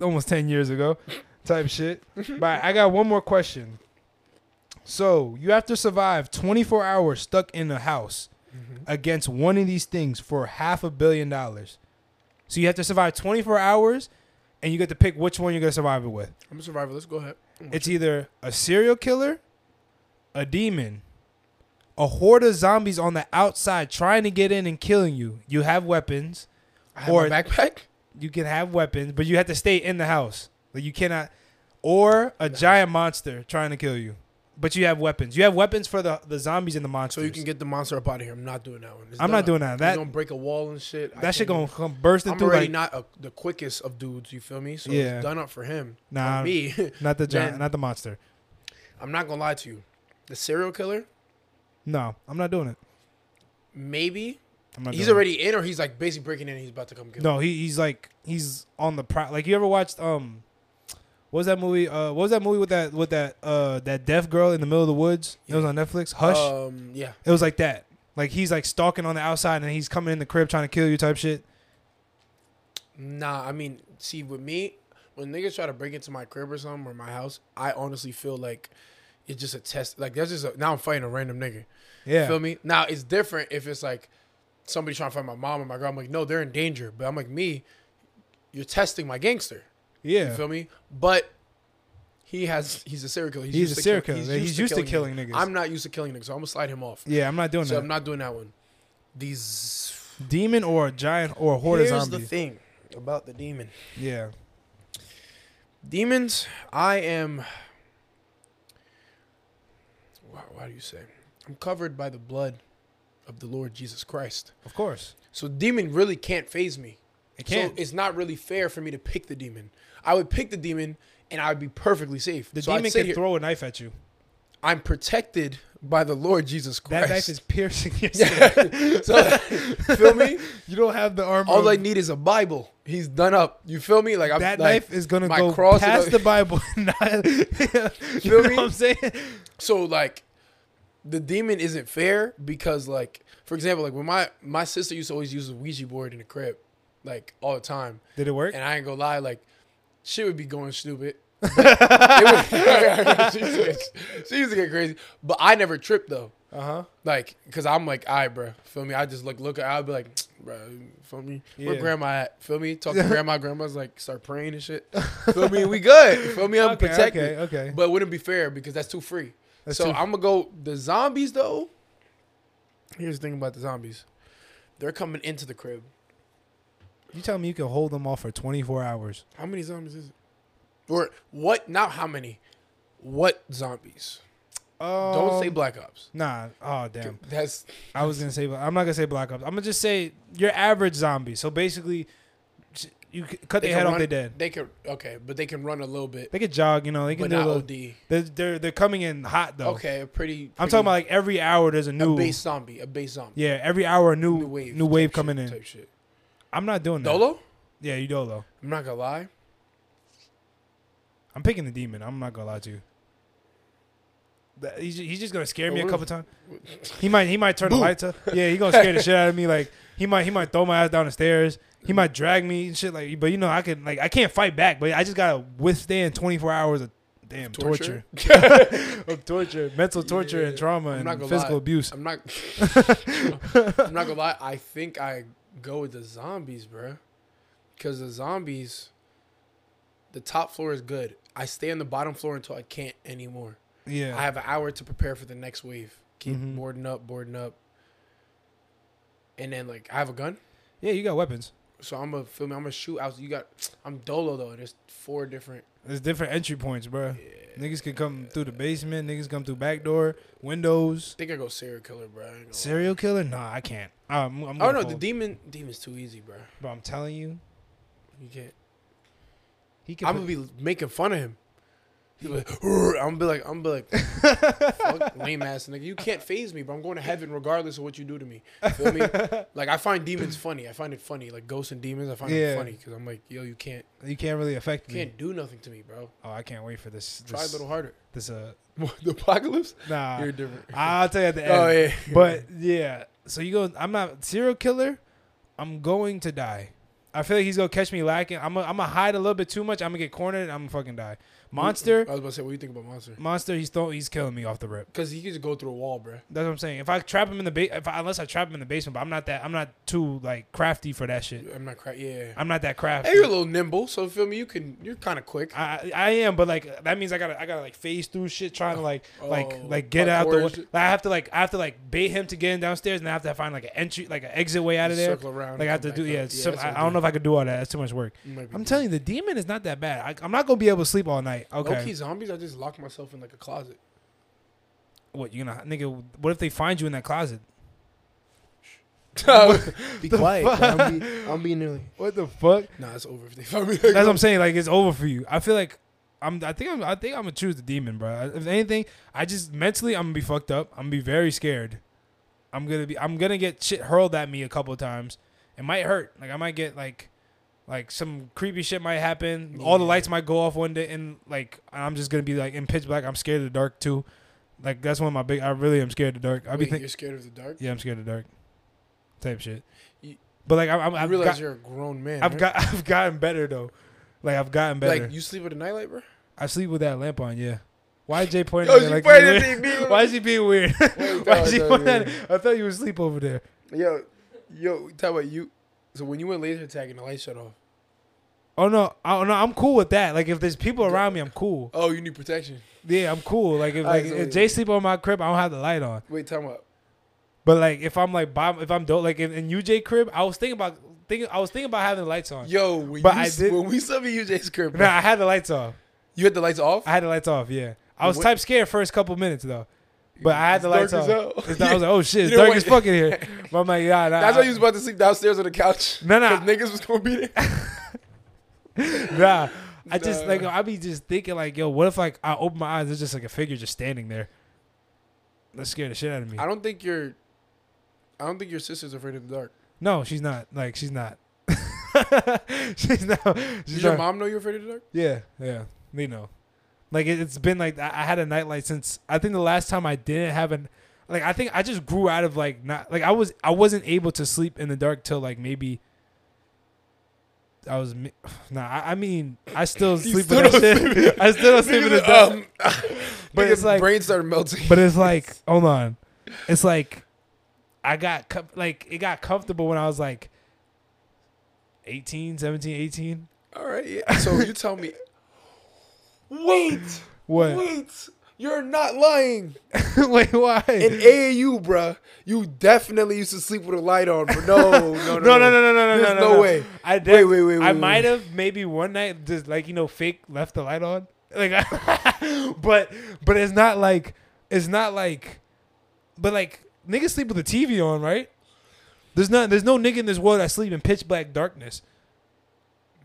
almost 10 years ago type shit. but I got one more question. So, you have to survive 24 hours stuck in a house Mm-hmm. against one of these things for half a billion dollars. So, you have to survive 24 hours and you get to pick which one you're going to survive it with. I'm a survivor. Let's go ahead. It's either a serial killer, a demon, a horde of zombies on the outside trying to get in and killing you. You have weapons I have my or- backpack. you can have weapons, but you have to stay in the house. Like you cannot, or a giant monster trying to kill you, but you have weapons. You have weapons for the, the zombies and the So monsters. you can get the monster up out of here. I'm not doing that one. It's I'm done not doing that. It's That- gonna break a wall and shit. I that shit can't gonna come bursting I'm through already like not, not a, the quickest of dudes. You feel me? So Yeah. it's done up for him. Nah. For me, *laughs* the giant, Then- not the monster. I'm not gonna lie to you. The serial killer, No, I'm not doing it. maybe I'm not. he's doing already in, or he's like basically breaking in. and He's about to come It. kill. No, he, he's like he's on the pro. Like you ever watched um, what was that movie? Uh, what was that movie with that with that uh that deaf girl in the middle of the woods? It was on Netflix. Hush. Um, yeah. It was like that. Like he's like stalking on the outside and he's coming in the crib trying to kill you type shit. Nah, I mean, see, with me, when niggas try to break into my crib or something or my house, I honestly feel like it's just a test. Like that's just a, now I'm fighting a random nigga. Yeah. Feel me? Now it's different if it's like somebody trying to fight my mom and my girl. I'm like, no, they're in danger. But I'm like, me, you're testing my gangster. Yeah. You feel me? But he has he's a serial killer. He's a used to serial kill- killer. He's used to killing niggas. I'm not used to killing niggas, so I'm gonna slide him off. Yeah, I'm not doing So that. I'm not doing that one. These demon or a giant or a horde Here's of zombies. the thing about the demon. yeah. Demons, I am wow, how do you say? I'm covered by the blood of the Lord Jesus Christ. Of course. So demon really can't phase me. It can't. So it's not really fair for me to pick the demon. I would pick the demon and I would be perfectly safe. the So I'd demon sit can here- throw a knife at you. I'm protected by the Lord Jesus That Christ. knife is piercing *laughs* your skin. Yeah. *laughs* *laughs* so, feel me? You don't have the armor. All I of- need is a Bible. He's done up. You feel me? Like I'm Um, that like, knife is gonna my go cross is past a- the Bible. *laughs* not, you know Feel me? what I'm saying? So like, the demon isn't fair because like, for example, like when my my sister used to always use a Ouija board in the crib, like all the time. Did it work? And I ain't gonna lie, like, shit would be going stupid. *laughs* she, used to get, she used to get crazy, but I never tripped though. Uh huh. Like, cause I'm like, all right, bro, feel me. I just look, look. I'll be like, bro, feel me. Where Yeah. grandma at? Feel me. Talk to *laughs* grandma. Grandma's like, start praying and shit. Feel me. We good. Feel me. I'm Okay, protected. okay, okay. But it wouldn't be fair because that's too free. That's so too- I'm gonna go the zombies though. Here's the thing about the zombies, they're coming into the crib. You tell me you can hold them off for 24 hours. How many zombies is it? Or what? Not how many. What zombies? Oh, Don't say Black Ops. Nah. Oh damn. That's I was gonna say. Bla- I'm not gonna say Black Ops. I'm gonna just say your average zombie. So basically, j- you c- cut their can head off. run- They're dead. They can okay, but they can run a little bit, They could jog. You know. They can but do. A not little, OD. they're, they're they're coming in hot though. Okay, a pretty, I'm pretty- talking about like every hour there's a new. a base zombie, a base zombie, yeah. Every hour a new new wave, new wave type coming shit, in. Type shit. I'm not doing that. Dolo? Yeah, you dolo. I'm not gonna lie. I'm picking the demon. I'm not gonna lie to you. That- He's ju- he's just gonna scare me a Oh, what couple times. *laughs* He might he might turn the lights up. Yeah, he gonna scare the shit out of me. Like he might he might throw my ass down the stairs. He might drag me and shit. Like but you know I can like I can't fight back. But I just gotta withstand 24 hours of damn torture, Torture? *laughs* of torture, mental torture and Yeah. trauma I'm not and gonna physical lie. abuse. *laughs* I'm not. I'm not gonna lie. I think I go with the zombies, bruh. because the zombies, the top floor is good. I stay on the bottom floor until I can't anymore. I Yeah, have an hour to prepare for the next wave. Keep Mhm. boarding up, boarding up, and then like I have a gun. yeah. You got weapons. So I'm gonna film. I'm gonna shoot out. You got. I'm Dolo though. There's four different. There's different entry points, bro. Niggas can come through the basement. Niggas come through back door, windows. I think I go serial killer, bro. I ain't gonna lie. Serial killer? Nah, I can't. I'm, I'm Oh gonna no, the fold. demon. Demon's too easy, bro. But I'm telling you, You can't. he can. I'm put- gonna be making fun of him. He's like, "Urgh." I'm gonna be like, I'm gonna be like, *laughs* fuck lame ass nigga. You can't phase me, bro. I'm going to heaven regardless of what you do to me. *laughs* Feel me? like I find demons funny. I find it funny. Like ghosts and demons, I find Yeah. it funny because I'm like, yo, you can't, you can't really affect you me. can't do nothing to me, bro. Oh, I can't wait for this. Try a this- little *laughs* harder. This uh, the apocalypse? nah. You're *laughs* different. I'll tell you at the end. *laughs* oh yeah. But yeah, so you go. I'm not serial killer. I'm going to die. I feel like he's gonna catch me lacking. I'm gonna I'm gonna hide a little bit too much. I'm gonna get cornered. and I'm gonna fucking die. Monster, I was about to say, what do you think about monster? monster. He's throwing. He's killing me off the rip. Because he could just go through a wall, bro. That's what I'm saying. If I trap him in the ba- if I, unless I trap him in the basement, but I'm not that. I'm not too like crafty for that shit. I'm not crack. Yeah. I'm not that crafty. Hey, you're a little nimble, so feel me. You can. You're kind of quick. I I am, but like that means I gotta I gotta like phase through shit, trying to like like Oh, like get out the way. parkour is- Like, I have to like I have to like bait him to get in downstairs, and I have to find like an entry, like an exit way out of there. Circle around. Like I have to do yeah. some, I, I don't know if I could do all that. That's too much work. know. I'm telling you, the demon is not that bad. I, I'm not gonna be able to sleep all night. Okay, Low key zombies, I just lock myself in like a closet. what you gonna nigga? What if they find you in that closet? be quiet. *laughs* I'm, be, I'm being nearly. What the fuck? Nah, it's over if they find me. That's what I'm saying. Like it's over for you. I feel like. I'm, I think I'm. I think I'm gonna choose the demon, bro. If anything, I just mentally I'm gonna be fucked up. I'm gonna be very scared. I'm gonna be. I'm gonna get shit hurled at me a couple times. It might hurt. Like I might get like, like some creepy shit might happen. All the Yeah. lights might go off one day, and like I'm just gonna be like in pitch black. I'm scared of the dark too. Like that's one of my big. I really am scared of the dark. I be Wait, thinking. you're scared of the dark. Yeah, I'm scared of the dark. Type shit. You- But like I'm. I'm I I've realize got, you're a grown man. I've right? got. *laughs* I've gotten better though. Like I've gotten better. like you sleep with a nightlight, bro. I sleep with that lamp on, yeah. Why Jay pointing Yo, at me she like pointed that? at me, *laughs* bro. Why is he being weird? *laughs* Wait, Why is no, he no, pointing no, at me? I thought you were asleep over there. Yo, yo, talk about you. So when you went laser tag and the light shut off. Oh no, oh no, I'm cool with that. Like if there's people around me, I'm cool. Oh, you need protection. Yeah, I'm cool. Like if All right, like so if wait, Jay wait. sleep on my crib, I don't have the light on. Wait, time out. But like if I'm like Bob, if I'm dope, like in, in UJ crib, I was thinking about thinking, I was thinking about having the lights on. Yo, when But you, I s- did- when we slept at UJ's crib, No, I had the lights off. you had the lights off. I had the lights off. Yeah, I was What- type scared first couple minutes though, but I had the It's lights dark off. as hell. It's *laughs* not- I was like, oh shit, You it's didn't dark want- as fuck in *laughs* here. But I'm like, yeah, nah, That's I- why you was about to sleep downstairs on the couch. No, no. *laughs* 'Cause niggas was gonna be there. *laughs* nah. I just Nah. like I be just thinking like, yo, what if like I open my eyes, there's just like a figure just standing there. That scared the shit out of me. I don't think your, I don't think your sister's afraid of the dark. No, she's not. Like she's not. *laughs* she's not. Did She's your not. mom know you're afraid of the dark? Yeah, yeah. They know. Like it, it's been like I, I had a nightlight since I think the last time I didn't have an like I think I just grew out of like not like I was I wasn't able to sleep in the dark till like maybe I was mi- *sighs* nah. I, I mean, I still You sleep still with that don't shit. *laughs* I still don't sleep *laughs* with it. um, But but it's like- brain started melting. But it's like, hold on, it's like I got com- like it got comfortable when I was like 18, 17, 18. All right. Yeah. So you *laughs* tell me. Wait. What? Wait. You're not lying. *laughs* Wait, why? In *laughs* AAU, bruh, you definitely used to sleep with a light on. *laughs* But no, no, no, no, no, no, no, no, no, There's no, no way. I did. wait, wait, wait, I wait. might have maybe one night just like you know fake left the light on, *laughs* like, but but it's not like it's not like, but like niggas sleep with the TV on, right? There's not there's no nigga in this world that sleep in pitch black darkness.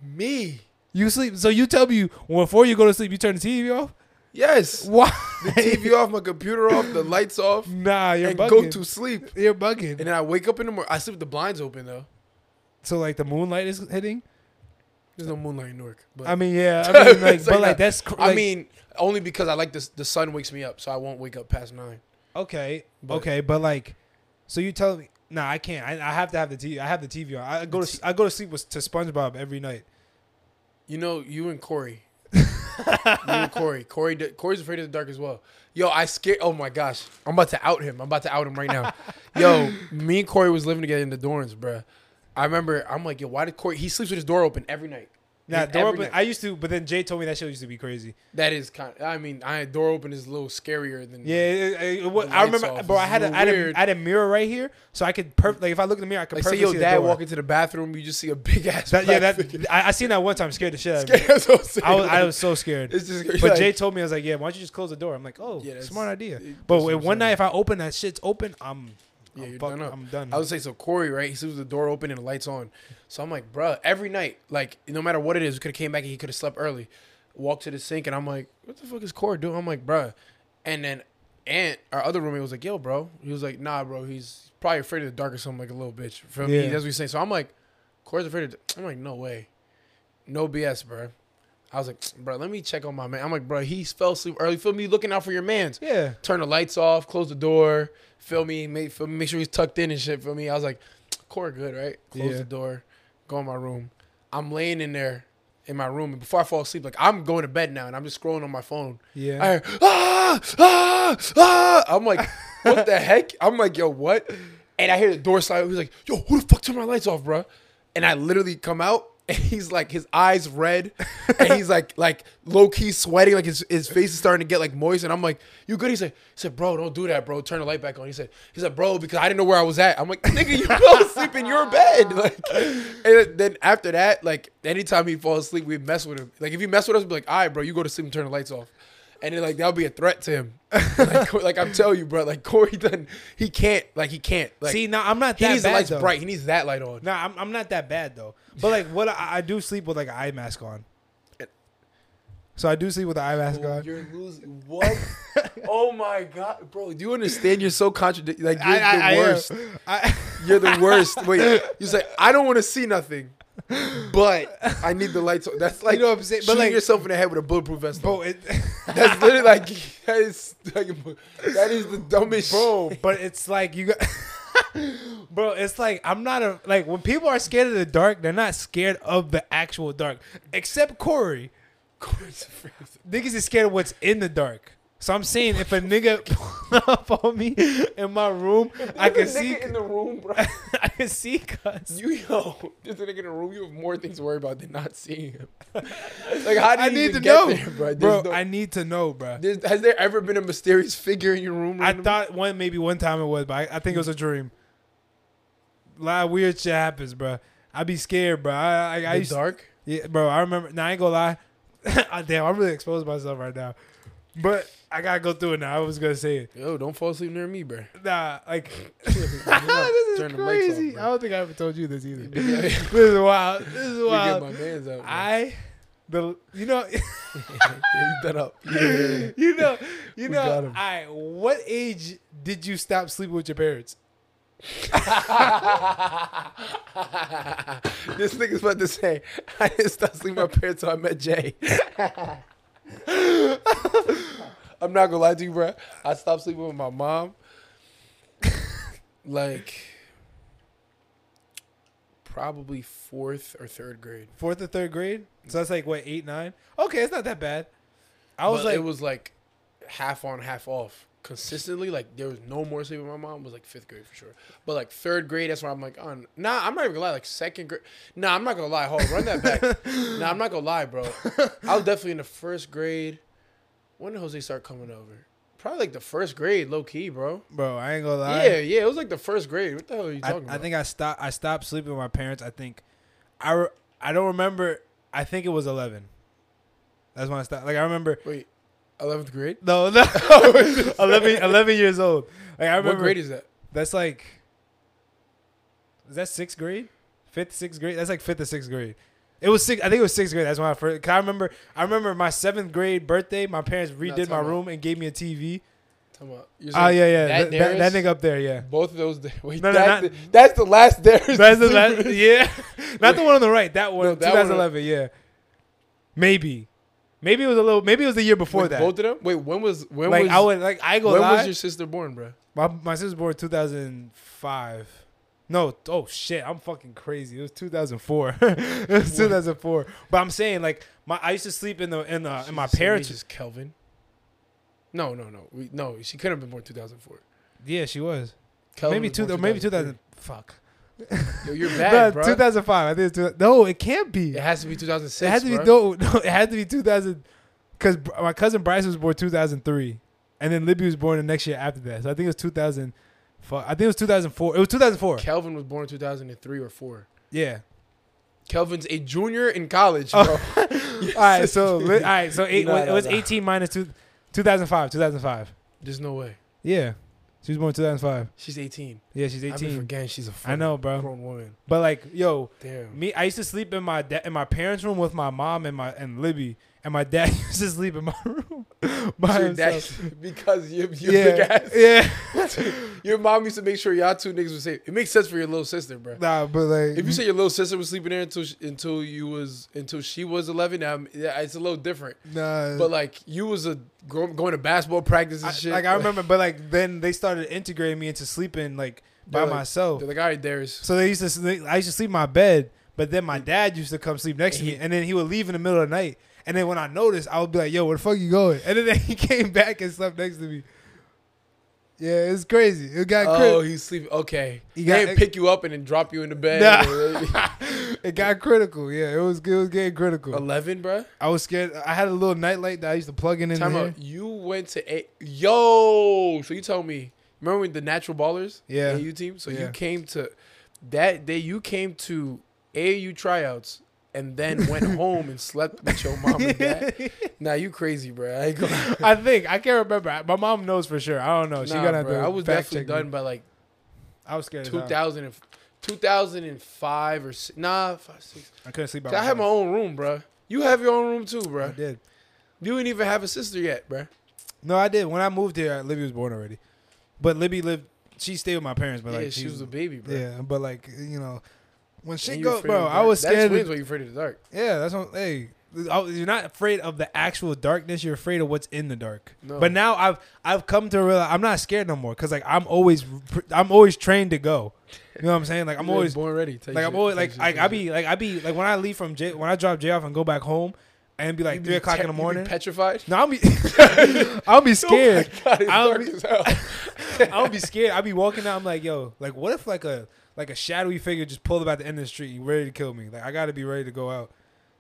Me. You sleep so you tell me well, before you go to sleep you turn the TV off. *laughs* Yes. Why? The TV off, my computer off, the lights off, nah, you're and bugging. go to sleep. you're bugging. And then I wake up in the morning. I sleep with the blinds open though. so like the moonlight is hitting. There's no moonlight in Newark. But I mean, yeah. *laughs* I mean, like, It's but like like that. that's. Cr- I like- mean, only because I like this. The sun wakes me up, so I won't wake up past nine. Okay. But- okay, but like, so you tell me? Nah, I can't. I, I have to have the TV. I have the TV on. I go to t- I go to sleep with to SpongeBob every night. You know, you *laughs* and Corey. you and Corey. Corey. d- Corey's afraid of the dark as well. Yo, I scared. Oh my gosh, I'm about to out him. I'm about to out him *laughs* right now. yo, me and Corey was living together in the dorms, bruh. I remember. I'm like, yo, why did Corey? He sleeps with his door open every night. Nah, Every door open. night. Mm. I used to, but then Jay told me that show used to be crazy. that is kind. I mean, I door open is a little scarier than. Yeah, it, it- it wa- The I remember, lights off bro. is I had a a, I had a, weird. I had a mirror right here, so I could perf- like if I look in the mirror, I could Like, say perfectly your see dad the door. walk into the bathroom, you just see a big ass. That- yeah, black figure. that I, I seen that one time, scared the shit out of me. *laughs* That's what I'm *laughs* saying. I was, I Like, was so scared. It's just. But like, Jay told me I was like, yeah, why don't you just close the door? I'm like, oh, Yeah, that's- smart idea. it- But that's what I'm one night saying. if I open that shit's open, I'm Yeah, I'm, you're oh, fuck- done up. I'm done. I would say so. Corey, right? He sleeps with the door open and the lights on. So I'm like, bruh, every night, like no matter what it is, we could have came back and he could have slept early. Walked to the sink and I'm like, what the fuck is Corey doing? I'm like, bruh. And then Aunt, our other roommate, was like, yo, bro. He was like, nah, bro. He's probably afraid of the dark or something, like a little bitch. For me, Yeah. that's what he's saying. So I'm like, Corey's afraid of. The-. I'm like, no way, no BS, bruh. I was like, bruh, let me check on my man. I'm like, bruh, he fell asleep early. Feel me looking out for your man's yeah. turn the lights off, close the door, feel me, make, feel, make sure he's tucked in and shit, feel me. I was like, core good, right? Close Yeah. the door, go in my room. I'm laying in there in my room, and before I fall asleep, like I'm going to bed now, and I'm just scrolling on my phone. Yeah. I heard, ah, ah, ah. I'm like, what the heck? I'm like, yo, what? And I hear the door slide. He's like, yo, who the fuck turned my lights off, bro? And I literally come out. *laughs* And he's like, his eyes red, and he's like, like low key sweating, like his, his face is starting to get like moist. And I'm like, "You good?" He said, "He said, bro, don't do that, bro. Turn the light back on." He said, "He said, bro, because I didn't know where I was at." I'm like, "Nigga, you fell asleep in your bed." *laughs* Like, and then after that, like anytime he falls asleep, we mess with him. Like if you mess with us, we'd be like, "All right, bro, you go to sleep and turn the lights off." and then like that'll be a threat to him. *laughs* *laughs* like, like I'm telling you, bro. Like Corey done, he can't. Like he can't. Like See, now I'm not he that needs bad the lights though. bright. He needs that light on. No, I'm, I'm not that bad though. But like, what I, I do sleep with like an eye mask on. So I do sleep with an eye mask Oh, on. you're losing. What? *laughs* oh my god, bro. Do you understand? You're so contradictory. Like you're I, I, the I am. worst. I- *laughs* You're the worst. Wait, you say I don't want to see nothing, but I need the lights on. That's like know what I'm saying? But, But like- like yourself in the head with a bulletproof vest. on. bro, it, *laughs* *laughs* That's literally like that is like, that is the dumbest. bro, but it's like you got. *laughs* Bro, it's like I'm not a like when people are scared of the dark, they're not scared of the actual dark. Except Corey, shit. niggas is scared of what's in the dark. So I'm saying if a nigga *laughs* pull up on me in my room, I can Nigga see, in the *laughs* room, bro. I can see, cuz. You yo, *laughs* there's a nigga in a room. You have more things to worry about than not seeing him. *laughs* like, how do you I need to even get know, there, bro? bro. There's no- I need to know, bro. there's- has there ever been a mysterious figure in your room? I randomly? thought one maybe one time it was, but I, I think it was a dream. A lot of weird shit happens, bro. I be scared, bro. I, I, I The used, dark. yeah, bro. I remember. Now I ain't gonna lie. *laughs* Ah, Damn, I'm really exposing myself right now. But I gotta go through it now. I was gonna say it. Yo, don't fall asleep near me, bro. Nah, like *laughs* *laughs* Turn the this is lights off, crazy. I bro. don't think I ever told you this either. *laughs* Yeah, yeah. this is wild. This is We get wild. my man's out. bro. I, the you know. *laughs* *laughs* yeah, you done up. Yeah, yeah, yeah. you know, *laughs* you We got know. 'em. I. What age did you stop sleeping with your parents? *laughs* this nigga's about to say, I didn't stop sleeping with my parents till I met Jay. *laughs* I'm not gonna lie to you, bro. I stopped sleeping with my mom. like, probably fourth or third grade. Fourth or third grade. So that's like what eight, nine. Okay, it's not that bad. I was But like, it was like half on, half off consistently. Like there was no more sleep with my mom. It was like fifth grade for sure. But like third grade, that's where I'm like, on. Nah, I'm not even gonna lie. Like second grade. Nah, I'm not gonna lie. Hold on, run *laughs* that back. nah, I'm not gonna lie, bro. I was definitely in the first grade. When did Jose start coming over? Probably like the first grade, low key, bro. bro, I ain't gonna lie. Yeah, yeah, it was like the first grade. What the hell are you I, talking I about? think I stopped. I stopped sleeping with my parents. I think, I re- I don't remember. I think it was eleven. That's when I stopped. Like I remember. *laughs* Wait, eleventh grade. No, *laughs* no, 11, 11 years old. Like I remember. What grade is that? That's like. Is that sixth grade? Fifth, sixth grade. That's like fifth or sixth grade. It was six. I think it was sixth grade. That's when I first. Cause I remember. I remember my seventh grade birthday. My parents redid time my out. room and gave me a TV. Talking about. you're Oh saying yeah, yeah. That, That, that, that Darius? nigga up there, yeah. Both of those. da- Wait, No, no, that's, not- the, that's the last Darius. *laughs* to That's the sleep last, with his- yeah. *laughs* Not the one on the right. That one, No, that one on- 2011. yeah. Maybe, maybe it was a little. Maybe it was the year before With that. Both of them. Wait, when was when like was I would like I go when lie. was your sister born, bro? my my sister was born 2005. No, oh shit, I'm fucking crazy. It was 2004. *laughs* it was 2004. But I'm saying like my I used to sleep in the Uh, in the in my parents. is Kelvin. No, no, no. We, no, she couldn't have been born 2004. Yeah, she was. Kelvin maybe was two born or maybe 2003. 2000. Fuck. *laughs* Yo, you're bad, no, bro. 2005. I think it's two, no, it can't be. It has to be 2006. It had to be *laughs* dope. no, no, it had to be 2000 because my cousin Bryce was born 2003, and then Libby was born the next year after that. So I think it was 2000. fu- I think it was 2004. It was 2004. Kelvin was born 2003 or four. Yeah. Kelvin's a junior in college, Oh. bro. All right. So *laughs* li- all right. So eight, No, it no, was no. 18 minus two, 2005. 2005. There's no way. Yeah. She was born 2005. She's 18. Yeah, she's I've been 18. forgetting she's a I know, bro. grown woman. But like, yo, Damn. me, I used to sleep in my da- in my parents' room with my mom and my and Libby, and my dad *laughs* used to sleep in my room *laughs* *laughs* by Your dad, *laughs* himself. because you, you big Yeah. ass. Yeah. Your mom used to make sure y'all two niggas were safe. It makes sense for your little sister, bro. Nah, but like, If you say your little sister was sleeping there until she, until you was until she was eleven, um, yeah, it's a little different. nah, But like you was a gro- going to basketball practice and I- shit. Like I remember, but like then they started integrating me into sleeping like by They're like- myself. They're like, all right, Darius. So they used to, sleep, I used to sleep in my bed, but then my dad used to come sleep next to me, and then he would leave in the middle of the night. And then when I noticed, I would be like, "Yo, where the fuck you going?" And then *laughs* he came back and slept next to me. Yeah, it's crazy. It got Oh, crit- he's sleeping. Okay, You he got- got, they pick you up and then drop you in the bed. it got critical. Yeah, it was it was getting critical. *laughs* eleven, bro. I was scared. I had a little nightlight that I used to plug in in Time there. out. You went to a yo. So you tell me. Remember when the Natural Ballers? Yeah. AU team. So you Yeah. came to that day. You came to AAU tryouts and then went home and slept with your mom and dad. Nah, you crazy, bro. I ain't gonna. *laughs* I think I can't remember. I- My mom knows for sure. I don't know. She Nah, got bro. to. I was fact definitely check me. done by like I was scared. as hell. 2000 and, 2005 or si- nah, five, six. I couldn't sleep. by 'Cause I had my myself. own room, bro. You have your own room too, bro. I did. You didn't even have a sister yet, bro. No, I did. When I moved here, Libby was born already. But Libby lived. She stayed with my parents, but yeah, like she was a baby, bro. Yeah, but like you know, when And shit you were goes, afraid of bro, the I dark. was That's scared. twins of- why you afraid of the dark. yeah, that's what. Hey, I- you're not afraid of the actual darkness. You're afraid of what's in the dark. No. But now I've I've come to realize I'm not scared no more because like I'm always I'm always trained to go. You know what I'm saying? *laughs* Like I'm You were always born ready. Take like I'm shit, always take like shit, I, take I shit. be like I be like when I leave from J when I drop J off and go back home and be like You three be o'clock te- in the *laughs* you be morning. petrified. No, I'll be *laughs* I'll *laughs* be scared. Oh my God, it's I'll dark be- as hell. I would be scared. I'd be walking out. I'm like, yo, like, what if like a like a shadowy figure just pulled up at the end of the street, and ready to kill me? Like, I gotta be ready to go out,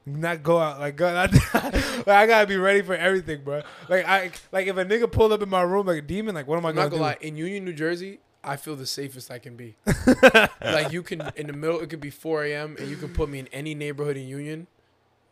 not go out. Like, go, *laughs* like I gotta be ready for everything, bro. Like, I like if a nigga pulled up in my room like a demon, like, what am I I'm not gonna, gonna do? lie. In Union, New Jersey, I feel the safest I *laughs* can be. like you can in the middle, it could be 4 a.m. and you can put me in any neighborhood in Union.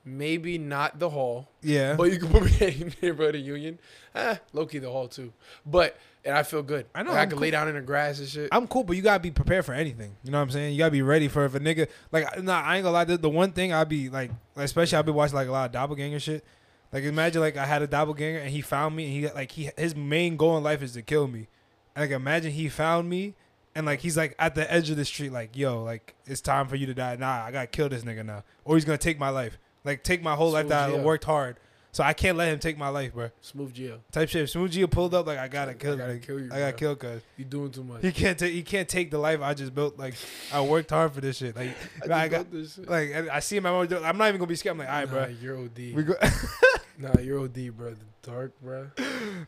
Maybe not the hall, Yeah, but you can put me *laughs* in any neighborhood in Union. Ah, low key the hall too. But and I feel good. I know, Like, I I'm can lay down in the grass and shit. I'm cool, but you gotta be prepared for anything. You know what I'm saying? You gotta be ready for if a nigga like nah, I ain't gonna lie. The, the one thing I'd be like, especially I've been watching like a lot of doppelganger shit. Like imagine like I had a doppelganger and he found me and he like he his main goal in life is to kill me. And like imagine he found me and like he's like at the edge of the street like yo like it's time for you to die. Nah, I gotta kill this nigga now or he's gonna take my life. Like take my whole life that I yeah. worked hard. So I can't let him take my life, bro. Smooth Geo. Type shit. If Smooth Gio pulled up, like I gotta kill, I gotta like, kill you, I gotta bro. kill, cause You doing too much. he can't take. He can't take the life I just built. Like I worked hard for this shit. Like I, I got. got this. Shit. Like and I see my mom. do- I'm not even gonna be scared. I'm like, all right, bro. nah, You're OD. We go *laughs* nah, you're OD, bro. The dark, bro.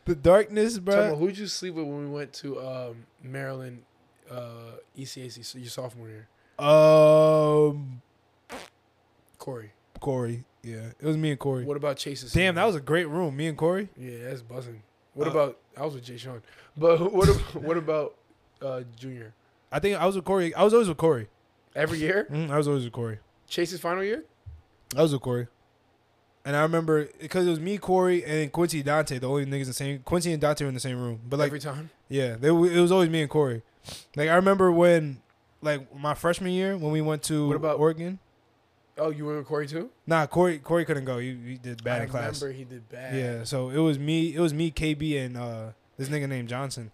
the darkness, Tell me, bro. who'd you sleep with when we went to um, Maryland uh, ECAC so your sophomore year? Um, Corey. Corey. Yeah, it was me and Corey. What about Chase's? Damn, that was a great room. Me and Corey. yeah, that's buzzing. What Uh, about I was with Jay Sean, but *laughs* who- what ab- what about uh, Junior? I think I was with Corey. I was always with Corey. Every year, Mm, I was always with Corey. Chase's final year. I was with Corey. And I remember because it was me, Corey, and Quincy Dante, the only niggas in the same. Quincy and Dante were in the same room, but like every time, Yeah, they, w- it was always me and Corey. Like I remember when, like my freshman year when we went to What about- Oregon. oh, you were with Corey too. Nah, Corey Corey couldn't go. He, he did bad I in class. remember he did bad. Yeah, so it was me. It was me, KB, and uh, this nigga named Johnson.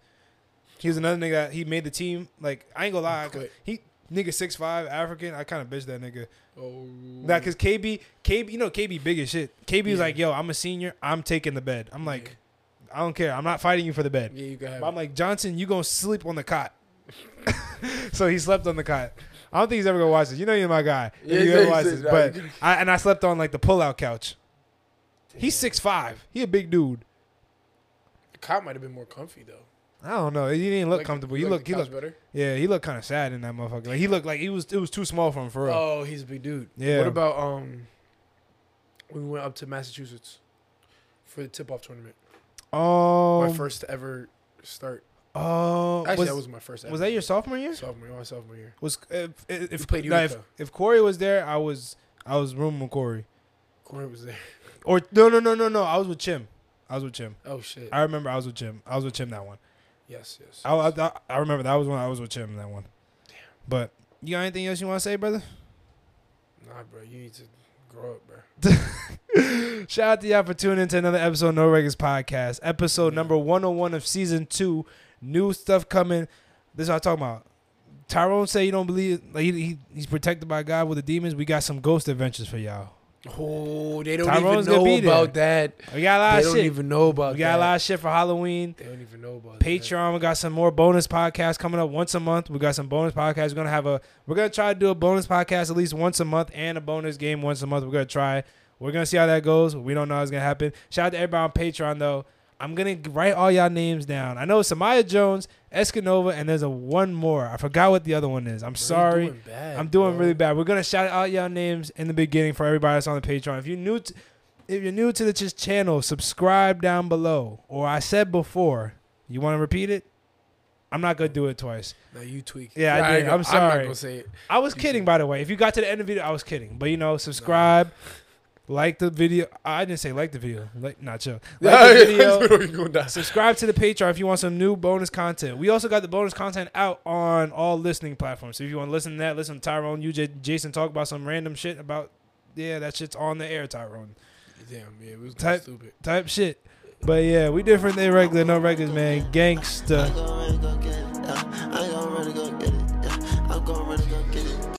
He was another nigga. That, he made the team. Like I ain't gonna lie, I Quit. he nigga six five African. I kind of bitch that nigga. Oh, Nah, cause KB KB, you know KB big as shit. KB was Yeah. like, yo, I'm a senior. I'm taking the bed. I'm like, I don't care. I'm not fighting you for the bed. yeah, you got. But I'm like, Johnson, you gonna sleep on the cot. *laughs* so he slept on the cot. I don't think he's ever gonna watch this. You know you're my guy. If Yeah, you he ever said- watch he this. said, nah, But you- *laughs* I and I slept on like the pullout couch. He's six five. He a big dude. The cop might have been more comfy though. I don't know. He didn't look Like, comfortable. you He like looked the he cops looked better. yeah, he looked kinda sad in that motherfucker. Like he looked like he was it was too small for him for real. Oh, he's a big dude. Yeah. What about um? We went up to Massachusetts for the tip-off tournament. Um, my first ever start. Oh Actually, was, that was, was my first. Ever. that your sophomore year? sophomore? year, My sophomore year. Was if if, if, played nah, if Utica. if Corey was there, I was I was rooming with Corey. Corey was there. *laughs* Or no no no no no, I was with Chim. I was with Chim. Oh shit. I remember I was with Jim. I was with Jim that one. yes, yes. I, I, I remember that was when I was with Jim that one. But you got anything else you want to say, brother? nah, bro, you need to grow up, bro. Shout out to y'all for tuning into another episode of No Records Podcast, episode Yeah. number 101 of season two. New stuff coming. This is what I'm talking about. Tyrone say you don't believe like he, he, he's protected by God with the demons. We got some ghost adventures for y'all. Oh, they don't Tyrone's even gonna know be there. about that. We got a lot they of don't shit. even know about we got that. a lot of shit for Halloween. They don't even know about That. Patreon. We got some more bonus podcasts coming up once a month. We got some bonus podcasts. We're gonna have a we're gonna try to do a bonus podcast at least once a month and a bonus game once a month. We're gonna try. We're gonna see how that goes. We don't know how it's gonna happen. Shout out to everybody on Patreon though. I'm gonna write all y'all names down. I know Samaya Jones, Escanova, and there's a one more. I forgot what the other one is. I'm Bro, you're sorry. doing bad, I'm doing bro. really bad. We're gonna shout out y'all names in the beginning for everybody that's on the Patreon. If you're new, to, if you're new to the just channel, subscribe down below. Or I said before, you want to repeat it? I'm not gonna do it twice. Now you tweak. Yeah, I Nah, did. ain't I'm gonna- I'm sorry. not gonna say it. I was kidding, by the way. If you got to the end of the video, I was kidding. But you know, subscribe, like the video. I didn't say like the video. Like, not chill. *laughs* Like the video. You're gonna die. Subscribe to the Patreon if you want some new bonus content. We also got the bonus content out on all listening platforms. So if you want to listen to that, listen to Tyrone, you, J- Jason talk about some random shit about, yeah, that shit's on the air, Tyrone. Damn, yeah, it was Type- stupid. Type shit. But yeah, we different than regular, no regulars, man. Gangsta. Go, go, go,